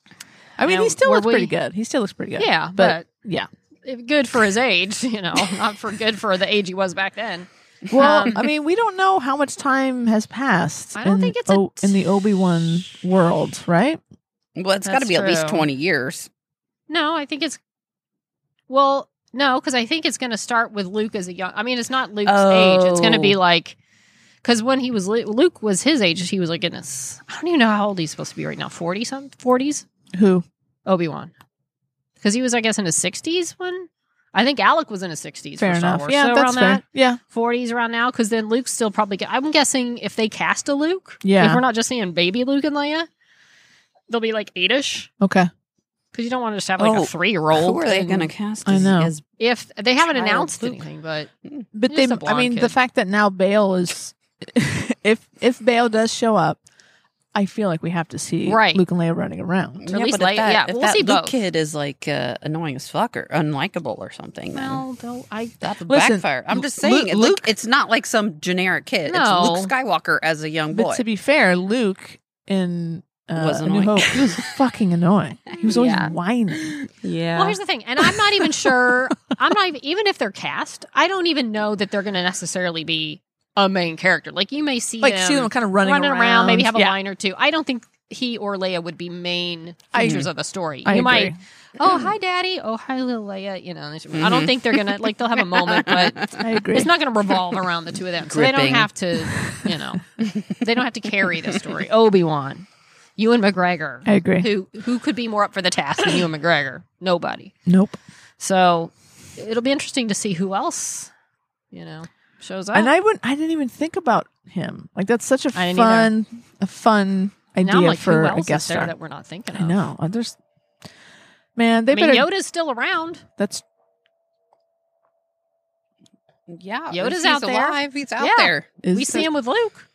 [SPEAKER 2] I mean,
[SPEAKER 3] Now,
[SPEAKER 2] he still
[SPEAKER 3] were
[SPEAKER 2] looks pretty
[SPEAKER 3] we-
[SPEAKER 2] good. He still looks pretty good.
[SPEAKER 3] yeah,
[SPEAKER 2] but, yeah,
[SPEAKER 3] but good for his age, you know, not for good for the age he was back then.
[SPEAKER 2] Well,
[SPEAKER 3] Um,
[SPEAKER 2] I mean, we don't know how much time has passed.
[SPEAKER 3] I don't
[SPEAKER 2] in,
[SPEAKER 3] think it's a-
[SPEAKER 2] O- in the Obi Wan world, right?
[SPEAKER 4] Well, it's got to
[SPEAKER 3] That's
[SPEAKER 4] be at least
[SPEAKER 3] true.
[SPEAKER 4] 20 years.
[SPEAKER 3] No, I think it's well, no, because I think it's going to start with Luke as a young. I mean, it's not Luke's age. It's going to be
[SPEAKER 4] Oh.
[SPEAKER 3] like because when he was Lu- Luke was his age, he was like in his. I don't even know how old he's supposed to be right now. Forty something, forties.
[SPEAKER 2] Who?
[SPEAKER 3] Obi Wan, because he was, I guess, in his sixties when I think Alec was in his sixties.
[SPEAKER 2] Fair
[SPEAKER 3] for Star
[SPEAKER 2] enough.
[SPEAKER 3] Wars.
[SPEAKER 2] Yeah,
[SPEAKER 3] so
[SPEAKER 2] that's
[SPEAKER 3] around
[SPEAKER 2] fair.
[SPEAKER 3] that
[SPEAKER 2] Yeah.
[SPEAKER 3] forties around now, because then Luke's still probably. g- I'm guessing if they cast a Luke,
[SPEAKER 2] Yeah.
[SPEAKER 3] if we're not just seeing baby Luke and Leia, they'll be like eight-ish.
[SPEAKER 2] Okay.
[SPEAKER 3] Because you don't want to just have like
[SPEAKER 4] Oh,
[SPEAKER 3] a three-year-old.
[SPEAKER 4] Who are they
[SPEAKER 3] and-
[SPEAKER 4] going to cast?
[SPEAKER 2] I
[SPEAKER 4] as-
[SPEAKER 2] know.
[SPEAKER 4] as-
[SPEAKER 3] if they haven't
[SPEAKER 4] Child
[SPEAKER 3] announced
[SPEAKER 4] Luke.
[SPEAKER 3] anything, but
[SPEAKER 2] But
[SPEAKER 3] He's
[SPEAKER 2] they,
[SPEAKER 3] just a
[SPEAKER 2] I
[SPEAKER 3] blonde
[SPEAKER 2] mean, the
[SPEAKER 3] kid.
[SPEAKER 2] fact that now Bale is, if if Bale does show up, I feel like we have to see
[SPEAKER 3] Right.
[SPEAKER 2] Luke and Leia running around.
[SPEAKER 3] at least
[SPEAKER 4] but if
[SPEAKER 3] Leia-
[SPEAKER 4] that,
[SPEAKER 3] yeah,
[SPEAKER 4] if
[SPEAKER 3] we'll
[SPEAKER 4] that
[SPEAKER 3] see
[SPEAKER 4] Luke
[SPEAKER 3] both.
[SPEAKER 4] kid is like uh, annoying as fuck or unlikable or something, then
[SPEAKER 3] well, though I
[SPEAKER 4] that would
[SPEAKER 2] Listen,
[SPEAKER 4] backfire. I'm just
[SPEAKER 2] Lu-
[SPEAKER 4] saying, it's
[SPEAKER 2] Luke-
[SPEAKER 4] like, it's not like some generic kid.
[SPEAKER 3] No.
[SPEAKER 4] It's Luke Skywalker as a young boy.
[SPEAKER 2] But to be fair, Luke in uh,
[SPEAKER 4] Was
[SPEAKER 2] A New
[SPEAKER 4] annoying.
[SPEAKER 2] Hope, he was fucking annoying. He was always
[SPEAKER 4] Yeah.
[SPEAKER 2] whining.
[SPEAKER 4] yeah.
[SPEAKER 3] well, here's the thing, and I'm not even sure. I'm not even, even if they're cast. I don't even know that they're going to necessarily be a main character. Like you may see
[SPEAKER 2] Like
[SPEAKER 3] them
[SPEAKER 2] see them kind of running,
[SPEAKER 3] around, maybe have a
[SPEAKER 2] Yeah,
[SPEAKER 3] line or two. I don't think he or Leia would be main
[SPEAKER 2] I-
[SPEAKER 3] features of the story.
[SPEAKER 2] I
[SPEAKER 3] you
[SPEAKER 2] agree.
[SPEAKER 3] might, oh hi daddy, oh hi little Leia. You know, they should- I don't think they're gonna like they'll have a moment, but
[SPEAKER 2] Mm-hmm. I agree.
[SPEAKER 3] It's not going to revolve around the two of them. So they
[SPEAKER 4] Gripping.
[SPEAKER 3] don't have to, you know, they don't have to carry the story. Obi Wan, Ewan McGregor,
[SPEAKER 2] I agree.
[SPEAKER 3] who who could be more up for the task than Ewan McGregor? Nobody.
[SPEAKER 2] Nope.
[SPEAKER 3] So it'll be interesting to see who else, you know, shows up.
[SPEAKER 2] And I wouldn't. I didn't even think about him. Like that's such a
[SPEAKER 3] I didn't
[SPEAKER 2] fun, a fun
[SPEAKER 3] now
[SPEAKER 2] idea
[SPEAKER 3] I'm like,
[SPEAKER 2] for
[SPEAKER 3] who
[SPEAKER 2] a
[SPEAKER 3] else
[SPEAKER 2] guest
[SPEAKER 3] is there
[SPEAKER 2] star.
[SPEAKER 3] that we're not thinking of?
[SPEAKER 2] I know. Uh, There's man. They
[SPEAKER 3] I mean,
[SPEAKER 2] better.
[SPEAKER 3] Yoda's still around.
[SPEAKER 2] That's
[SPEAKER 4] yeah.
[SPEAKER 3] Yoda's
[SPEAKER 4] he's
[SPEAKER 3] out there.
[SPEAKER 4] alive. He's out
[SPEAKER 3] Yeah.
[SPEAKER 4] there.
[SPEAKER 2] is
[SPEAKER 3] we see him with Luke.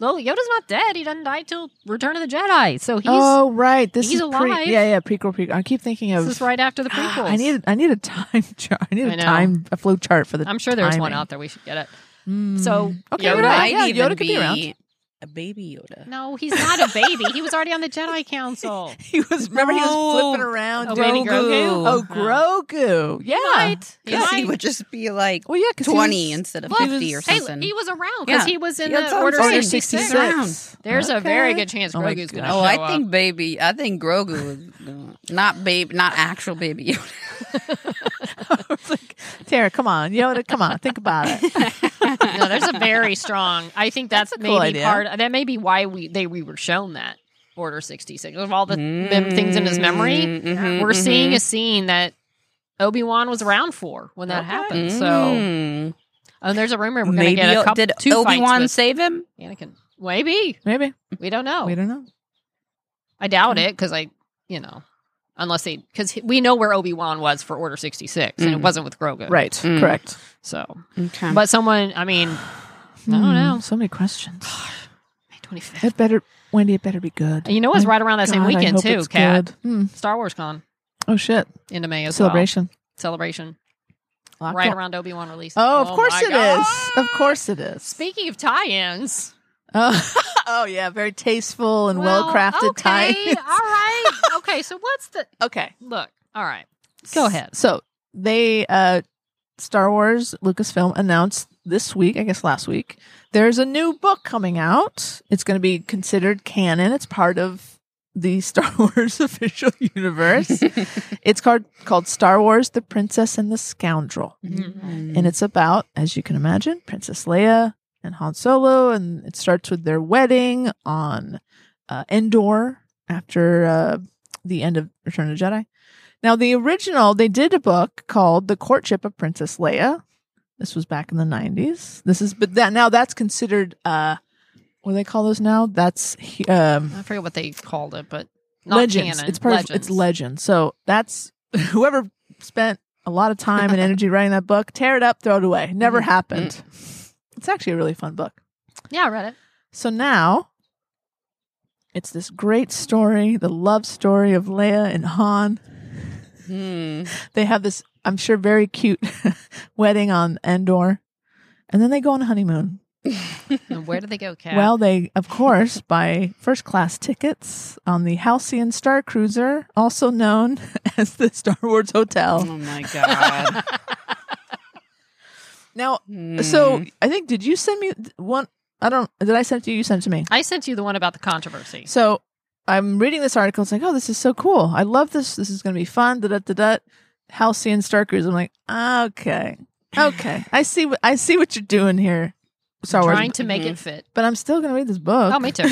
[SPEAKER 3] Well, Yoda's not dead. He doesn't die till Return of the Jedi. So he's
[SPEAKER 2] oh right. This
[SPEAKER 3] he's
[SPEAKER 2] is pre-
[SPEAKER 3] alive.
[SPEAKER 2] yeah, yeah. Prequel. Prequel. I keep thinking of.
[SPEAKER 3] this is right after the prequels.
[SPEAKER 2] I need. I need a time chart. I need a
[SPEAKER 3] I know.
[SPEAKER 2] time a flow chart for the.
[SPEAKER 3] I'm sure there's one
[SPEAKER 2] timing.
[SPEAKER 3] out there. We should get it.
[SPEAKER 2] Mm.
[SPEAKER 3] So
[SPEAKER 2] okay,
[SPEAKER 3] Yoda
[SPEAKER 2] you're right. Yeah, Yoda could be, around.
[SPEAKER 4] A baby Yoda.
[SPEAKER 3] No, he's not a baby. he was already on the Jedi Council.
[SPEAKER 2] He was. Remember, he was flipping
[SPEAKER 4] No.
[SPEAKER 2] around.
[SPEAKER 3] Oh,
[SPEAKER 2] doing-
[SPEAKER 3] baby Grogu. Uh-huh.
[SPEAKER 2] Oh,
[SPEAKER 3] Yeah.
[SPEAKER 2] Grogu. Yeah.
[SPEAKER 3] Right.
[SPEAKER 4] Because he would just be like
[SPEAKER 2] Well, yeah. 'cause he
[SPEAKER 4] 20
[SPEAKER 2] was-
[SPEAKER 4] instead of
[SPEAKER 3] Look,
[SPEAKER 4] 50 or
[SPEAKER 3] Hey,
[SPEAKER 4] something.
[SPEAKER 3] he was around because
[SPEAKER 4] Yeah.
[SPEAKER 3] he was in
[SPEAKER 4] Yeah, that's
[SPEAKER 3] the
[SPEAKER 4] what I'm
[SPEAKER 3] Order
[SPEAKER 4] saying.
[SPEAKER 3] 66.
[SPEAKER 4] He's around.
[SPEAKER 3] There's a very
[SPEAKER 2] Okay.
[SPEAKER 3] good chance
[SPEAKER 2] Oh my
[SPEAKER 3] Grogu's going
[SPEAKER 2] gosh.
[SPEAKER 3] to show
[SPEAKER 4] Oh, I
[SPEAKER 3] up.
[SPEAKER 4] think baby. I think Grogu is not babe, not actual baby Yoda.
[SPEAKER 2] It's like, Tara, come on, Yoda, come on, think about it.
[SPEAKER 3] no, there's a very strong. I think that's,
[SPEAKER 2] That's a
[SPEAKER 3] maybe
[SPEAKER 2] cool idea.
[SPEAKER 3] part. That may be why we they we were shown that Order 66 of all the mem- things in his memory.
[SPEAKER 2] Mm-hmm,
[SPEAKER 4] Mhm,
[SPEAKER 3] we're seeing
[SPEAKER 4] mhm.
[SPEAKER 3] a scene that Obi Wan was around for when that
[SPEAKER 2] Okay.
[SPEAKER 3] happened. So,
[SPEAKER 4] Mm.
[SPEAKER 3] and there's a rumor we're going to
[SPEAKER 4] maybe
[SPEAKER 3] get a couple
[SPEAKER 4] did
[SPEAKER 3] two
[SPEAKER 4] Obi Wan
[SPEAKER 3] fights
[SPEAKER 4] save him?
[SPEAKER 3] with Anakin. Maybe
[SPEAKER 2] Maybe
[SPEAKER 3] we don't know.
[SPEAKER 2] we don't know.
[SPEAKER 3] I doubt it because I, you know, unless they, because we know where Obi Wan was for Order 66 and it
[SPEAKER 4] Mm.
[SPEAKER 3] wasn't with Grogu.
[SPEAKER 2] Right,
[SPEAKER 4] Mm.
[SPEAKER 2] correct.
[SPEAKER 3] So,
[SPEAKER 4] Okay.
[SPEAKER 3] but someone, I mean, I don't
[SPEAKER 2] Hmm,
[SPEAKER 3] know.
[SPEAKER 2] So many questions.
[SPEAKER 3] May 25th.
[SPEAKER 2] It better, Wendy. It better be good.
[SPEAKER 3] And you know what's right around that same
[SPEAKER 2] God, I
[SPEAKER 3] weekend
[SPEAKER 2] hope
[SPEAKER 3] too,
[SPEAKER 2] it's
[SPEAKER 3] Kat?
[SPEAKER 2] good. Hmm.
[SPEAKER 3] Star Wars Con
[SPEAKER 2] Oh shit!
[SPEAKER 3] into May as
[SPEAKER 2] Celebration.
[SPEAKER 3] well. Celebration.
[SPEAKER 2] Lock
[SPEAKER 3] right
[SPEAKER 2] up.
[SPEAKER 3] around Obi Wan release.
[SPEAKER 2] Oh, of course
[SPEAKER 3] my
[SPEAKER 2] it is.
[SPEAKER 3] God.
[SPEAKER 2] Of course it is.
[SPEAKER 3] Speaking of tie ins.
[SPEAKER 2] Oh, oh yeah, very tasteful and well crafted
[SPEAKER 3] okay,
[SPEAKER 2] tie.
[SPEAKER 3] All right. Okay. So what's the
[SPEAKER 2] Okay,
[SPEAKER 3] look? All right. Go ahead.
[SPEAKER 2] So they, uh, Star Wars Lucasfilm announced this week, I guess last week, there's a new book coming out. It's going to be considered canon. It's part of the Star Wars official universe. it's called called Star Wars: The Princess and the Scoundrel. and it's about, as you can imagine, Princess Leia and Han Solo, and it starts with their wedding on uh, Endor after uh, the end of Return of the Jedi. Now, the original, they did a book called "The Courtship of Princess Leia." This was back in the '90s. This is, but that now that's considered. Uh, what do they call those now? That's he- um,
[SPEAKER 3] I forget what they called it, but not
[SPEAKER 2] legends.
[SPEAKER 3] canon.
[SPEAKER 2] It's part of it's legend. So that's whoever spent a lot of time and energy writing that book, tear it up, throw it away. Never
[SPEAKER 3] Mm-hmm.
[SPEAKER 2] happened.
[SPEAKER 3] Mm.
[SPEAKER 2] It's actually a really fun book.
[SPEAKER 3] Yeah, I read it.
[SPEAKER 2] So now it's this great story, the love story of Leia and Han.
[SPEAKER 4] Mm.
[SPEAKER 2] They have this, I'm sure, very cute wedding on Endor. And then they go on a honeymoon.
[SPEAKER 3] And where do they go, Kat?
[SPEAKER 2] Well, they, of course, buy first class tickets on the Halcyon Star Cruiser, also known as the Star Wars Hotel.
[SPEAKER 4] Oh my god.
[SPEAKER 2] Now,
[SPEAKER 4] Hmm.
[SPEAKER 3] Mm-hmm.
[SPEAKER 2] so I think did you send me th- one? I don't. Did I send it to you? You sent it to me.
[SPEAKER 3] I sent you the one about the controversy.
[SPEAKER 2] So I'm reading this article. It's like, oh, this is so cool. I love this. This is going to be fun. Da da da da. Halcyon Star Cruise. I'm like, okay, okay. I see. What, I see what you're doing here, Star Wars. Mm-hmm.
[SPEAKER 3] trying to make it fit.
[SPEAKER 2] but I'm still going to read this book.
[SPEAKER 3] Oh, me too.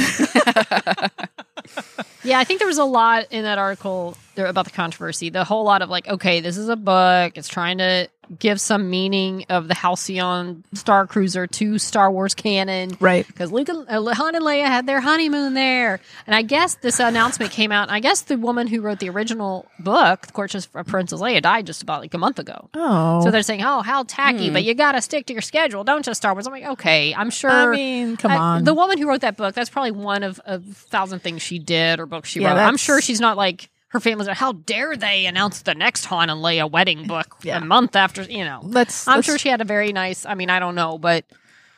[SPEAKER 3] yeah, I think there was a lot in that article there about the controversy. The whole lot of like, okay, this is a book. It's trying to give some meaning of the Halcyon Star Cruiser to Star Wars canon.
[SPEAKER 2] right.
[SPEAKER 3] Because Luke and uh, Han and Leia had their honeymoon there, and I guess this announcement came out. and I guess the woman who wrote the original book, *The Courtship of Princess Leia*, died just about like a month ago.
[SPEAKER 2] Oh. Hmm.
[SPEAKER 3] So they're saying, "Oh, how tacky!" But you got to stick to your schedule, don't just Star Wars. I'm like, okay, I'm sure.
[SPEAKER 2] I mean, come
[SPEAKER 3] I-
[SPEAKER 2] on.
[SPEAKER 3] the woman who wrote that book, that's probably one of a thousand things she did or books she
[SPEAKER 2] Yeah,
[SPEAKER 3] wrote. I'm
[SPEAKER 2] that's-
[SPEAKER 3] sure she's not like her family's like, how dare they announce the next Han and Leia wedding book
[SPEAKER 2] Yeah.
[SPEAKER 3] a month after, you know.
[SPEAKER 2] let's.
[SPEAKER 3] I'm
[SPEAKER 2] let's-
[SPEAKER 3] sure she had a very nice, I mean, I don't know, but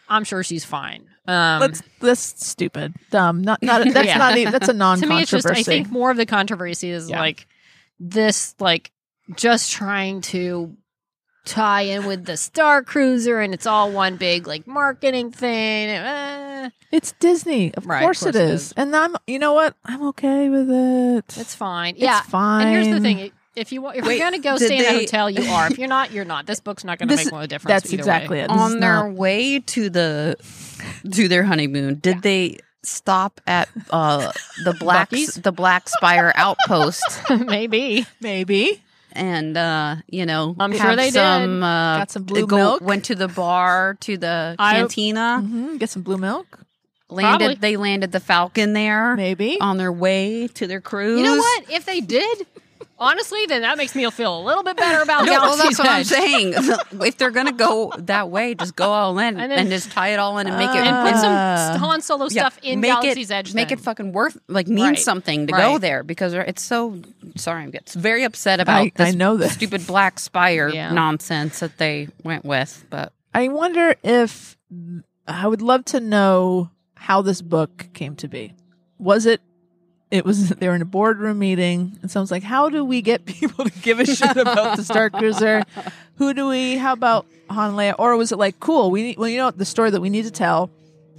[SPEAKER 3] I'm sure she's fine. Um,
[SPEAKER 2] Let's. That's stupid. Dumb. Not. Not. That's
[SPEAKER 3] Yeah.
[SPEAKER 2] not. Even, that's a
[SPEAKER 3] to me, it's
[SPEAKER 2] non-controversy.
[SPEAKER 3] just, I think more of the controversy is
[SPEAKER 2] Yeah.
[SPEAKER 3] like this, like just trying to tie in with the Star Cruiser and it's all one big like marketing thing. Eh,
[SPEAKER 2] It's Disney. Of
[SPEAKER 3] Right, of
[SPEAKER 2] course, it is. And I'm. You know what? I'm okay with it.
[SPEAKER 3] it's fine.
[SPEAKER 2] It's
[SPEAKER 3] yeah.
[SPEAKER 2] Fine.
[SPEAKER 3] And here's the thing: if you want, if
[SPEAKER 4] Wait,
[SPEAKER 3] you're going to go
[SPEAKER 4] did
[SPEAKER 3] stay in a
[SPEAKER 4] they-
[SPEAKER 3] hotel, you are. If you're not, you're not. This book's not going to
[SPEAKER 2] This-
[SPEAKER 3] make one difference.
[SPEAKER 2] That's
[SPEAKER 3] either way.
[SPEAKER 2] exactly it. This is
[SPEAKER 4] on their
[SPEAKER 2] not-
[SPEAKER 4] way to the to their honeymoon, did they stop at uh, the black
[SPEAKER 3] Buc-ee's?
[SPEAKER 4] the black spire outpost
[SPEAKER 3] Maybe
[SPEAKER 2] maybe.
[SPEAKER 4] and uh, you know
[SPEAKER 3] I'm
[SPEAKER 4] have
[SPEAKER 3] sure they did.
[SPEAKER 4] some, Uh,
[SPEAKER 2] Got some blue
[SPEAKER 4] go-
[SPEAKER 2] milk.
[SPEAKER 4] Went to the bar to the
[SPEAKER 3] I-
[SPEAKER 4] cantina.
[SPEAKER 2] hmm Get some blue milk.
[SPEAKER 4] landed
[SPEAKER 3] Probably.
[SPEAKER 4] they landed the Falcon there
[SPEAKER 2] Maybe.
[SPEAKER 5] Um,
[SPEAKER 4] on their way to their cruise.
[SPEAKER 3] you know what? If they did, honestly, then that makes me feel a little bit better about
[SPEAKER 4] No, well, that's
[SPEAKER 3] Galaxy's
[SPEAKER 4] what I'm
[SPEAKER 3] Edge.
[SPEAKER 4] saying. if they're gonna go that way, just go all in
[SPEAKER 3] And
[SPEAKER 4] and,
[SPEAKER 3] then-
[SPEAKER 4] just tie it all in and make it
[SPEAKER 3] And put some
[SPEAKER 2] Uh,
[SPEAKER 3] Han Solo
[SPEAKER 4] yeah,
[SPEAKER 3] stuff in
[SPEAKER 4] make
[SPEAKER 3] Galaxy's
[SPEAKER 4] it,
[SPEAKER 3] Edge.
[SPEAKER 4] Make
[SPEAKER 3] then.
[SPEAKER 4] it fucking worth like mean
[SPEAKER 3] Right.
[SPEAKER 4] something to go
[SPEAKER 3] Right.
[SPEAKER 4] there because it's so sorry. I'm it's very upset about
[SPEAKER 2] I,
[SPEAKER 4] this
[SPEAKER 2] I know this.
[SPEAKER 4] stupid black spire
[SPEAKER 3] Yeah.
[SPEAKER 4] nonsense that they went with. But
[SPEAKER 2] I wonder if I would love to know how this book came to be. Was it? It was they were in a boardroom meeting, and someone's like, "How do we get people to give a shit about the Star Cruiser? Who do we? How about Han Leia? Or was it like, cool? We need, well, you know, what, the story that we need to tell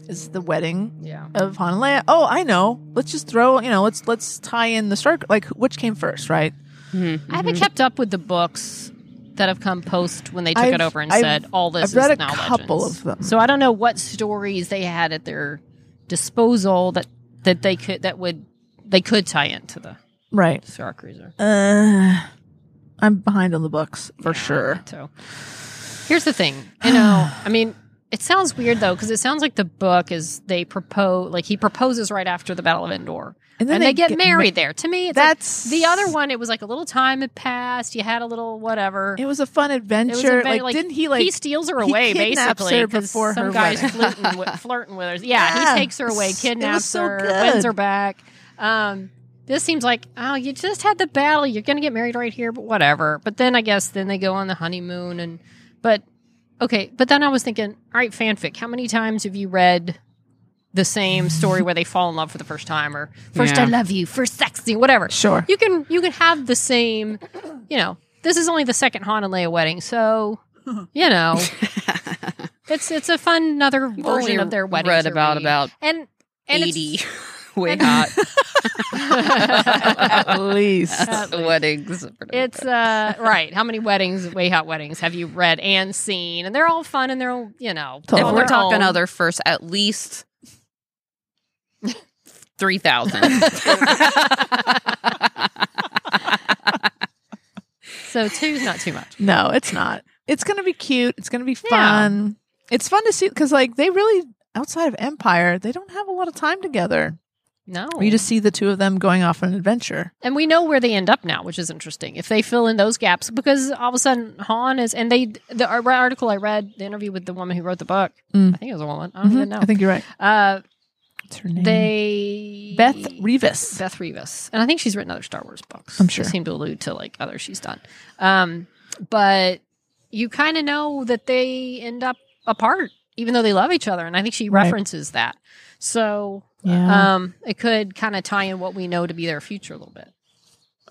[SPEAKER 2] is the wedding
[SPEAKER 3] yeah.
[SPEAKER 2] of Han and Leia. Oh, I know. Let's just throw, you know, let's let's tie in the Star. Like, which came first, right?
[SPEAKER 3] I haven't
[SPEAKER 2] Mm-hmm.
[SPEAKER 3] kept up with the books that have come post when they took it
[SPEAKER 2] I've-
[SPEAKER 3] over and
[SPEAKER 2] I've-
[SPEAKER 3] said all this
[SPEAKER 2] I've read
[SPEAKER 3] is
[SPEAKER 2] a
[SPEAKER 3] now
[SPEAKER 2] couple
[SPEAKER 3] legends.
[SPEAKER 2] of them.
[SPEAKER 3] So I don't know what stories they had at their disposal that that they could that would they could tie into the
[SPEAKER 2] Right.
[SPEAKER 3] Star Cruiser.
[SPEAKER 2] Uh, I'm behind on the books for sure.
[SPEAKER 3] So here's the thing, you know, I mean, it sounds weird though because it sounds like the book is they propose like he proposes right after the Battle of Endor, and, they, get, married there. To me, it's like-
[SPEAKER 2] That's
[SPEAKER 3] the other one. It was like a little time had passed. You had a little whatever.
[SPEAKER 2] It was a fun
[SPEAKER 3] It
[SPEAKER 2] adventure.
[SPEAKER 3] was a very,
[SPEAKER 2] like, didn't he like?
[SPEAKER 3] he steals her
[SPEAKER 2] he
[SPEAKER 3] away
[SPEAKER 2] kidnaps
[SPEAKER 3] basically
[SPEAKER 2] her
[SPEAKER 3] 'cause
[SPEAKER 2] before
[SPEAKER 3] some
[SPEAKER 2] her
[SPEAKER 3] guy's
[SPEAKER 2] wedding.
[SPEAKER 3] flirting with, flirting with her. Yeah,
[SPEAKER 2] Yeah.
[SPEAKER 3] he takes her away,
[SPEAKER 2] It was
[SPEAKER 3] kidnaps
[SPEAKER 2] so
[SPEAKER 3] her,
[SPEAKER 2] good.
[SPEAKER 3] wins her back. Um, this seems like oh, you just had the battle. You're gonna get married right here, but whatever. But then I guess then they go on the honeymoon and but okay. But then I was thinking, all right, fanfic. How many times have you read? The same story where they fall in love for the first time, or first
[SPEAKER 4] Yeah.
[SPEAKER 3] I love you, first sexy, whatever
[SPEAKER 2] sure.
[SPEAKER 3] you can you can have the same you know this is only the second han and leia wedding so you know it's it's a fun another version of their wedding
[SPEAKER 4] read
[SPEAKER 3] to
[SPEAKER 4] about
[SPEAKER 3] read.
[SPEAKER 4] about
[SPEAKER 3] and and it's-
[SPEAKER 4] eighty. Way
[SPEAKER 3] and-
[SPEAKER 4] hot
[SPEAKER 2] At least.
[SPEAKER 3] At least.
[SPEAKER 4] weddings.
[SPEAKER 3] uh, it's uh right how many weddings way hot weddings have you read and seen and they're all fun and they're all you know
[SPEAKER 2] Totally.
[SPEAKER 4] if
[SPEAKER 3] on
[SPEAKER 4] we're
[SPEAKER 3] their
[SPEAKER 4] talking
[SPEAKER 3] own.
[SPEAKER 4] other first, at least three thousand.
[SPEAKER 3] so two's not too much
[SPEAKER 2] No, it's not. It's gonna be cute. It's gonna be
[SPEAKER 3] Yeah.
[SPEAKER 2] fun. It's fun to see because like they really outside of Empire, they don't have a lot of time together.
[SPEAKER 3] no
[SPEAKER 2] You just see the two of them going off on an adventure.
[SPEAKER 3] And we know where they end up now, which is interesting. If they fill in those gaps, because all of a sudden Han is, and they the ar- article I read, the interview with the woman who wrote the book,
[SPEAKER 2] Mm.
[SPEAKER 3] I think it was a woman. I don't even
[SPEAKER 2] Mhm.
[SPEAKER 3] know.
[SPEAKER 2] I think you're right.
[SPEAKER 3] uh,
[SPEAKER 2] What's her name?
[SPEAKER 3] they
[SPEAKER 2] Beth Revis.
[SPEAKER 3] Beth Revis, and I think she's written other Star Wars books.
[SPEAKER 2] I'm sure.
[SPEAKER 3] They seem to allude to like others she's done. Um, but you kind of know that they end up apart, even though they love each other, and I think she
[SPEAKER 2] Right.
[SPEAKER 3] references that. So
[SPEAKER 2] Yeah.
[SPEAKER 3] uh, um, it could kind of tie in what we know to be their future a little bit.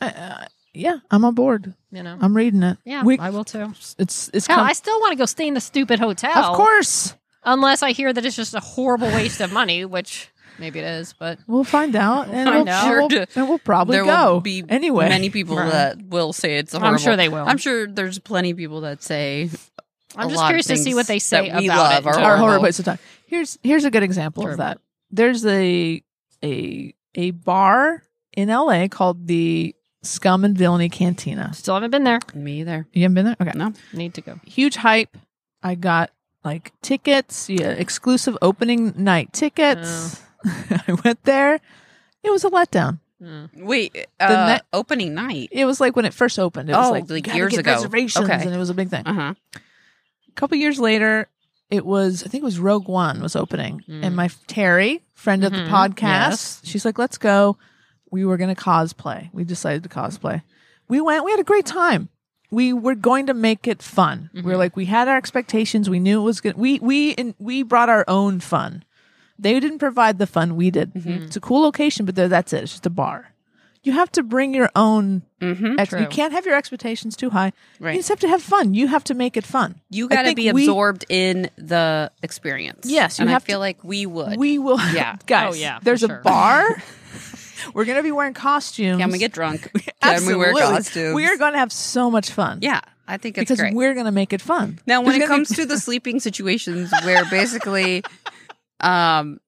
[SPEAKER 2] Uh, yeah, I'm on board.
[SPEAKER 3] You know,
[SPEAKER 2] I'm reading it.
[SPEAKER 3] yeah,
[SPEAKER 2] we,
[SPEAKER 3] I will too.
[SPEAKER 2] it's it's
[SPEAKER 3] Hell,
[SPEAKER 2] com-
[SPEAKER 3] I still want to go stay in the stupid hotel.
[SPEAKER 2] of course
[SPEAKER 3] unless I hear that it's just a horrible waste of money, which maybe it is. But
[SPEAKER 2] we'll find out, and
[SPEAKER 3] find
[SPEAKER 2] we'll,
[SPEAKER 3] out.
[SPEAKER 2] and we'll,
[SPEAKER 5] Sure.
[SPEAKER 2] and we'll probably
[SPEAKER 5] there
[SPEAKER 2] go
[SPEAKER 5] will be
[SPEAKER 2] anyway.
[SPEAKER 5] many people
[SPEAKER 3] Right.
[SPEAKER 5] that will say it's horrible.
[SPEAKER 3] I'm sure they will.
[SPEAKER 5] I'm sure there's plenty of people that say
[SPEAKER 3] I'm
[SPEAKER 5] a
[SPEAKER 3] just
[SPEAKER 5] lot of
[SPEAKER 3] curious to see
[SPEAKER 5] things
[SPEAKER 3] what they say
[SPEAKER 5] that we
[SPEAKER 3] about
[SPEAKER 5] love
[SPEAKER 3] it.
[SPEAKER 5] are
[SPEAKER 2] our horror
[SPEAKER 5] horrible.
[SPEAKER 2] waste of time. Here's here's a good example of
[SPEAKER 3] Terrible.
[SPEAKER 2] that. There's a a a bar in LA called the Scum and Villainy Cantina.
[SPEAKER 3] Still haven't been there.
[SPEAKER 5] me either.
[SPEAKER 2] You haven't been there? Okay.
[SPEAKER 3] Need to go.
[SPEAKER 2] Huge hype. I got like tickets, yeah, exclusive opening night tickets.
[SPEAKER 5] Oh.
[SPEAKER 2] I went there. It was a letdown.
[SPEAKER 3] Mm.
[SPEAKER 5] Wait,
[SPEAKER 2] The
[SPEAKER 5] uh,
[SPEAKER 2] net-
[SPEAKER 5] opening night.
[SPEAKER 2] It was like when it first opened. It was
[SPEAKER 5] Oh,
[SPEAKER 2] like,
[SPEAKER 5] like
[SPEAKER 2] "You gotta
[SPEAKER 5] years
[SPEAKER 2] get
[SPEAKER 5] ago."
[SPEAKER 2] Reservations,
[SPEAKER 5] Okay.
[SPEAKER 2] and it was a big thing.
[SPEAKER 5] Uh huh.
[SPEAKER 2] a couple years later, it was I think it was Rogue One was opening,
[SPEAKER 5] Hmm.
[SPEAKER 3] Mm.
[SPEAKER 2] and my f- Terry, friend of
[SPEAKER 5] Mm-hmm.
[SPEAKER 3] Mhm.
[SPEAKER 2] the podcast,
[SPEAKER 3] Yes.
[SPEAKER 2] she's like, "Let's go." We were gonna cosplay. We decided to cosplay. We went. We had a great time. We were going to make it fun. We were
[SPEAKER 5] Mm-hmm.
[SPEAKER 3] Mhm.
[SPEAKER 2] like, we had our expectations. We knew it was good. We we and we brought our own fun. They didn't provide the fun we did.
[SPEAKER 5] Mhm.
[SPEAKER 2] It's a cool location, but there- that's it. It's just a bar. You have to bring your own.
[SPEAKER 5] Mm-hmm.
[SPEAKER 2] Ex- you
[SPEAKER 3] True.
[SPEAKER 2] can't have your expectations too high.
[SPEAKER 5] Right.
[SPEAKER 2] You just have to have fun. You have to make it fun.
[SPEAKER 5] You
[SPEAKER 2] I
[SPEAKER 5] got to
[SPEAKER 2] think
[SPEAKER 5] be
[SPEAKER 2] we-
[SPEAKER 5] absorbed in the experience.
[SPEAKER 2] Yes, you
[SPEAKER 5] and
[SPEAKER 2] have
[SPEAKER 5] I feel
[SPEAKER 2] to-
[SPEAKER 5] like we would.
[SPEAKER 2] We will.
[SPEAKER 5] Yeah.
[SPEAKER 2] guys.
[SPEAKER 3] Oh, yeah, for
[SPEAKER 2] There's a
[SPEAKER 3] sure.
[SPEAKER 2] bar. We're gonna be wearing costumes.
[SPEAKER 5] Can we get drunk? Can we wear
[SPEAKER 2] Absolutely.
[SPEAKER 5] costumes?
[SPEAKER 2] We are gonna have so much fun.
[SPEAKER 5] Yeah, I think it's
[SPEAKER 2] because
[SPEAKER 5] great.
[SPEAKER 2] we're gonna make it fun.
[SPEAKER 5] Now, when
[SPEAKER 2] There's
[SPEAKER 5] it
[SPEAKER 2] gonna be-
[SPEAKER 5] comes to the sleeping situations, where basically, um,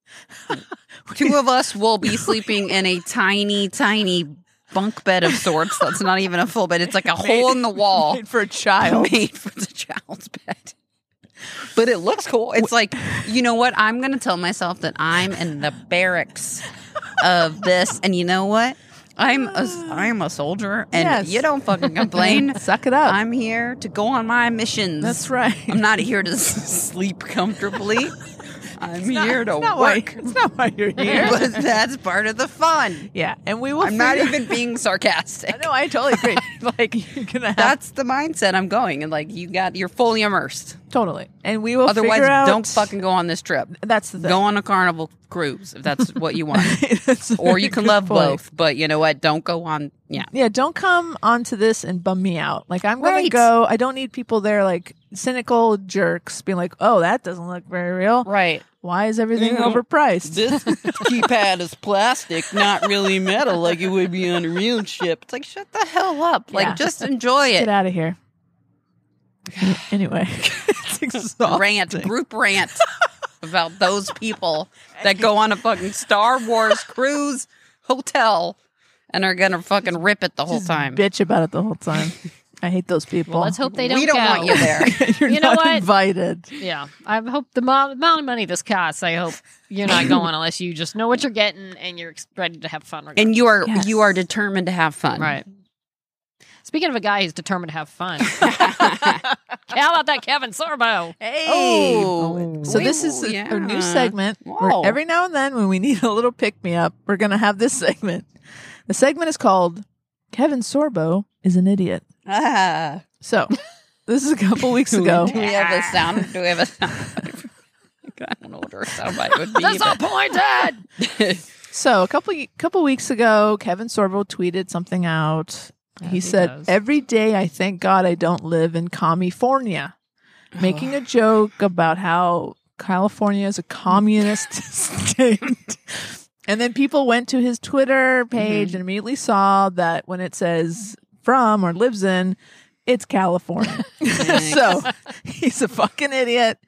[SPEAKER 5] two of us will be sleeping in a tiny, tiny bunk bed of sorts. That's not even a full bed; it's like a hole in the wall
[SPEAKER 2] Made for a child,
[SPEAKER 5] made for the child's bed. But it looks cool. It's like, you know what? I'm going to tell myself that I'm in the barracks of this, and you know what? I'm a I'm a soldier, and
[SPEAKER 2] Yes.
[SPEAKER 5] you don't fucking complain.
[SPEAKER 2] suck it up.
[SPEAKER 5] I'm here to go on my missions.
[SPEAKER 2] That's right.
[SPEAKER 5] I'm not here to s- sleep comfortably. I'm here to
[SPEAKER 2] It's not why.
[SPEAKER 5] work.
[SPEAKER 2] It's not why you're here.
[SPEAKER 5] But that's part of the fun.
[SPEAKER 2] yeah, and we will.
[SPEAKER 5] I'm not
[SPEAKER 2] figure-
[SPEAKER 5] even being sarcastic.
[SPEAKER 2] I know. I totally agree. like you're gonna have
[SPEAKER 5] That's the mindset I'm going, and like you got, you're fully immersed.
[SPEAKER 2] totally, and we will.
[SPEAKER 5] Otherwise,
[SPEAKER 2] figure out-
[SPEAKER 5] don't fucking go on this trip.
[SPEAKER 2] That's the thing.
[SPEAKER 5] Go on a carnival cruise if that's what you want,
[SPEAKER 2] That's a
[SPEAKER 5] or
[SPEAKER 2] very
[SPEAKER 5] you can
[SPEAKER 2] good
[SPEAKER 5] love
[SPEAKER 2] point.
[SPEAKER 5] both. But you know what? Don't go on. Yeah,
[SPEAKER 2] Yeah, don't come onto this and bum me out. Like I'm gonna
[SPEAKER 5] Right.
[SPEAKER 2] go. I don't need people there like cynical jerks being like, "Oh, that doesn't look very real.
[SPEAKER 5] right.
[SPEAKER 2] Why is everything
[SPEAKER 5] Yeah.
[SPEAKER 2] overpriced?"
[SPEAKER 5] This keypad is plastic, not really metal like it would be on a real ship. It's like shut the hell up.
[SPEAKER 2] Yeah.
[SPEAKER 5] Like just enjoy
[SPEAKER 2] Get
[SPEAKER 5] it.
[SPEAKER 2] out of here. anyway, it's exhausting.
[SPEAKER 5] Rant, group rant about those people that go on a fucking Star Wars cruise hotel and are gonna fucking rip it the whole time.
[SPEAKER 2] Bitch about it the whole time. I hate those people.
[SPEAKER 3] Well, let's hope they don't.
[SPEAKER 5] we don't
[SPEAKER 3] go.
[SPEAKER 5] want you there.
[SPEAKER 2] You're
[SPEAKER 3] You know
[SPEAKER 2] not
[SPEAKER 3] what?
[SPEAKER 2] invited.
[SPEAKER 3] Yeah, I hope the mo- amount of money this costs. I hope you're not going unless you just know what you're getting and you're ex- ready to have fun.
[SPEAKER 5] and you are
[SPEAKER 2] Yes.
[SPEAKER 5] you are determined to have fun.
[SPEAKER 3] right. Speaking of a guy who's determined to have fun, how about that Kevin Sorbo?
[SPEAKER 2] Hey.
[SPEAKER 5] Oh.
[SPEAKER 2] So this is
[SPEAKER 5] Ooh,
[SPEAKER 2] a, a
[SPEAKER 5] yeah.
[SPEAKER 2] new segment. where
[SPEAKER 5] Whoa.
[SPEAKER 2] every now and then, when we need a little pick me up, we're gonna have this segment. The segment is called "Kevin Sorbo is an idiot."
[SPEAKER 5] Ah.
[SPEAKER 2] So, this is a couple weeks ago.
[SPEAKER 5] Do we have a sound? Do we have a sound? I don't know what our soundbite would be. but-
[SPEAKER 3] Disappointed.
[SPEAKER 2] So a couple couple weeks ago, Kevin Sorbo tweeted something out. he,
[SPEAKER 3] he
[SPEAKER 2] said,
[SPEAKER 3] does.
[SPEAKER 2] "Every day, I thank God I don't live in California," making a joke about how California is a communist state. And then people went to his Twitter page and immediately saw that when it says from or lives in, it's California. so he's a fucking idiot.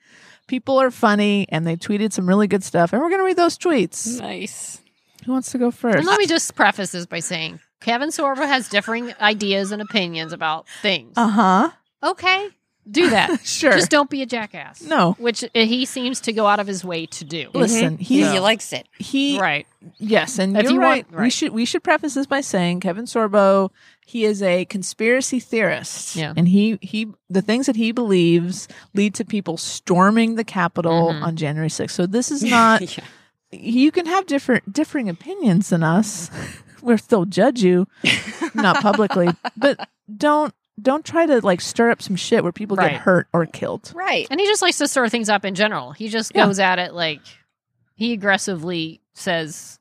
[SPEAKER 2] People are funny and they tweeted some really good stuff. And we're going to read those tweets.
[SPEAKER 5] nice.
[SPEAKER 2] Who wants to go first?
[SPEAKER 3] And let me just preface this by saying Kevin Sorbo has differing ideas and opinions about things.
[SPEAKER 2] Uh huh.
[SPEAKER 3] okay, do that.
[SPEAKER 2] Sure.
[SPEAKER 3] Just don't be a jackass.
[SPEAKER 2] No.
[SPEAKER 3] Which uh, he seems to go out of his way to do.
[SPEAKER 2] Listen,
[SPEAKER 5] He,
[SPEAKER 2] he's
[SPEAKER 5] he likes it.
[SPEAKER 2] he
[SPEAKER 3] Mm-hmm. Right.
[SPEAKER 2] yes, and
[SPEAKER 3] If
[SPEAKER 2] you're
[SPEAKER 3] you
[SPEAKER 2] right.
[SPEAKER 3] want-
[SPEAKER 2] We
[SPEAKER 3] right.
[SPEAKER 2] should we should preface this by saying Kevin Sorbo, he is a conspiracy theorist.
[SPEAKER 3] Yeah.
[SPEAKER 2] And he he the things that he believes lead to people storming the Capitol
[SPEAKER 3] Mhm.
[SPEAKER 2] on January 6th. So this is not
[SPEAKER 5] Yeah.
[SPEAKER 2] you can have different differing opinions than us. We'll still judge you, not publicly, but don't don't try to like stir up some shit where people
[SPEAKER 3] Right.
[SPEAKER 2] get hurt or killed.
[SPEAKER 5] Right.
[SPEAKER 3] And he just likes to stir things up in general. He just
[SPEAKER 2] Yeah.
[SPEAKER 3] goes at it like he aggressively says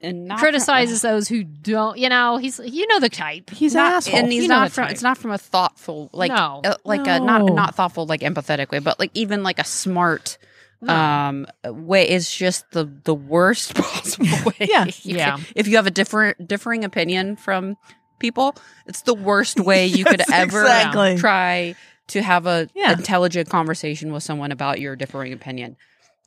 [SPEAKER 7] and not
[SPEAKER 3] criticizes those who don't. You know, he's you know the type.
[SPEAKER 2] He's an
[SPEAKER 5] not,
[SPEAKER 2] asshole.
[SPEAKER 5] and he's
[SPEAKER 3] You know
[SPEAKER 5] not
[SPEAKER 3] the
[SPEAKER 5] from.
[SPEAKER 3] type.
[SPEAKER 5] It's not from a thoughtful, like,
[SPEAKER 3] No.
[SPEAKER 5] uh, like a not
[SPEAKER 2] No.
[SPEAKER 5] not thoughtful, like empathetic way, but like even like a smart
[SPEAKER 3] No.
[SPEAKER 5] um way is just the the worst possible way.
[SPEAKER 2] Yeah.
[SPEAKER 5] you
[SPEAKER 3] Yeah.
[SPEAKER 5] can- if you have a different differing opinion from people, it's the worst way you could
[SPEAKER 2] Yes,
[SPEAKER 5] ever
[SPEAKER 2] exactly.
[SPEAKER 5] try to have a
[SPEAKER 2] Yeah.
[SPEAKER 5] intelligent conversation with someone about your differing opinion.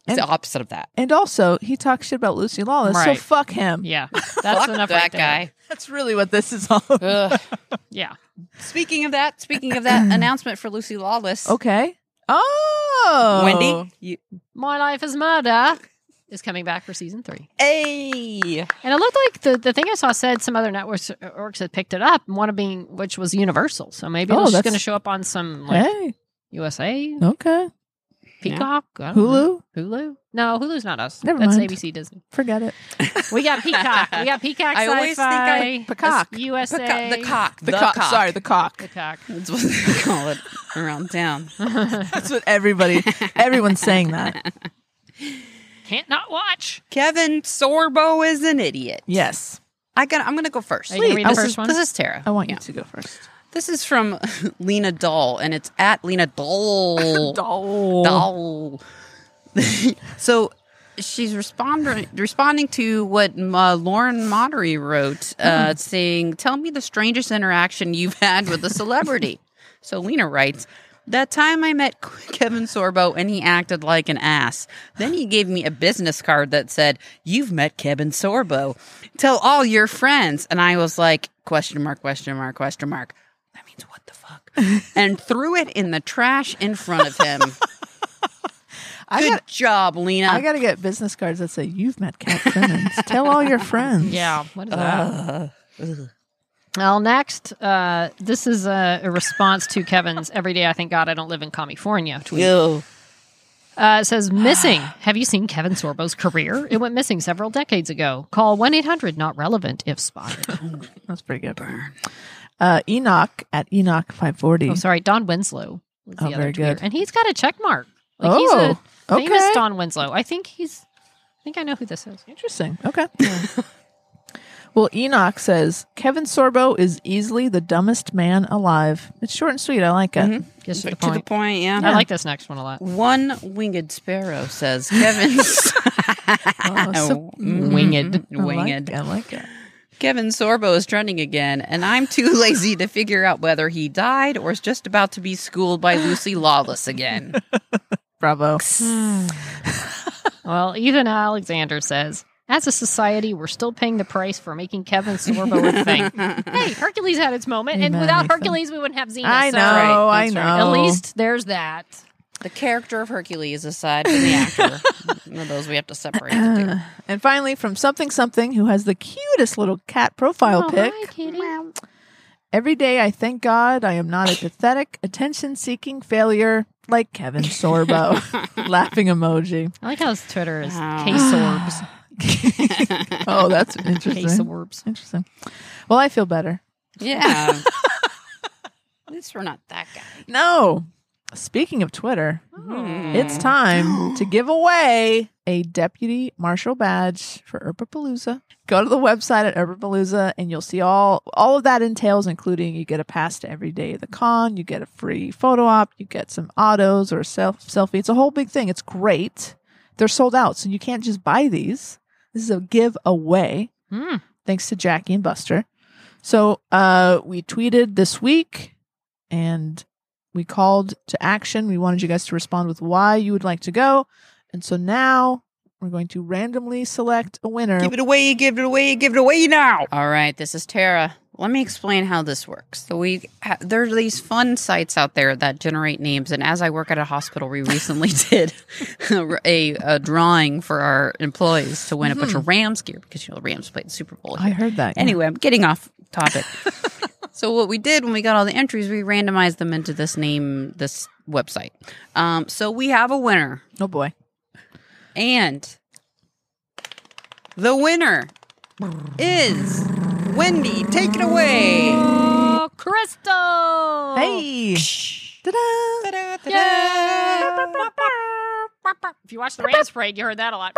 [SPEAKER 5] It's the
[SPEAKER 2] And-
[SPEAKER 5] opposite of that.
[SPEAKER 2] And also, he talks shit about Lucy Lawless, so
[SPEAKER 5] Right.
[SPEAKER 2] fuck him.
[SPEAKER 3] Yeah, that's
[SPEAKER 5] Fuck
[SPEAKER 3] enough.
[SPEAKER 5] that
[SPEAKER 3] right there.
[SPEAKER 5] guy.
[SPEAKER 2] That's really what this is all about.
[SPEAKER 5] Ugh.
[SPEAKER 3] Yeah,
[SPEAKER 5] Speaking of that, speaking of that announcement for Lucy Lawless,
[SPEAKER 2] Okay. Oh.
[SPEAKER 5] Wendy, you,
[SPEAKER 3] my life is murder is coming back for season three.
[SPEAKER 5] hey,
[SPEAKER 3] And it looked like the, the thing I saw said some other networks orcs had picked it up, and one of being which was Universal. So maybe
[SPEAKER 2] Oh,
[SPEAKER 3] it's just
[SPEAKER 2] that's- eh.
[SPEAKER 3] going to show up on some like
[SPEAKER 2] Hey.
[SPEAKER 3] USA
[SPEAKER 2] Okay.
[SPEAKER 3] Peacock I don't know.
[SPEAKER 2] Hulu?
[SPEAKER 3] Hulu. No, Hulu's not us.
[SPEAKER 2] Never
[SPEAKER 3] That's
[SPEAKER 2] mind.
[SPEAKER 3] ABC Disney.
[SPEAKER 2] Forget it.
[SPEAKER 3] We got Peacock. we got Peacock.
[SPEAKER 5] I always think I-
[SPEAKER 3] Sci-Fi,
[SPEAKER 2] Peacock.
[SPEAKER 3] USA.
[SPEAKER 5] Peacock- the cock,
[SPEAKER 2] The, cock. Sorry, the cock.
[SPEAKER 3] Peacock.
[SPEAKER 5] That's what they call it around town.
[SPEAKER 2] That's what everybody, everyone's saying that.
[SPEAKER 3] Can't not watch.
[SPEAKER 5] Kevin Sorbo is an idiot.
[SPEAKER 2] Yes.
[SPEAKER 5] I got. I'm gonna go first.
[SPEAKER 3] Are you gonna read the
[SPEAKER 5] this
[SPEAKER 3] first
[SPEAKER 5] is,
[SPEAKER 3] one?
[SPEAKER 5] This is Tara.
[SPEAKER 2] I want you
[SPEAKER 5] Yeah.
[SPEAKER 2] to go first.
[SPEAKER 5] This is from Lena Doll, and it's at Lena Doll.
[SPEAKER 2] Doll.
[SPEAKER 5] Doll. so she's responding responding to what uh, Lauren Modery wrote, uh, saying, "Tell me the strangest interaction you've had with a celebrity." so Lena writes. That time I met Kevin Sorbo and he acted like an ass. Then he gave me a business card that said, "You've met Kevin Sorbo. Tell all your friends." And I was like, question mark question mark question mark. That means what the fuck? and threw it in the trash in front of him.
[SPEAKER 2] I
[SPEAKER 5] Good
[SPEAKER 2] got,
[SPEAKER 5] job, Lena.
[SPEAKER 2] I got to get business cards that say, You've met Cat Simmons. Tell all your friends.
[SPEAKER 3] Yeah. What is that? Well, next, uh, this is a, a response to Kevin's "Every day I thank God I don't live in California" tweet.
[SPEAKER 5] Ew.
[SPEAKER 3] Uh, it says, missing. Have you seen Kevin Sorbo's career? It went missing several decades ago. Call 1 800 not relevant if spotted.
[SPEAKER 2] That's pretty good. Uh, Enoch at Enoch 540.
[SPEAKER 3] oh, sorry. Don Winslow was the
[SPEAKER 2] Oh,
[SPEAKER 3] other
[SPEAKER 2] very
[SPEAKER 3] tweeter.
[SPEAKER 2] good.
[SPEAKER 3] And he's got a check mark. Like, he's a
[SPEAKER 2] Oh,
[SPEAKER 3] famous
[SPEAKER 2] okay.
[SPEAKER 3] Don Winslow. I think he's, I think I know who this is.
[SPEAKER 2] Interesting. Okay. well, Enoch says Kevin Sorbo is easily the dumbest man alive. It's short and sweet. I like it.
[SPEAKER 3] Gets to the
[SPEAKER 5] To the
[SPEAKER 3] point.
[SPEAKER 5] point, yeah.
[SPEAKER 3] I like this next one a lot.
[SPEAKER 5] One winged sparrow says Kevin.
[SPEAKER 2] Oh, so-
[SPEAKER 5] winged,
[SPEAKER 2] I like-
[SPEAKER 5] winged.
[SPEAKER 2] I like it.
[SPEAKER 5] Kevin Sorbo is trending again, and I'm too lazy to figure out whether he died or is just about to be schooled by Lucy Lawless again.
[SPEAKER 2] Bravo.
[SPEAKER 3] Well, Ethan Alexander says, as a society, we're still paying the price for making Kevin Sorbo a thing. hey, Hercules had its moment, and
[SPEAKER 2] Amen,
[SPEAKER 3] without
[SPEAKER 2] Ethan.
[SPEAKER 3] Hercules, we wouldn't have Xena.
[SPEAKER 2] I
[SPEAKER 3] so-
[SPEAKER 2] know.
[SPEAKER 5] right,
[SPEAKER 2] I
[SPEAKER 5] that's
[SPEAKER 2] know.
[SPEAKER 5] right.
[SPEAKER 3] At least there's that.
[SPEAKER 5] The character of Hercules aside from the actor, one of those we have to separate. The
[SPEAKER 2] And finally, from something something who has the cutest little cat profile
[SPEAKER 3] Oh,
[SPEAKER 2] pic.
[SPEAKER 3] hi, kitty.
[SPEAKER 2] Every day, I thank God I am not a pathetic, attention-seeking failure like Kevin Sorbo. Laughing emoji.
[SPEAKER 3] I like how his Twitter is
[SPEAKER 5] Wow.
[SPEAKER 3] K-Sorbs.
[SPEAKER 2] Oh, that's interesting.
[SPEAKER 3] K-Sorbs.
[SPEAKER 2] Interesting. Well, I feel better.
[SPEAKER 5] two. Yeah. At least we're not that guy.
[SPEAKER 2] No. Speaking of Twitter,
[SPEAKER 3] Hmm.
[SPEAKER 2] it's time to give away a deputy marshal badge for Urpapalooza. Go to the website at Urpapalooza and you'll see all all of that entails, including you get a pass to every day of the con, you get a free photo op, you get some autos or self selfie. It's a whole big thing. It's great. They're sold out, so you can't just buy these. This is a giveaway.
[SPEAKER 3] Hmm.
[SPEAKER 2] Thanks to Jackie and Buster. So uh, we tweeted this week and we called to action. We wanted you guys to respond with why you would like to go. And so now we're going to randomly select a winner.
[SPEAKER 5] Give it away, give it away, give it away now. All right, this is Tara. Let me explain how this works. So we ha- there are these fun sites out there that generate names, and as I work at a hospital, we recently did a, a drawing for our employees to win a bunch of Rams gear because you know the Rams played the Super Bowl.
[SPEAKER 2] I heard that. yeah.
[SPEAKER 5] Anyway, I'm getting off topic. so what we did when we got all the entries, we randomized them into this name, this website. Um, so we have a winner,
[SPEAKER 2] Oh boy.
[SPEAKER 5] and the winner is Wendy. Take it away.
[SPEAKER 3] Oh, Crystal!
[SPEAKER 2] Hey. Ta-da.
[SPEAKER 5] Ta-da, ta-da.
[SPEAKER 3] If you watch the Rams parade, you heard that a lot.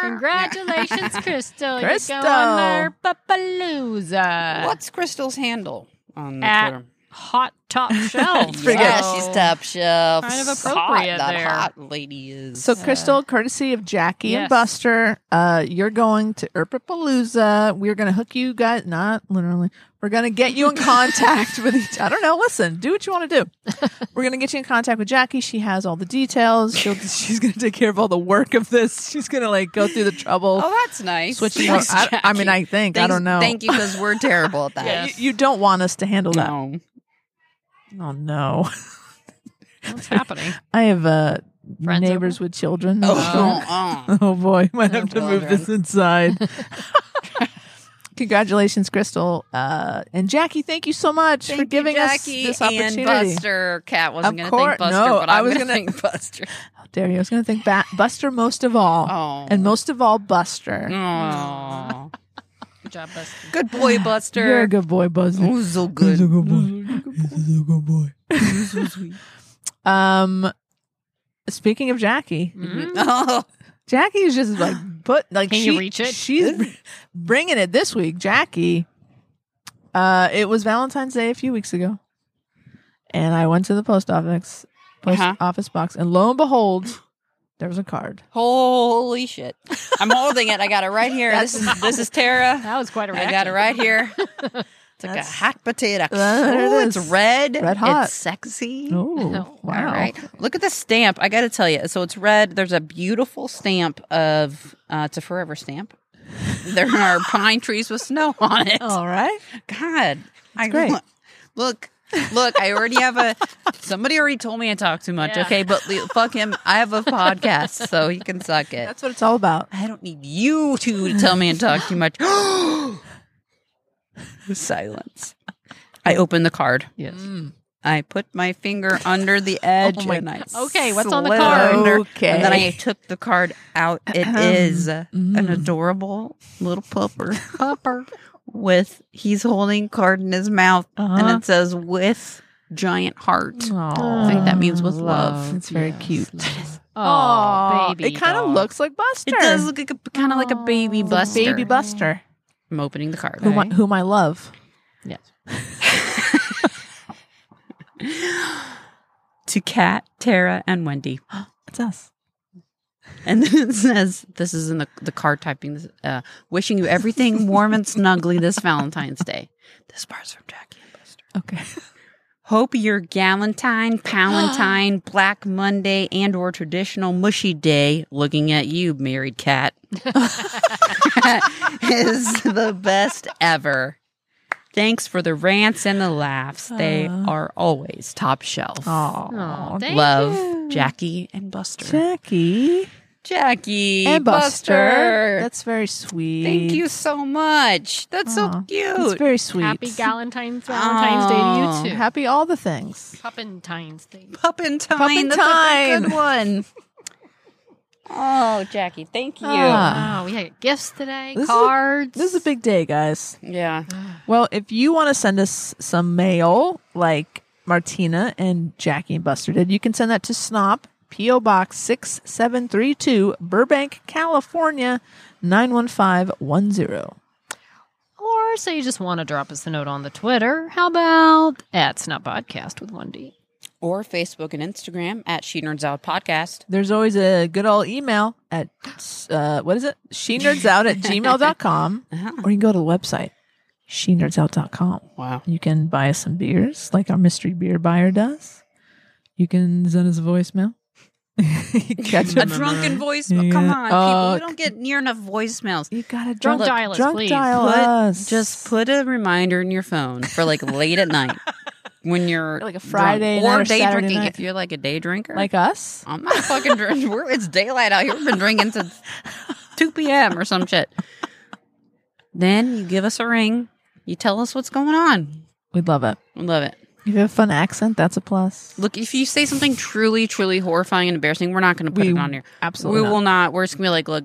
[SPEAKER 3] Congratulations, Crystal. You go on their Papalooza.
[SPEAKER 5] What's Crystal's handle on
[SPEAKER 3] At
[SPEAKER 5] Twitter?
[SPEAKER 3] Hot top shelf.
[SPEAKER 2] It's pretty
[SPEAKER 5] yeah,
[SPEAKER 3] Oh.
[SPEAKER 2] good.
[SPEAKER 5] she's top shelf.
[SPEAKER 3] Kind of
[SPEAKER 5] Hot,
[SPEAKER 3] appropriate
[SPEAKER 5] that
[SPEAKER 3] there.
[SPEAKER 5] hot lady is.
[SPEAKER 2] So, Crystal, courtesy of Jackie
[SPEAKER 3] Yes.
[SPEAKER 2] and Buster, uh, you're going to Erpapalooza. We're going to hook you guys, not literally. We're going to get you in contact with each I don't know. Listen, do what you want to do. We're going to get you in contact with Jackie. She has all the details. She'll, she's going to take care of all the work of this. She's going to like go through the trouble.
[SPEAKER 5] oh, that's nice.
[SPEAKER 2] Switching
[SPEAKER 5] Thanks,
[SPEAKER 2] over- I- I mean, I
[SPEAKER 5] Jackie.
[SPEAKER 2] think. I
[SPEAKER 5] Thanks-
[SPEAKER 2] don't know.
[SPEAKER 5] Thank you because we're terrible at that.
[SPEAKER 3] Yeah.
[SPEAKER 2] you, you don't want us to handle that.
[SPEAKER 5] No.
[SPEAKER 2] Oh, no.
[SPEAKER 3] What's happening?
[SPEAKER 2] I have uh,
[SPEAKER 3] Friends
[SPEAKER 2] neighbors with children.
[SPEAKER 5] Oh, oh.
[SPEAKER 2] Oh boy, might have to
[SPEAKER 5] children.
[SPEAKER 2] move this inside. Congratulations, Crystal uh, and Jackie. Thank you so much
[SPEAKER 5] Thank
[SPEAKER 2] for
[SPEAKER 5] you,
[SPEAKER 2] giving
[SPEAKER 5] Jackie
[SPEAKER 2] us this
[SPEAKER 5] and
[SPEAKER 2] opportunity.
[SPEAKER 5] Buster. Cat wasn't
[SPEAKER 2] Of
[SPEAKER 5] going to thank
[SPEAKER 2] course-
[SPEAKER 5] Buster,
[SPEAKER 2] no,
[SPEAKER 5] but
[SPEAKER 2] I
[SPEAKER 5] I'm
[SPEAKER 2] was
[SPEAKER 5] going to
[SPEAKER 2] gonna-
[SPEAKER 5] thank Buster.
[SPEAKER 2] How dare you? I was going to thank ba- Buster most of all,
[SPEAKER 5] Oh. Mm.
[SPEAKER 2] and most of all, Buster.
[SPEAKER 5] Oh.
[SPEAKER 3] Good job, Buster.
[SPEAKER 5] Good boy, Buster.
[SPEAKER 2] You're a good boy, Buster.
[SPEAKER 5] Oh, so good.
[SPEAKER 2] He's a good boy. He's a good boy. Um, speaking of Jackie,
[SPEAKER 5] Oh,
[SPEAKER 2] Jackie is just like put like
[SPEAKER 3] Can
[SPEAKER 2] she,
[SPEAKER 3] you reach it?
[SPEAKER 2] She's br- bringing it this week, Jackie. Uh, it was Valentine's Day a few weeks ago, and I went to the post office post
[SPEAKER 5] Uh-huh.
[SPEAKER 2] office box, and lo and behold, there was a card.
[SPEAKER 5] holy shit! I'm holding it. I got it right here. this is this is Tara.
[SPEAKER 3] That was quite a
[SPEAKER 5] I
[SPEAKER 3] reaction.
[SPEAKER 5] got it right here. It's like a
[SPEAKER 2] That's-
[SPEAKER 5] hot potato.
[SPEAKER 2] There it
[SPEAKER 5] Oh, it's
[SPEAKER 2] is.
[SPEAKER 5] red.
[SPEAKER 2] Red hot.
[SPEAKER 5] It's sexy.
[SPEAKER 2] Oh, wow!
[SPEAKER 5] All right. Look at the stamp. I got to tell you. So it's red. There's a beautiful stamp of, uh, it's a forever stamp. There are pine trees with snow on it.
[SPEAKER 2] All right.
[SPEAKER 5] God. I
[SPEAKER 2] Oh. great.
[SPEAKER 5] lo- Look, look, I already have a, somebody already told me I talk too much.
[SPEAKER 3] Yeah.
[SPEAKER 5] Okay. But le- fuck him. I have a podcast, so he can suck it.
[SPEAKER 2] That's what it's all about.
[SPEAKER 5] I don't need you two to tell me and talk too much. Silence. I open the card. Mm.
[SPEAKER 3] Yes. Oh
[SPEAKER 5] I put my finger under the edge and I
[SPEAKER 3] Okay, what's on the
[SPEAKER 5] slid
[SPEAKER 3] card? Uh-uh.
[SPEAKER 5] under,
[SPEAKER 2] Okay.
[SPEAKER 5] And then I took the card out. It is an adorable little pupper
[SPEAKER 3] Mm. Pupper.
[SPEAKER 5] with he's holding card in his mouth
[SPEAKER 2] Uh-huh.
[SPEAKER 5] and it says with giant heart. I think that means with love.
[SPEAKER 2] It's very cute.
[SPEAKER 3] Oh, baby.
[SPEAKER 2] it kind of
[SPEAKER 3] doll.
[SPEAKER 2] looks like Buster.
[SPEAKER 5] It does look like a, kind of like a baby buster.
[SPEAKER 2] Baby Buster,
[SPEAKER 5] I'm opening the card.
[SPEAKER 2] whom, I, whom I love.
[SPEAKER 3] Yes.
[SPEAKER 5] to Kat, Tara, and Wendy.
[SPEAKER 2] It's us.
[SPEAKER 5] And then it says, this is in the, the card typing, this, uh, wishing you everything warm and snugly this Valentine's Day. This part's from Jackie and Buster.
[SPEAKER 2] Okay.
[SPEAKER 5] Hope your Galentine, Palentine, Black Monday, and or traditional mushy day, looking at you, married cat, is the best ever. Thanks for the rants and the laughs. They are always top shelf.
[SPEAKER 3] Oh,
[SPEAKER 2] Oh,
[SPEAKER 3] Uh. thank
[SPEAKER 5] Love,
[SPEAKER 3] you.
[SPEAKER 5] Jackie and Buster.
[SPEAKER 2] Jackie.
[SPEAKER 5] Jackie
[SPEAKER 2] and Buster.
[SPEAKER 5] Buster.
[SPEAKER 2] That's very sweet.
[SPEAKER 5] Thank you so much. That's
[SPEAKER 2] Aw,
[SPEAKER 5] so cute.
[SPEAKER 2] It's very sweet.
[SPEAKER 3] Happy Valentine's Valentine's Day to you too.
[SPEAKER 2] Happy all the things.
[SPEAKER 3] Puppentine's Day.
[SPEAKER 5] Puppentine.
[SPEAKER 2] Puppentine.
[SPEAKER 5] That's a good one. oh, Jackie, thank you.
[SPEAKER 2] Ah.
[SPEAKER 3] Oh, we had gifts today,
[SPEAKER 2] This is a-
[SPEAKER 3] cards.
[SPEAKER 2] This is a big day, guys.
[SPEAKER 5] yeah.
[SPEAKER 2] Well, if you want to send us some mail, like Martina and Jackie and Buster did, you can send that to Snop, P.O. Box 6732, Burbank, California, 91510.
[SPEAKER 3] Or say you just want to drop us a note on the Twitter. How about at Snot Podcast with one D?
[SPEAKER 5] Or Facebook and Instagram at She Nerds Out Podcast.
[SPEAKER 2] There's always a good old email at, uh, what is it? She nerds out at gmail.com.
[SPEAKER 5] Uh-huh.
[SPEAKER 2] Or you can go to the website, she nerds out.com.
[SPEAKER 5] Wow.
[SPEAKER 2] You can buy us some beers, like our mystery beer buyer does. You can send us a voicemail. You catch
[SPEAKER 5] A
[SPEAKER 2] up.
[SPEAKER 5] drunken voicemail.
[SPEAKER 2] Yeah.
[SPEAKER 5] Come on, people.
[SPEAKER 2] Uh,
[SPEAKER 5] We don't get near enough voicemails.
[SPEAKER 2] You gotta
[SPEAKER 3] Drunk
[SPEAKER 2] drunk,
[SPEAKER 3] dial us,
[SPEAKER 2] drunk
[SPEAKER 3] please.
[SPEAKER 2] dial
[SPEAKER 5] Put-
[SPEAKER 2] us.
[SPEAKER 5] Just put a reminder in your phone for like late at night when you're
[SPEAKER 2] Like a
[SPEAKER 5] drunk.
[SPEAKER 2] Friday night
[SPEAKER 5] or
[SPEAKER 2] or
[SPEAKER 5] day
[SPEAKER 2] Saturday
[SPEAKER 5] drinking.
[SPEAKER 2] night.
[SPEAKER 5] If you're like a day drinker,
[SPEAKER 2] like us.
[SPEAKER 5] I'm not fucking drinking. We're, it's daylight out here. We've been drinking since 2 p.m. or some shit. Then you give us a ring. You tell us what's going on.
[SPEAKER 2] We'd love it.
[SPEAKER 5] I love it.
[SPEAKER 2] If you have a fun accent, that's a plus.
[SPEAKER 5] Look, if you say something truly, truly horrifying and embarrassing, we're not going to put
[SPEAKER 2] We-
[SPEAKER 5] it on here.
[SPEAKER 2] Absolutely.
[SPEAKER 5] we will not. We're just going to be like, look,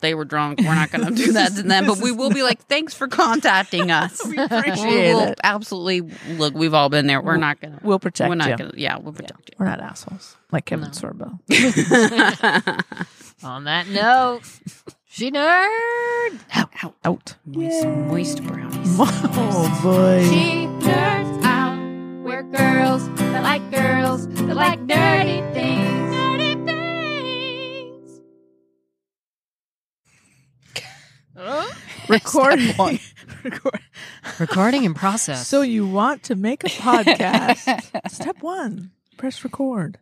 [SPEAKER 5] they were drunk. We're not going to do that to them, but we will be like, thanks for contacting us.
[SPEAKER 2] We
[SPEAKER 5] We
[SPEAKER 2] appreciate
[SPEAKER 5] will
[SPEAKER 2] it.
[SPEAKER 5] absolutely look. We've all been there. We're not going to.
[SPEAKER 2] We'll protect
[SPEAKER 5] We're not
[SPEAKER 2] you.
[SPEAKER 5] going to. Yeah, we'll protect
[SPEAKER 2] We're not assholes like Kevin Sorbo.
[SPEAKER 5] you.
[SPEAKER 3] On that note, she nerd.
[SPEAKER 2] Out, out.
[SPEAKER 5] moist, moist brownies.
[SPEAKER 2] Oh boy.
[SPEAKER 8] She nerds out. We're girls that like girls that like nerdy things. Nerdy things.
[SPEAKER 2] recording.
[SPEAKER 5] one.
[SPEAKER 2] Record-
[SPEAKER 3] Recording in process.
[SPEAKER 2] So you want to make a podcast? Step one: press record.